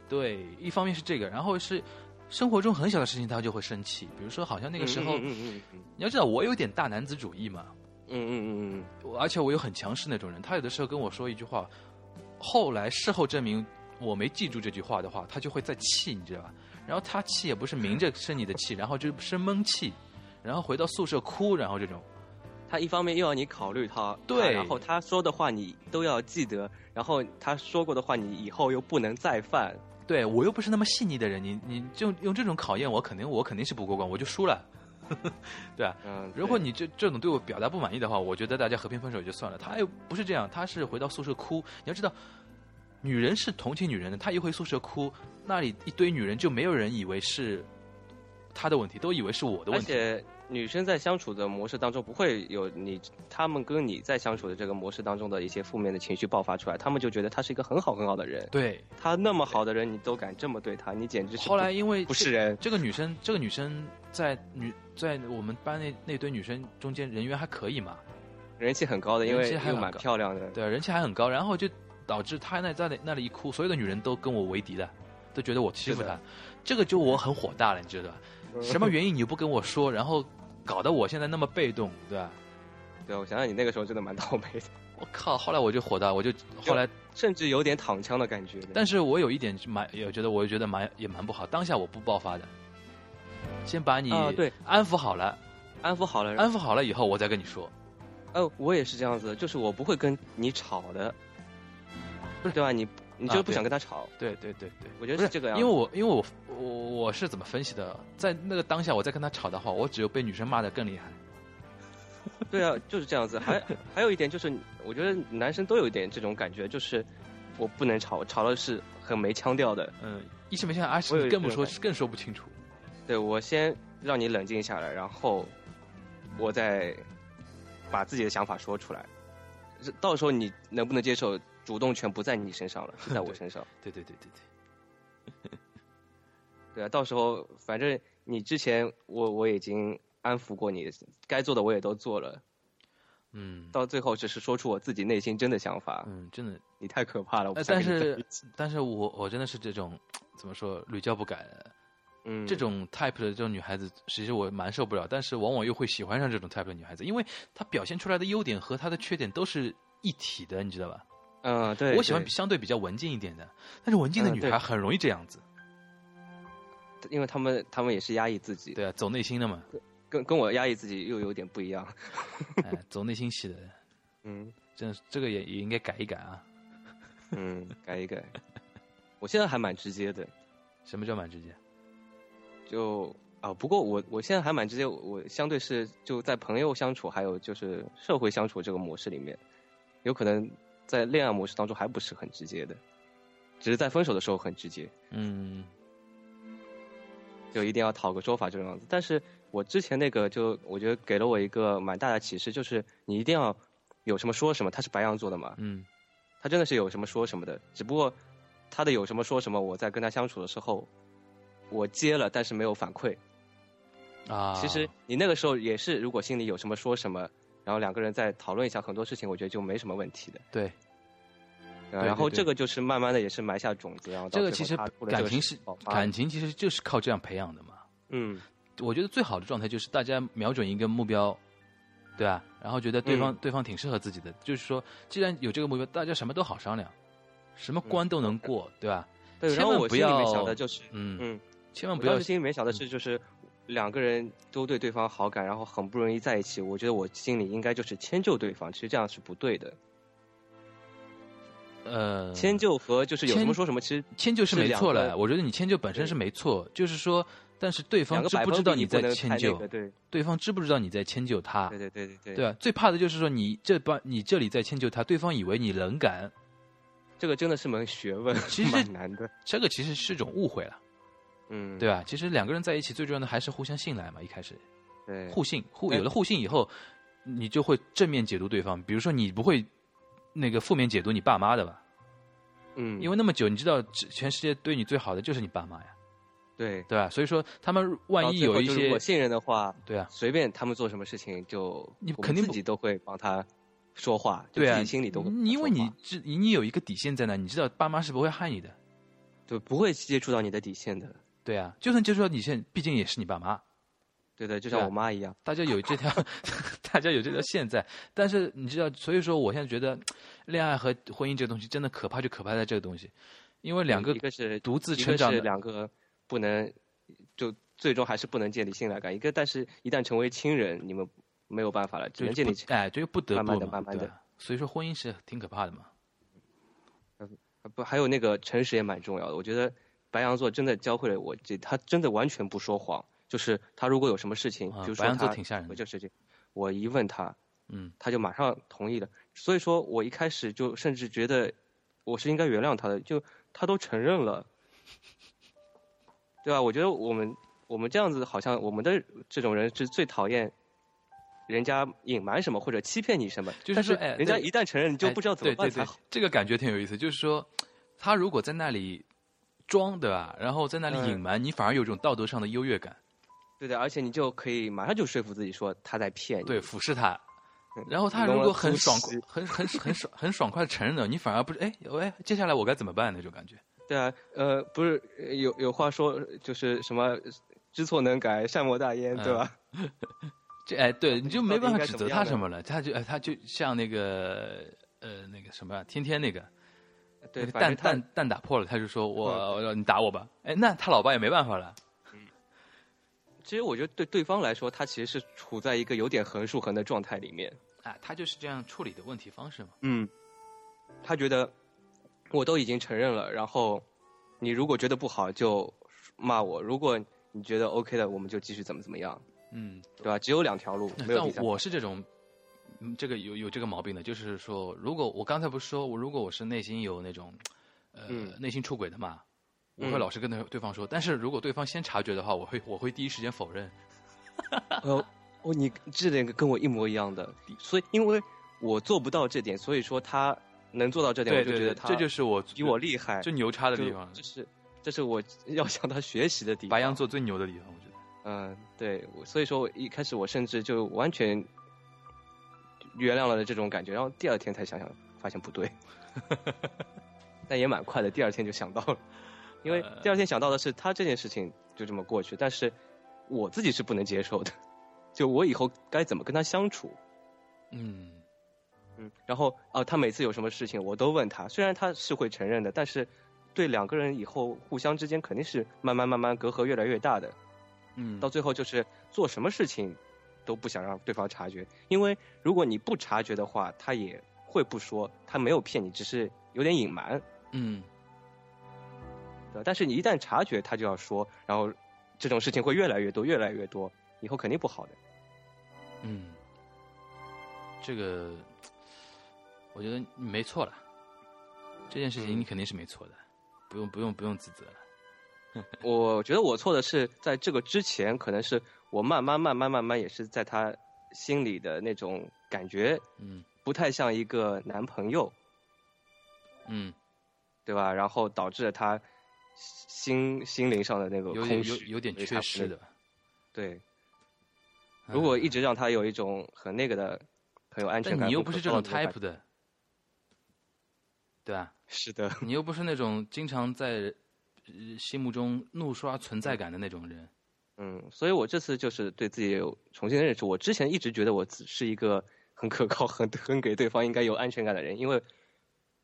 [SPEAKER 4] 对，一方面是这个，然后是生活中很小的事情他就会生气，比如说好像那
[SPEAKER 8] 那
[SPEAKER 4] 个时候，
[SPEAKER 8] 嗯嗯嗯
[SPEAKER 4] 你要知道我有点大男子主义嘛，
[SPEAKER 8] 嗯嗯嗯
[SPEAKER 4] 我而且我又很强势那种人，他有的时候跟我说一句话，后来事后证明我没记住这句话的话，他就会再气，你知道吧？然后他气也不是明着生你的气，然后就是生闷气，然后回到宿舍哭，然后这种。
[SPEAKER 8] 嗯，他一方面又要你考虑他，
[SPEAKER 4] 对
[SPEAKER 8] 他然后他说的话你都要记得，然后他说过的话你以后又不能再犯。
[SPEAKER 4] 对我又不是那么细腻的人，你你就用这种考验我，肯定我肯定是不过关，我就输了。对啊，
[SPEAKER 8] 嗯，
[SPEAKER 4] 如果
[SPEAKER 8] 对
[SPEAKER 4] 你这这种对我表达不满意的话，我觉得大家和平分手也就算了。他又不是这样，他是回到宿舍哭。你要知道，女人是同情女人的，她一回宿舍哭，那里一堆女人就没有人以为是她的问题，都以为是我的
[SPEAKER 8] 而
[SPEAKER 4] 问题。
[SPEAKER 8] 且女生在相处的模式当中，不会有你他们跟你在相处的这个模式当中的一些负面的情绪爆发出来，他们就觉得他是一个很好很好的人，
[SPEAKER 4] 对，
[SPEAKER 8] 他那么好的人，你都敢这么对他，你简直是
[SPEAKER 4] 后来因为
[SPEAKER 8] 不是
[SPEAKER 4] 这
[SPEAKER 8] 人
[SPEAKER 4] 这个女生，这个女生在女在我们班那那堆女生中间人缘还可以嘛，
[SPEAKER 8] 人气很高的，因
[SPEAKER 4] 人
[SPEAKER 8] 为
[SPEAKER 4] 气还
[SPEAKER 8] 又
[SPEAKER 4] 很
[SPEAKER 8] 蛮
[SPEAKER 4] 高
[SPEAKER 8] 漂亮的。
[SPEAKER 4] 对，人气还很高，然后就导致她那在那那里一哭，所有的女人都跟我为敌的，都觉得我欺负
[SPEAKER 8] 是的嗯
[SPEAKER 4] 她，这个就我很火大了，你知道吧？什么原因你又不跟我说，然后搞得我现在那么被动，对吧？
[SPEAKER 8] 对，我想想你那个时候真的蛮倒霉的，
[SPEAKER 4] 我靠！后来我就火大，我就后来，
[SPEAKER 8] 甚至有点躺枪的感觉的。
[SPEAKER 4] 但是我有一点蛮，也觉得我觉得蛮也蛮不好。当下我不爆发的，先把你
[SPEAKER 8] 啊对
[SPEAKER 4] 安抚好了，
[SPEAKER 8] 安抚好了，
[SPEAKER 4] 安抚好了以后我再跟你说。
[SPEAKER 8] 呃，我也是这样子的，就是我不会跟你吵的，
[SPEAKER 4] 不是
[SPEAKER 8] 对吧？你你
[SPEAKER 4] 啊
[SPEAKER 8] 就是不
[SPEAKER 4] 对
[SPEAKER 8] 想跟他吵，
[SPEAKER 4] 对对对对，
[SPEAKER 8] 我觉得
[SPEAKER 4] 不
[SPEAKER 8] 是这个样
[SPEAKER 4] 因为
[SPEAKER 8] 子
[SPEAKER 4] 我因为我我我是怎么分析的？在那个当下，我在跟他吵的话，我只有被女生骂的更厉害。
[SPEAKER 8] 对啊，就是这样子。还还有一点就是，我觉得男生都有一点这种感觉，就是我不能吵，吵了是很没腔调的。
[SPEAKER 4] 嗯，一直没想到阿
[SPEAKER 8] 我
[SPEAKER 4] 石，
[SPEAKER 8] 有
[SPEAKER 4] 你更不
[SPEAKER 8] 这种
[SPEAKER 4] 说
[SPEAKER 8] 感，
[SPEAKER 4] 更说不清楚。
[SPEAKER 8] 对我先让你冷静下来，然后我再把自己的想法说出来。是到时候你能不能接受，主动权不在你身上了，是在我
[SPEAKER 4] 对
[SPEAKER 8] 身上。
[SPEAKER 4] 对对对对对，
[SPEAKER 8] 对啊，到时候反正你之前我我已经安抚过你，该做的我也都做了。
[SPEAKER 4] 嗯
[SPEAKER 8] 到最后只是说出我自己内心真的想法。
[SPEAKER 4] 嗯，真的，
[SPEAKER 8] 你太可怕了，啊我不
[SPEAKER 4] 呃
[SPEAKER 8] 想
[SPEAKER 4] 但
[SPEAKER 8] 跟你在
[SPEAKER 4] 是
[SPEAKER 8] 一起
[SPEAKER 4] 但是我我真的是这种怎么说屡教不改的。
[SPEAKER 8] 嗯，
[SPEAKER 4] 这种 type 的这种女孩子，其实我蛮受不了，但是往往又会喜欢上这种 type 的女孩子，因为她表现出来的优点和她的缺点都是一体的，你知道吧？
[SPEAKER 8] 嗯，对，
[SPEAKER 4] 我喜欢
[SPEAKER 8] 对
[SPEAKER 4] 比相对比较文静一点的，但是文静的
[SPEAKER 8] 嗯
[SPEAKER 4] 女
[SPEAKER 8] 对
[SPEAKER 4] 孩很容易这样子，
[SPEAKER 8] 因为他们他们也是压抑自己，
[SPEAKER 4] 对啊，走内心的嘛，
[SPEAKER 8] 跟跟我压抑自己又有点不一样。
[SPEAKER 4] 哎，走内心戏的，
[SPEAKER 8] 嗯
[SPEAKER 4] 真的是这个也也应该改一改啊！
[SPEAKER 8] 嗯，改一改。我现在还蛮直接的，
[SPEAKER 4] 什么叫蛮直接？
[SPEAKER 8] 就啊，不过我我现在还蛮直接，我我相对是就在朋友相处，还有就是社会相处这个模式里面，有可能在恋爱模式当中还不是很直接的，只是在分手的时候很直接。
[SPEAKER 4] 嗯，
[SPEAKER 8] 就一定要讨个说法这种样子。但是我之前那个就我觉得给了我一个蛮大的启示，就是你一定要有什么说什么。他是白羊座的嘛，
[SPEAKER 4] 嗯，
[SPEAKER 8] 他真的是有什么说什么的。只不过他的有什么说什么，我在跟他相处的时候，我接了，但是没有反馈。
[SPEAKER 4] 啊，
[SPEAKER 8] 其实你那个时候也是，如果心里有什么说什么。然后两个人再讨论一下很多事情，我觉得就没什么问题的。
[SPEAKER 4] 对
[SPEAKER 8] 对吧
[SPEAKER 4] 对
[SPEAKER 8] 然后
[SPEAKER 4] 对对
[SPEAKER 8] 这个就是慢慢的也是埋下种子，然后到
[SPEAKER 4] 这个
[SPEAKER 8] 最
[SPEAKER 4] 其
[SPEAKER 8] 后
[SPEAKER 4] 实
[SPEAKER 8] 他出了
[SPEAKER 4] 感
[SPEAKER 8] 这个
[SPEAKER 4] 情是
[SPEAKER 8] 事爆发
[SPEAKER 4] 感情，其实就是靠这样培养的嘛。
[SPEAKER 8] 嗯
[SPEAKER 4] 我觉得最好的状态就是大家瞄准一个目标，对吧？然后觉得对方、
[SPEAKER 8] 嗯
[SPEAKER 4] 对方挺适合自己的，就是说，既然有这个目标，大家什么都好商量，什么
[SPEAKER 8] 嗯
[SPEAKER 4] 关都能过，对吧？
[SPEAKER 8] 对。
[SPEAKER 4] 千
[SPEAKER 8] 然后
[SPEAKER 4] 万
[SPEAKER 8] 我
[SPEAKER 4] 不
[SPEAKER 8] 心里面
[SPEAKER 4] 要
[SPEAKER 8] 想的就是，
[SPEAKER 4] 嗯，
[SPEAKER 8] 嗯，
[SPEAKER 4] 千万
[SPEAKER 8] 我
[SPEAKER 4] 不要
[SPEAKER 8] 当时心里面想的是，就是两个人都对对方好感，然后很不容易在一起。我觉得我心里应该就是迁就对方，其实这样是不对的。
[SPEAKER 4] 呃
[SPEAKER 8] 迁就和就是有
[SPEAKER 4] 迁
[SPEAKER 8] 什么说什么，其实
[SPEAKER 4] 迁就是没错
[SPEAKER 8] 是两
[SPEAKER 4] 了。
[SPEAKER 8] 个
[SPEAKER 4] 我觉得你迁就本身
[SPEAKER 8] 对
[SPEAKER 4] 是没错，就是说，但是对
[SPEAKER 8] 两
[SPEAKER 4] 方
[SPEAKER 8] 个
[SPEAKER 4] 知
[SPEAKER 8] 百
[SPEAKER 4] 不
[SPEAKER 8] 分
[SPEAKER 4] 知
[SPEAKER 8] 比
[SPEAKER 4] 道
[SPEAKER 8] 你
[SPEAKER 4] 你
[SPEAKER 8] 不
[SPEAKER 4] 在
[SPEAKER 8] 能
[SPEAKER 4] 迁
[SPEAKER 8] 太
[SPEAKER 4] 就
[SPEAKER 8] 那个，对
[SPEAKER 4] 对方知不知道你在迁就他？
[SPEAKER 8] 对对对对
[SPEAKER 4] 对，吧？最怕的就是说你这帮你这里在迁就他，对方以为你冷感，
[SPEAKER 8] 这个真的是门学问，
[SPEAKER 4] 其实
[SPEAKER 8] 蛮难的。
[SPEAKER 4] 这个其实是种误会了。
[SPEAKER 8] 嗯，
[SPEAKER 4] 对吧？其实两个人在一起最重要的还是互相信赖嘛，一开始
[SPEAKER 8] 对，哎
[SPEAKER 4] 互信，互
[SPEAKER 8] 对
[SPEAKER 4] 有了互信以后，你就会正面解读对方。比如说，你不会那个负面解读你爸妈的吧？
[SPEAKER 8] 嗯，
[SPEAKER 4] 因
[SPEAKER 8] 为
[SPEAKER 4] 为那么久，你知道这全世界对你最好的就是你爸妈呀，
[SPEAKER 8] 对，
[SPEAKER 4] 对吧？所以说，他们万一有一
[SPEAKER 8] 如
[SPEAKER 4] 些
[SPEAKER 8] 果信任的话，
[SPEAKER 4] 对啊，
[SPEAKER 8] 随便他们做什么事情就
[SPEAKER 4] 你
[SPEAKER 8] 我们
[SPEAKER 4] 肯定
[SPEAKER 8] 自
[SPEAKER 4] 不
[SPEAKER 8] 己都会帮他说话，就
[SPEAKER 4] 对啊
[SPEAKER 8] 自己，心里都会帮他
[SPEAKER 4] 你因为
[SPEAKER 8] 说话
[SPEAKER 4] 你知你你有一个底线在那，你知道爸妈是不会害你的，
[SPEAKER 8] 对不会接触到你的底线的。
[SPEAKER 4] 对啊。就算就说你现在毕竟也是你爸妈，
[SPEAKER 8] 对的，就
[SPEAKER 4] 对
[SPEAKER 8] 像
[SPEAKER 4] 啊
[SPEAKER 8] 我妈一样。
[SPEAKER 4] 大家有这条， 大家有这条线在。但是你知道，所以说我现在觉得，恋爱和婚姻这个东西真的可怕，就可怕在这个东西，因为两个
[SPEAKER 8] 嗯一个是
[SPEAKER 4] 独自
[SPEAKER 8] 一
[SPEAKER 4] 成
[SPEAKER 8] 个
[SPEAKER 4] 长
[SPEAKER 8] 是
[SPEAKER 4] 的，
[SPEAKER 8] 两个不能，就最终还是不能建立信赖感。一个，但是一旦成为亲人，你们没有办法了，只
[SPEAKER 4] 就
[SPEAKER 8] 能建立亲
[SPEAKER 4] 不哎，就不得不
[SPEAKER 8] 慢慢地
[SPEAKER 4] 嘛
[SPEAKER 8] 慢慢
[SPEAKER 4] 对
[SPEAKER 8] 地
[SPEAKER 4] 吧所以说婚姻是挺可怕的嘛。
[SPEAKER 8] 不。还有那个诚实也蛮重要的。我觉得白羊座真的教会了我这，他真的完全不说谎。就是他如果有什么事情，
[SPEAKER 4] 啊
[SPEAKER 8] 比如说
[SPEAKER 4] 白羊座
[SPEAKER 8] 他
[SPEAKER 4] 挺吓人的
[SPEAKER 8] 这个事情，我一问他，
[SPEAKER 4] 嗯，
[SPEAKER 8] 他就马上同意了。所以说我一开始就甚至觉得我是应该原谅他的，就他都承认了，对吧？我觉得我们我们这样子好像我们的这种人是最讨厌人家隐瞒什么或者欺骗你什么，
[SPEAKER 4] 就是
[SPEAKER 8] 但
[SPEAKER 4] 说
[SPEAKER 8] 是
[SPEAKER 4] 哎
[SPEAKER 8] 人家
[SPEAKER 4] 对
[SPEAKER 8] 一旦承认，你就
[SPEAKER 4] 哎
[SPEAKER 8] 不知道怎么办
[SPEAKER 4] 对对
[SPEAKER 8] 才
[SPEAKER 4] 对
[SPEAKER 8] 好。，
[SPEAKER 4] 这个感觉挺有意思。就是说，他如果在那里装，对吧？然后在那里
[SPEAKER 8] 嗯
[SPEAKER 4] 隐瞒，你反而有一种道德上的优越感，
[SPEAKER 8] 对的，而且你就可以马上就说服自己说他在骗你。
[SPEAKER 4] 对，俯视他。
[SPEAKER 8] 嗯，
[SPEAKER 4] 然后他
[SPEAKER 8] 你跟
[SPEAKER 4] 如
[SPEAKER 8] 我
[SPEAKER 4] 果很
[SPEAKER 8] 出
[SPEAKER 4] 爽
[SPEAKER 8] 息
[SPEAKER 4] 快、很很很爽、很爽快地承认了，你反而不是哎喂，接下来我该怎么办那种感觉。
[SPEAKER 8] 对啊，呃，不是呃有有话说，就是什么知错能改，善莫大焉，
[SPEAKER 4] 嗯
[SPEAKER 8] 对吧？
[SPEAKER 4] 这哎，对，你就没办法指责他
[SPEAKER 8] 到底应该怎
[SPEAKER 4] 什
[SPEAKER 8] 么
[SPEAKER 4] 么了，他就哎，他就像那个呃那个什么啊，天天那个
[SPEAKER 8] 对，
[SPEAKER 4] 那个
[SPEAKER 8] 反
[SPEAKER 4] 蛋
[SPEAKER 8] 正他嗯
[SPEAKER 4] 蛋蛋打破了，他就说我我你打我吧，哎，那他老爸也没办法了，
[SPEAKER 8] 其实我觉得对对方来说，他其实是处在一个有点横竖横的状态里面。
[SPEAKER 4] 啊，他就是这样处理的问题方式嘛，
[SPEAKER 8] 嗯，他觉得我都已经承认了，然后你如果觉得不好就骂我，如果你觉得 OK 的，我们就继续怎么怎么样，
[SPEAKER 4] 嗯，
[SPEAKER 8] 对吧？只有两条路，没有
[SPEAKER 4] 但
[SPEAKER 8] 第三条。
[SPEAKER 4] 我是这种嗯这个有有这个毛病的，就是说，如果我刚才不是说，我如果我是内心有那种，呃，
[SPEAKER 8] 嗯
[SPEAKER 4] 内心出轨的嘛，我会
[SPEAKER 8] 嗯
[SPEAKER 4] 老实跟对对方说。但是如果对方先察觉的话，我会我会第一时间否认。
[SPEAKER 8] 呃，哦，你这点跟我一模一样的，所以因为我做不到这点，所以说他能做到这点，
[SPEAKER 4] 对
[SPEAKER 8] 我就
[SPEAKER 4] 对
[SPEAKER 8] 觉
[SPEAKER 4] 对
[SPEAKER 8] 得，他
[SPEAKER 4] 这就是我
[SPEAKER 8] 比我厉害，
[SPEAKER 4] 最牛叉的地
[SPEAKER 8] 就
[SPEAKER 4] 方，
[SPEAKER 8] 这是这是我 要向他学习的地方。
[SPEAKER 4] 白羊座最牛的地方，我觉得。
[SPEAKER 8] 嗯，对，我所以说我一开始我甚至就完全原谅了这种感觉，然后第二天才想想发现不对，但也蛮快的，第二天就想到了，因为第二天想到的是他这件事情就这么过去，但是我自己是不能接受的，就我以后该怎么跟他相处，
[SPEAKER 4] 嗯，
[SPEAKER 8] 嗯，然后啊、他每次有什么事情我都问他，虽然他是会承认的，但是对两个人以后互相之间肯定是慢慢慢慢隔阂越来越大的，
[SPEAKER 4] 嗯，
[SPEAKER 8] 到最后就是做什么事情都不想让对方察觉，因为如果你不察觉的话，他也会不说，他没有骗你，只是有点隐瞒，
[SPEAKER 4] 嗯
[SPEAKER 8] 对吧？但是你一旦察觉，他就要说，然后这种事情会越来越多，越来越多，以后肯定不好的。
[SPEAKER 4] 嗯，这个我觉得你没错了，这件事情你肯定是没错的，不用不用不用自责了。
[SPEAKER 8] 我觉得我错的是，在这个之前，可能是我慢慢慢慢慢慢也是在他心里的那种感觉，
[SPEAKER 4] 嗯
[SPEAKER 8] 不太像一个男朋友，
[SPEAKER 4] 嗯，
[SPEAKER 8] 对吧？然后导致了他心心灵上的那个
[SPEAKER 4] 有
[SPEAKER 8] 空
[SPEAKER 4] 点有
[SPEAKER 8] 虚，
[SPEAKER 4] 有点
[SPEAKER 8] 所以
[SPEAKER 4] 缺
[SPEAKER 8] 他不
[SPEAKER 4] 失
[SPEAKER 8] 能
[SPEAKER 4] 的。
[SPEAKER 8] 对，如果一直让他有一种很那个的、很有安全
[SPEAKER 4] 但
[SPEAKER 8] 感，
[SPEAKER 4] 你又
[SPEAKER 8] 很
[SPEAKER 4] 不是
[SPEAKER 8] 可
[SPEAKER 4] 这
[SPEAKER 8] 靠
[SPEAKER 4] 种
[SPEAKER 8] 的那
[SPEAKER 4] type
[SPEAKER 8] 感
[SPEAKER 4] 的，对吧？
[SPEAKER 8] 是的，
[SPEAKER 4] 你又不是那种经常在、呃心目中怒刷存在感的那种人。
[SPEAKER 8] 嗯，所以我这次就是对自己有重新的认识。我之前一直觉得我自是一个很可靠、很很给对方应该有安全感的人，因为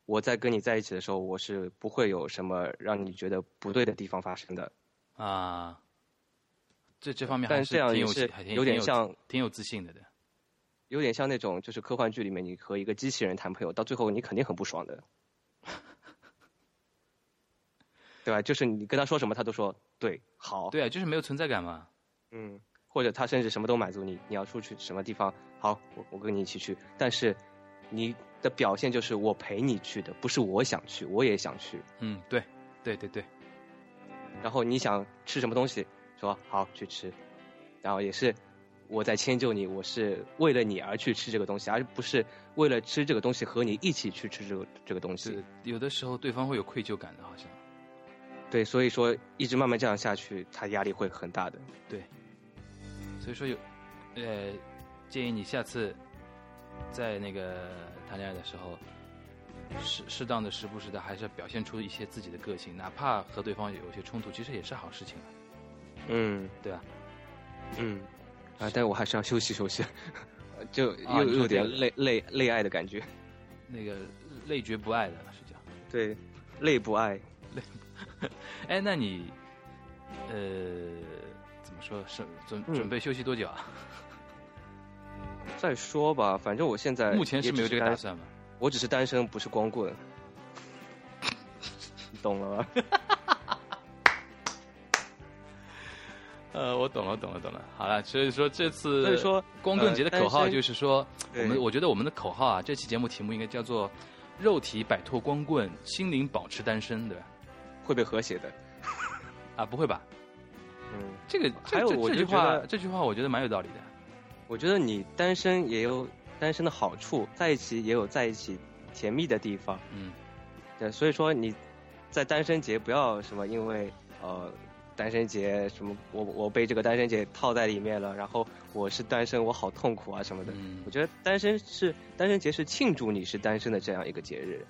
[SPEAKER 8] 我在跟你在一起的时候，我是不会有什么让你觉得不对的地方发生的。
[SPEAKER 4] 啊，这这方面还
[SPEAKER 8] 但
[SPEAKER 4] 是
[SPEAKER 8] 这样
[SPEAKER 4] 挺
[SPEAKER 8] 也
[SPEAKER 4] 有
[SPEAKER 8] 是
[SPEAKER 4] 还挺
[SPEAKER 8] 有
[SPEAKER 4] 挺
[SPEAKER 8] 点像
[SPEAKER 4] 挺有自信的，对。
[SPEAKER 8] 有点像那种就是科幻剧里面你和一个机器人谈朋友，到最后你肯定很不爽的，对吧？就是你跟他说什么，他都说对，好，
[SPEAKER 4] 对啊，就是没有存在感嘛。
[SPEAKER 8] 嗯，或者他甚至什么都满足你，你要出去什么地方，好，我我跟你一起去，但是你的表现就是我陪你去的，不是我想去，我也想去。
[SPEAKER 4] 嗯，对，对对对，
[SPEAKER 8] 然后你想吃什么东西，说好去吃，然后也是我在迁就你，我是为了你而去吃这个东西，而不是为了吃这个东西和你一起去吃这个这个东西。
[SPEAKER 4] 是有的时候对方会有愧疚感的，好像。
[SPEAKER 8] 对，所以说一直慢慢这样下去，他压力会很大的。
[SPEAKER 4] 所以说有，呃，建议你下次在那个谈恋爱的时候，适适当的、时不时的，还是表现出一些自己的个性，哪怕和对方有一些冲突，其实也是好事情啊，
[SPEAKER 8] 嗯
[SPEAKER 4] 对吧？
[SPEAKER 8] 嗯，啊，但我还是要休息休息， 就又、
[SPEAKER 4] 啊你说
[SPEAKER 8] 有点
[SPEAKER 4] 这个
[SPEAKER 8] 累累累爱的感觉。
[SPEAKER 4] 那个累觉不爱的是这样。
[SPEAKER 8] 对，累不爱。
[SPEAKER 4] 哎，那你，呃，怎么说？是准
[SPEAKER 8] 嗯
[SPEAKER 4] 准备休息多久啊？
[SPEAKER 8] 再说吧，反正我现在
[SPEAKER 4] 目前
[SPEAKER 8] 呃也
[SPEAKER 4] 是没有
[SPEAKER 8] 只
[SPEAKER 4] 这个打
[SPEAKER 8] 单，
[SPEAKER 4] 算吧？
[SPEAKER 8] 我只是单身，不是光棍。 你懂了吧？
[SPEAKER 4] 呃，我懂了，懂了，懂了。好了，所以说这次，呃
[SPEAKER 8] 所以说
[SPEAKER 4] 光棍节的口号
[SPEAKER 8] 呃
[SPEAKER 4] 就是说，
[SPEAKER 8] 单身
[SPEAKER 4] 我们
[SPEAKER 8] 对
[SPEAKER 4] 我觉得我们的口号啊，这期节目题目应该叫做“肉体摆脱光棍，心灵保持单身”，对吧？
[SPEAKER 8] 会被和谐的。
[SPEAKER 4] 啊，不会吧？
[SPEAKER 8] 嗯，
[SPEAKER 4] 这个这
[SPEAKER 8] 还有
[SPEAKER 4] 这
[SPEAKER 8] 我
[SPEAKER 4] 这
[SPEAKER 8] 就
[SPEAKER 4] 句
[SPEAKER 8] 觉
[SPEAKER 4] 话
[SPEAKER 8] 得，
[SPEAKER 4] 这句话我觉得蛮有道理的。
[SPEAKER 8] 我觉得你单身也有单身的好处，在一起也有在一起甜蜜的地方。
[SPEAKER 4] 嗯，
[SPEAKER 8] 对，所以说你在单身节不要什么，因为呃，单身节什么，我我被这个单身节套在里面了，然后我是单身，我好痛苦啊什么的。
[SPEAKER 4] 嗯
[SPEAKER 8] 我觉得单身是单身节是庆祝你是单身的这样一个节日，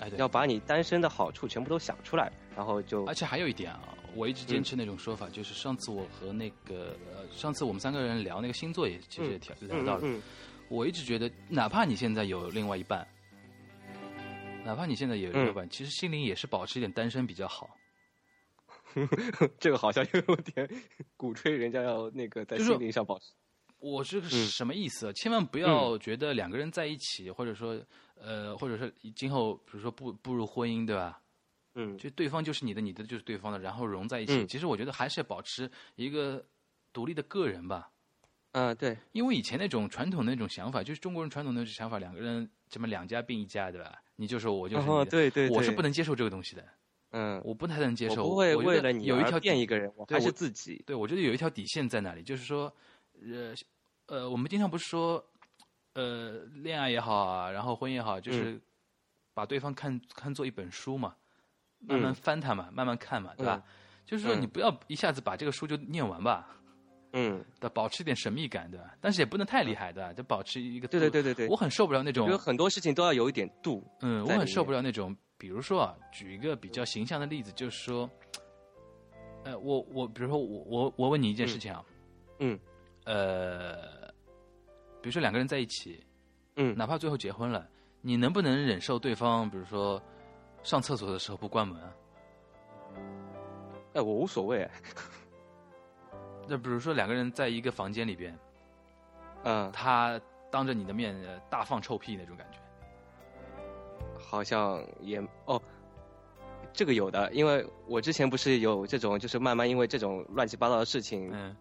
[SPEAKER 4] 哎，对
[SPEAKER 8] 要，把你单身的好处全部都想出来，然后就
[SPEAKER 4] 而且还有一点啊，我一直坚持那种说法，就是上次我和那个呃，上次我们三个人聊那个星座也其实也聊聊到了，
[SPEAKER 8] 嗯
[SPEAKER 4] 我一直觉得，哪怕你现在有另外一半，哪怕你现在有另外一半，其实心灵也是保持一点单身比较好。
[SPEAKER 8] 嗯 这个好像又有点鼓吹人家要那个在
[SPEAKER 4] 就是
[SPEAKER 8] 心灵上保持。
[SPEAKER 4] 我这个
[SPEAKER 8] 嗯
[SPEAKER 4] 什么意思啊？千万不要觉得两个人在一起，或者说，呃，或者说今后比如说步步入婚姻，对吧？
[SPEAKER 8] 嗯，
[SPEAKER 4] 就对方就是你的，你的就是对方的，然后融在一起。
[SPEAKER 8] 嗯
[SPEAKER 4] 其实我觉得还是要保持一个独立的个人吧。
[SPEAKER 8] 嗯，对，
[SPEAKER 4] 因为以前那种传统的那种想法，就是中国人传统的那种想法，两个人什么两家并一家，对吧？你就说我就是你的
[SPEAKER 8] 哦，对对，
[SPEAKER 4] 我是
[SPEAKER 8] 对
[SPEAKER 4] 不能接受这个东西的，
[SPEAKER 8] 嗯，
[SPEAKER 4] 我不太能接
[SPEAKER 8] 我
[SPEAKER 4] 受。
[SPEAKER 8] 不会
[SPEAKER 4] 我觉得
[SPEAKER 8] 为了你
[SPEAKER 4] 有一条
[SPEAKER 8] 而变一个人，我
[SPEAKER 4] 对
[SPEAKER 8] 还
[SPEAKER 4] 我
[SPEAKER 8] 是自己。
[SPEAKER 4] 对，我觉得有一条底线在那里，就是说，呃呃，我们经常不是说，呃，恋爱也好啊，然后婚姻也
[SPEAKER 8] 嗯
[SPEAKER 4] 好，就是把对方看看作一本书嘛，慢慢
[SPEAKER 8] 嗯
[SPEAKER 4] 翻它嘛，慢慢看嘛，对吧？就是说，
[SPEAKER 8] 嗯
[SPEAKER 4] 你不要一下子把这个书就念完吧，
[SPEAKER 8] 嗯，
[SPEAKER 4] 对，保持一点神秘感，对吧？但是也不能太厉害，对吧？就保持一个
[SPEAKER 8] 对对
[SPEAKER 4] 度
[SPEAKER 8] 对对对，
[SPEAKER 4] 我很受不了那
[SPEAKER 8] 觉
[SPEAKER 4] 种
[SPEAKER 8] 得很多事情都要有一点度。
[SPEAKER 4] 嗯，我
[SPEAKER 8] 在
[SPEAKER 4] 很
[SPEAKER 8] 里
[SPEAKER 4] 受
[SPEAKER 8] 面
[SPEAKER 4] 不了那种，比如说啊，举一个比较形象的例子，就是说，呃，我我比如说我我我问你一件事情啊，
[SPEAKER 8] 嗯，
[SPEAKER 4] 呃，比如说两个人在一起，
[SPEAKER 8] 嗯，
[SPEAKER 4] 哪怕最后结婚了，你能不能忍受对方，比如说上厕所的时候不关门啊？
[SPEAKER 8] 哎，我无所谓。
[SPEAKER 4] 那比如说两个人在一个房间里边，
[SPEAKER 8] 嗯，
[SPEAKER 4] 他当着你的面呃大放臭屁那种感觉，
[SPEAKER 8] 好像也哦，这个有的，因为我之前不是有这种，就是慢慢因为这种乱七八糟的事情，
[SPEAKER 4] 嗯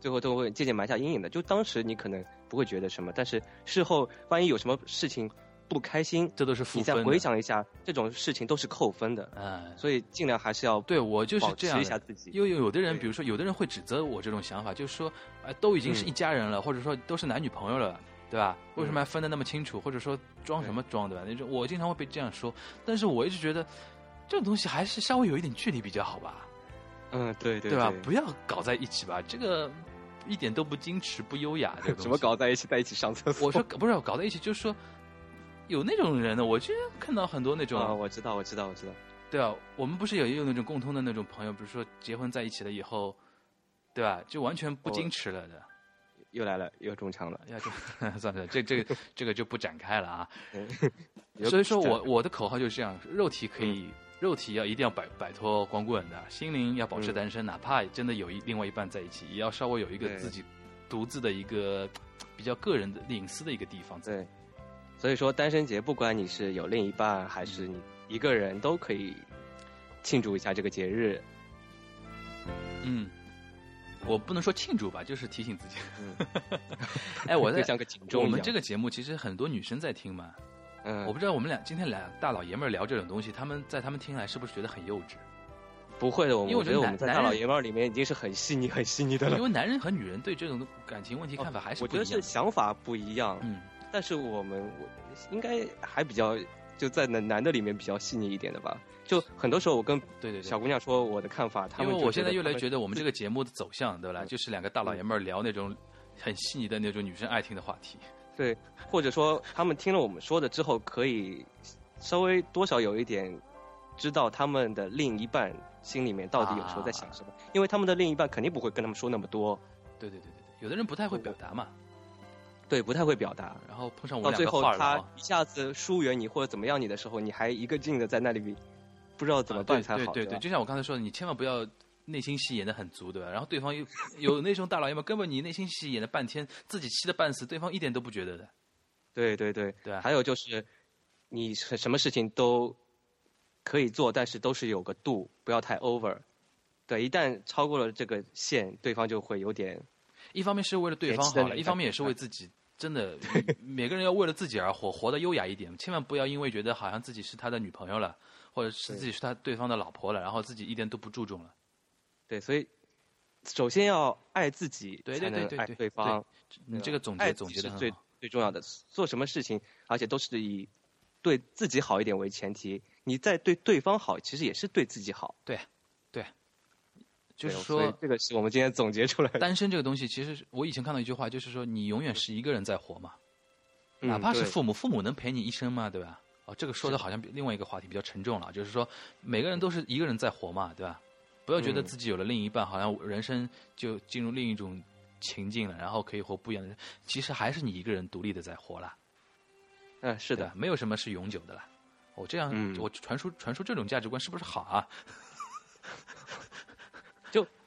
[SPEAKER 8] 最后都会渐渐埋下阴影的。就当时你可能不会觉得什么，但是事后万一有什么事情不开心，
[SPEAKER 4] 这都是负
[SPEAKER 8] 你
[SPEAKER 4] 分的。
[SPEAKER 8] 再回想一下，这种事情都是扣分的，
[SPEAKER 4] 嗯，
[SPEAKER 8] 所以尽量还是要
[SPEAKER 4] 对我就是
[SPEAKER 8] 保
[SPEAKER 4] 这
[SPEAKER 8] 持
[SPEAKER 4] 样
[SPEAKER 8] 一
[SPEAKER 4] 的
[SPEAKER 8] 下自己。
[SPEAKER 4] 因为有的人，
[SPEAKER 8] 对
[SPEAKER 4] 比如说有的人会指责我这种想法，就是说，呃，都已经是
[SPEAKER 8] 嗯
[SPEAKER 4] 一家人了，或者说都是男女朋友了，对吧？为什
[SPEAKER 8] 嗯
[SPEAKER 4] 么还分得那么清楚？或者说装什
[SPEAKER 8] 对
[SPEAKER 4] 么装，对吧？那种我经常会被这样说，但是我一直觉得这种东西还是稍微有一点距离比较好吧，
[SPEAKER 8] 嗯，对对
[SPEAKER 4] 吧？不要搞在一起吧，这个一点都不矜持、不优雅。这个东
[SPEAKER 8] 怎么
[SPEAKER 4] 西？
[SPEAKER 8] 搞在一起，在一起上厕 所？
[SPEAKER 4] 我说不是搞在一起，就是说有那种人呢，我就看到很多那种
[SPEAKER 8] 啊，我知道，我知道，我知道。
[SPEAKER 4] 对啊，我们不是有也有那种共通的那种朋友，比如说结婚在一起了以后，对吧？就完全不
[SPEAKER 8] 我
[SPEAKER 4] 矜持了的。
[SPEAKER 8] 又来了，又中枪了。
[SPEAKER 4] 哎呀，这 算了，这这个这个就不展开了啊。
[SPEAKER 8] 又
[SPEAKER 4] 所以说我
[SPEAKER 8] 这嗯
[SPEAKER 4] 我的口号就是这样：肉体可以，肉体要一定要摆摆脱光棍的，心灵要保持
[SPEAKER 8] 嗯
[SPEAKER 4] 单身，哪怕真的有一另外一半在一起，也要稍微有一个
[SPEAKER 8] 对
[SPEAKER 4] 自己独自的一个比较个人的隐私的一个地方。
[SPEAKER 8] 对，所以说单身节，不管你是有另一半还是你一个人，都可以庆祝一下这个节日。
[SPEAKER 4] 嗯，我不能说庆祝吧，就是提醒 自己。
[SPEAKER 8] 嗯
[SPEAKER 4] 哎，我在
[SPEAKER 8] 就像个警钟
[SPEAKER 4] 我
[SPEAKER 8] 一样。
[SPEAKER 4] 们这个节目其实很多女生在听嘛，
[SPEAKER 8] 嗯，
[SPEAKER 4] 我不知道我们俩今天俩大老爷们儿聊这种东西，他们在他们听来是不是觉得很幼稚？
[SPEAKER 8] 不会的，我
[SPEAKER 4] 因为我
[SPEAKER 8] 们我
[SPEAKER 4] 觉得
[SPEAKER 8] 觉得我
[SPEAKER 4] 男
[SPEAKER 8] 们在
[SPEAKER 4] 男
[SPEAKER 8] 大老
[SPEAKER 4] 人
[SPEAKER 8] 爷们儿里面已经是很细腻、很细腻的
[SPEAKER 4] 因
[SPEAKER 8] 了。哦
[SPEAKER 4] 为男人和女人对这种感情问题看法还是
[SPEAKER 8] 我
[SPEAKER 4] 不
[SPEAKER 8] 觉
[SPEAKER 4] 一
[SPEAKER 8] 得
[SPEAKER 4] 样的。
[SPEAKER 8] 是想法不一样，
[SPEAKER 4] 嗯，
[SPEAKER 8] 但是我们我应该还比较就在男男的里面比较细腻一点的吧。就很多时候我跟
[SPEAKER 4] 对对对
[SPEAKER 8] 小。姑娘说我的看法，他
[SPEAKER 4] 因
[SPEAKER 8] 们
[SPEAKER 4] 为
[SPEAKER 8] 就
[SPEAKER 4] 我现在越来
[SPEAKER 8] 他
[SPEAKER 4] 越
[SPEAKER 8] 们嗯
[SPEAKER 4] 觉得我们这个节目的走向， 对吧？就是两个大老爷们儿聊那种很细腻的那种女生爱听的话题。
[SPEAKER 8] 对，或者说他们听了我们说的之后，可以稍微多少有一点知道他们的另一半心里面到底有时候在
[SPEAKER 4] 啊
[SPEAKER 8] 想什么，因为他们的另一半肯定不会跟他们说那么多，
[SPEAKER 4] 对对对对对，有的人不太会表达嘛，
[SPEAKER 8] 对，不太会表达。
[SPEAKER 4] 然后碰上我
[SPEAKER 8] 到
[SPEAKER 4] 们
[SPEAKER 8] 最
[SPEAKER 4] 两个
[SPEAKER 8] 后
[SPEAKER 4] 话痨
[SPEAKER 8] 他
[SPEAKER 4] 啊，
[SPEAKER 8] 一下子疏远你或者怎么样你的时候，你还一个劲的在那里，不知道怎么办
[SPEAKER 4] 啊对
[SPEAKER 8] 才好。
[SPEAKER 4] 对对
[SPEAKER 8] 对
[SPEAKER 4] 对，
[SPEAKER 8] 吧
[SPEAKER 4] 就像我刚才说的，你千万不要内心戏演的很足，对吧？然后对方又 有那种大老爷们儿，根本你内心戏演了半天，自己气的半死，对方一点都不觉得的，
[SPEAKER 8] 对对对
[SPEAKER 4] 对啊吧？
[SPEAKER 8] 还有就是，你什什么事情都可以做，但是都是有个度，不要太 over。对，一旦超过了这个线，对方就会有点
[SPEAKER 4] 一方面是为了对
[SPEAKER 8] 联
[SPEAKER 4] 方
[SPEAKER 8] 系的
[SPEAKER 4] 好了，
[SPEAKER 8] 另
[SPEAKER 4] 一
[SPEAKER 8] 一
[SPEAKER 4] 方
[SPEAKER 8] 半
[SPEAKER 4] 面也是为自己。真 的，每个人要为了自己而活，活得优雅一点，千万不要因为觉得好像自己是他的女朋友了，或者是
[SPEAKER 8] 对
[SPEAKER 4] 自己是他对方的老婆了，然后自己一点都不注重了。
[SPEAKER 8] 对，所以首先要爱自己，
[SPEAKER 4] 对
[SPEAKER 8] 才
[SPEAKER 4] 对
[SPEAKER 8] 能
[SPEAKER 4] 对
[SPEAKER 8] 爱
[SPEAKER 4] 对对
[SPEAKER 8] 对方。
[SPEAKER 4] 你
[SPEAKER 8] 对
[SPEAKER 4] 这
[SPEAKER 8] 吧
[SPEAKER 4] 个总
[SPEAKER 8] 爱
[SPEAKER 4] 结
[SPEAKER 8] 自
[SPEAKER 4] 总
[SPEAKER 8] 己
[SPEAKER 4] 结的
[SPEAKER 8] 是
[SPEAKER 4] 很
[SPEAKER 8] 最
[SPEAKER 4] 好。
[SPEAKER 8] 最重要的。做什么事情，而且都是以对自己好一点为前提。你在对对方好，其实也是对自己好。
[SPEAKER 4] 就是
[SPEAKER 8] 对所以
[SPEAKER 4] 说，
[SPEAKER 8] 这个是我们今天总结出来的。
[SPEAKER 4] 单身这个东西，其实是我以前看到一句话，就是说你永远是一个人在活嘛，
[SPEAKER 8] 嗯
[SPEAKER 4] 哪怕是
[SPEAKER 8] 对
[SPEAKER 4] 父母，父母能陪你一生吗？对吧？哦，这个说的好像比另外一个话题比较沉重了，就是说每个人都是一个人在活嘛，对吧？不要觉得
[SPEAKER 8] 嗯
[SPEAKER 4] 自己有了另一半，好像人生就进入另一种情境了，然后可以活不一样的人。其实还是你一个人独立的在活啦，
[SPEAKER 8] 嗯，是
[SPEAKER 4] 对
[SPEAKER 8] 的
[SPEAKER 4] 吧，没有什么是永久的啦。我、这样，
[SPEAKER 8] 嗯
[SPEAKER 4] 我传输传输这种价值观是不是好啊？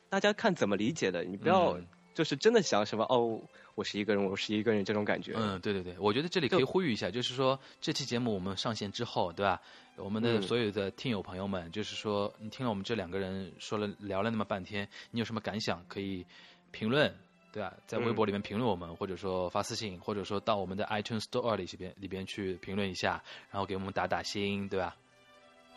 [SPEAKER 8] 大家看怎么理解的，你不要
[SPEAKER 4] 嗯
[SPEAKER 8] 就是真的想什么哦，我是一个人，我是一个人这种感觉。
[SPEAKER 4] 嗯，对对对，我觉得这里可以呼吁一下，就是说这期节目我们上线之后，对吧？我们的
[SPEAKER 8] 嗯
[SPEAKER 4] 所有的听友朋友们，就是说你听了我们这两个人说了聊了那么半天，你有什么感想可以评论，对吧？在微
[SPEAKER 8] 嗯
[SPEAKER 4] 博里面评论我们，或者说发私信，或者说到我们的 iTunes Store 里边里边去评论一下，然后给我们打打星，对吧？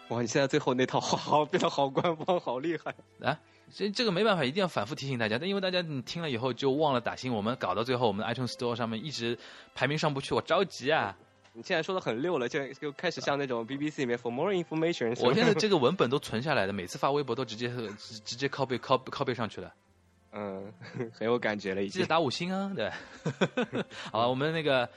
[SPEAKER 8] 哇，你现在最后那套话好变得好官方，好厉害！
[SPEAKER 4] 啊，这这个没办法，一定要反复提醒大家。但因为大家你听了以后就忘了打星，我们搞到最后，我们的 iTunes Store 上面一直排名上不去，我着急啊！
[SPEAKER 8] 你现在说的很溜了，就就开始像那种 BBC 里面 for more information 什么。
[SPEAKER 4] 我现在这 个文本都存下来的，每次发微博都直接直直接 copy copy copy 上去了。
[SPEAKER 8] 嗯， 很有感觉了，已
[SPEAKER 4] 记得
[SPEAKER 8] 经。
[SPEAKER 4] 打五星啊，对。好了，我们那个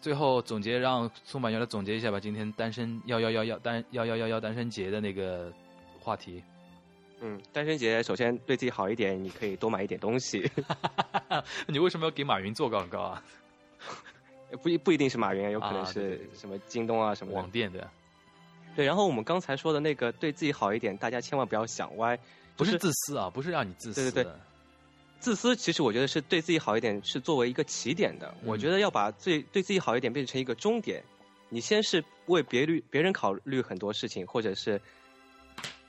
[SPEAKER 4] 最后总结，让宋板原来总结一下吧。今天单身幺幺幺幺单幺幺幺幺单身节的那个话题，
[SPEAKER 8] 嗯，单身节首先对自己好一点，你可以多买一点东西，
[SPEAKER 4] 你为什么要给马云做广告啊？
[SPEAKER 8] 不一不一定是马云，有可
[SPEAKER 4] 啊
[SPEAKER 8] 能
[SPEAKER 4] 对对
[SPEAKER 8] 是
[SPEAKER 4] 对对
[SPEAKER 8] 什么京东啊什么的
[SPEAKER 4] 网。店对吧，
[SPEAKER 8] 对，然后我们刚才说的那个对自己好一点，大家千万不要想歪。
[SPEAKER 4] 不
[SPEAKER 8] 就是是
[SPEAKER 4] 自私啊，不是让你自私的。
[SPEAKER 8] 对对自私其实我觉得是对自己好一点，是作为一个起点的。
[SPEAKER 4] 嗯
[SPEAKER 8] 我觉得要把最对自己好一点变成一个终点，你先是为别虑别人考虑很多事情，或者是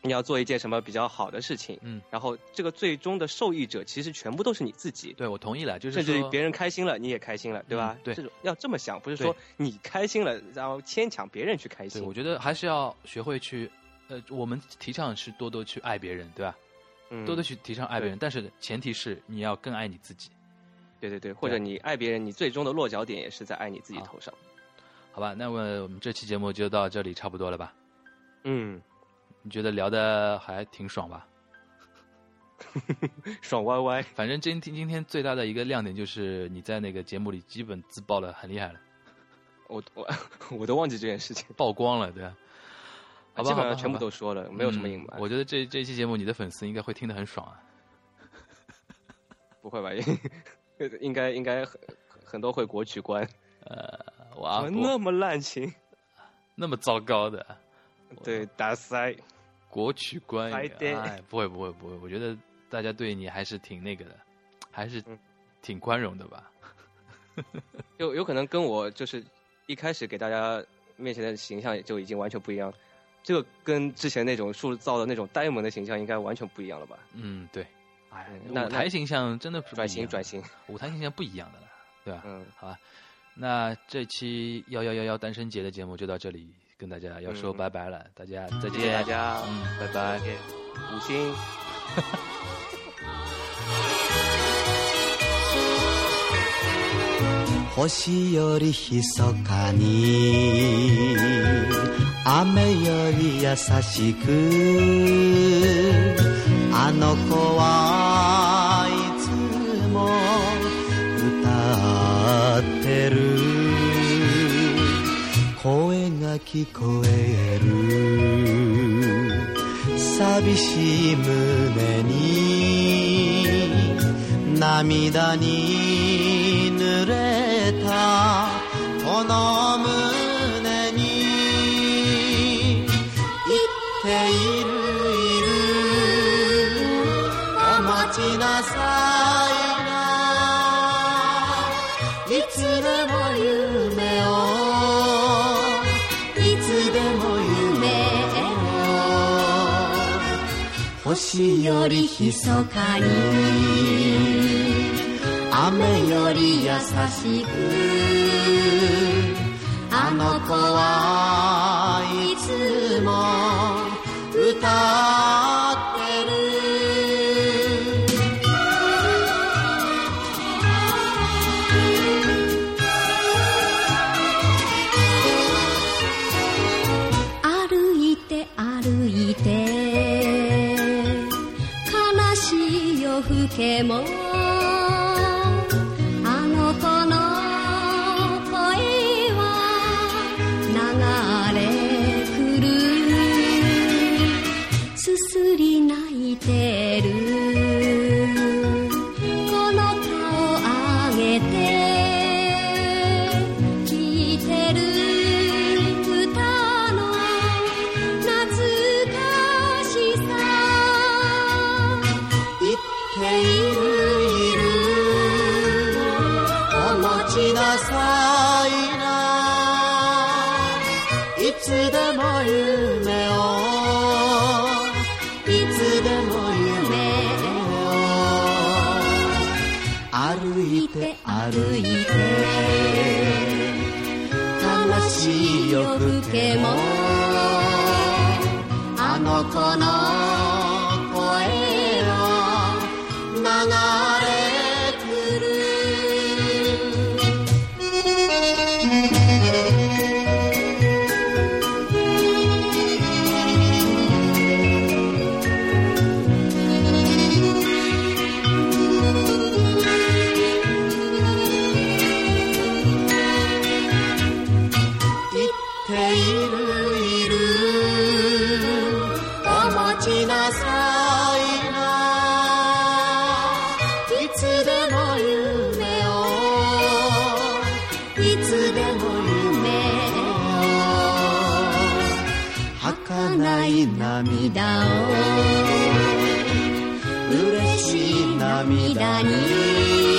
[SPEAKER 8] 你要做一件什么比较好的事情，
[SPEAKER 4] 嗯，
[SPEAKER 8] 然后这个最终的受益者其实全部都是你自己。
[SPEAKER 4] 对我同意了，就是
[SPEAKER 8] 甚至于
[SPEAKER 4] 说嗯
[SPEAKER 8] 别人开心了，你也开心了，对吧？
[SPEAKER 4] 对
[SPEAKER 8] 这种要这么想，不是说
[SPEAKER 4] 对
[SPEAKER 8] 你开心了，然后牵强别人去开
[SPEAKER 4] 对，
[SPEAKER 8] 心。
[SPEAKER 4] 我觉得还是要学会去，呃，我们提倡是多多去爱别人，对吧？
[SPEAKER 8] 嗯
[SPEAKER 4] 多多去提倡爱别人，但是前提是你要更爱你自己，
[SPEAKER 8] 对对对，或者你爱别人，你最终的落脚点也是在爱你自己
[SPEAKER 4] 啊好
[SPEAKER 8] 头上。
[SPEAKER 4] 好吧？那么我们这期节目就到这里差不多了吧？
[SPEAKER 8] 嗯，
[SPEAKER 4] 你觉得聊的还挺爽吧？
[SPEAKER 8] 爽歪歪。
[SPEAKER 4] 反正今天今天最大的一个亮点就是你在那个节目里基本自爆了，很厉害了，
[SPEAKER 8] 我我我都忘记这件事情，
[SPEAKER 4] 曝光了，对吧？好吧，
[SPEAKER 8] 哎基本
[SPEAKER 4] 好吧
[SPEAKER 8] 上全
[SPEAKER 4] 好
[SPEAKER 8] 部
[SPEAKER 4] 吧
[SPEAKER 8] 都说了，没有什么
[SPEAKER 4] 嗯
[SPEAKER 8] 隐瞒。
[SPEAKER 4] 我觉得这这一期节目你的粉丝应该会听得很爽啊。
[SPEAKER 8] 不会吧？ 应该应该很很多会国取关，
[SPEAKER 4] 哇，啊我
[SPEAKER 8] 怎么那么滥情，
[SPEAKER 4] 那么糟糕的
[SPEAKER 8] 对打塞。
[SPEAKER 4] 国曲观
[SPEAKER 8] 白
[SPEAKER 4] 影，
[SPEAKER 8] 呆
[SPEAKER 4] 哎，不会不会不会，我觉得大家对你还是挺那个的，还是
[SPEAKER 8] 嗯
[SPEAKER 4] 挺宽容的吧？
[SPEAKER 8] 有有可能跟我就是一开始给大家面前的形象就已经完全不一样，这个跟之前那种塑造的那种呆萌的形象应该完全不一样了吧？
[SPEAKER 4] 嗯，对，哎，
[SPEAKER 8] 那
[SPEAKER 4] 舞台
[SPEAKER 8] 那
[SPEAKER 4] 形象真的是不
[SPEAKER 8] 转
[SPEAKER 4] 一
[SPEAKER 8] 型
[SPEAKER 4] 样
[SPEAKER 8] 转，型，
[SPEAKER 4] 舞台形象不一样的了，对吧？
[SPEAKER 8] 嗯，
[SPEAKER 4] 好吧，那这期幺幺幺幺单身节的节目就到这里，跟大家要说
[SPEAKER 8] 嗯
[SPEAKER 4] 拜拜了，大家再见，
[SPEAKER 8] 谢谢大家，
[SPEAKER 4] 嗯，拜拜。
[SPEAKER 8] 谢谢五星。
[SPEAKER 7] 星よりひそかに雨より優しくあの子はいつも歌ってる声が聞こえる寂しい胸に涙に濡れたこの胸に言っているいるお待ちなさいないつでも夢をいつでも夢を星よりひそかに雨より優しくあの子はいつも歌ってる
[SPEAKER 9] 歩いて歩いて悲しい夜更けもあの子の声は流れ来るすすり泣いてるこの顔あげて聞いてる歌の懐かしさ
[SPEAKER 7] 言っているいるお待ちなさいないつでも夢をいつでも夢をて歩いて悲しい夜更けもあの子の声を流れ来る言っているいるお待ちなさいないつでも夢をいつでも夢を儚い涙を嬉しい涙に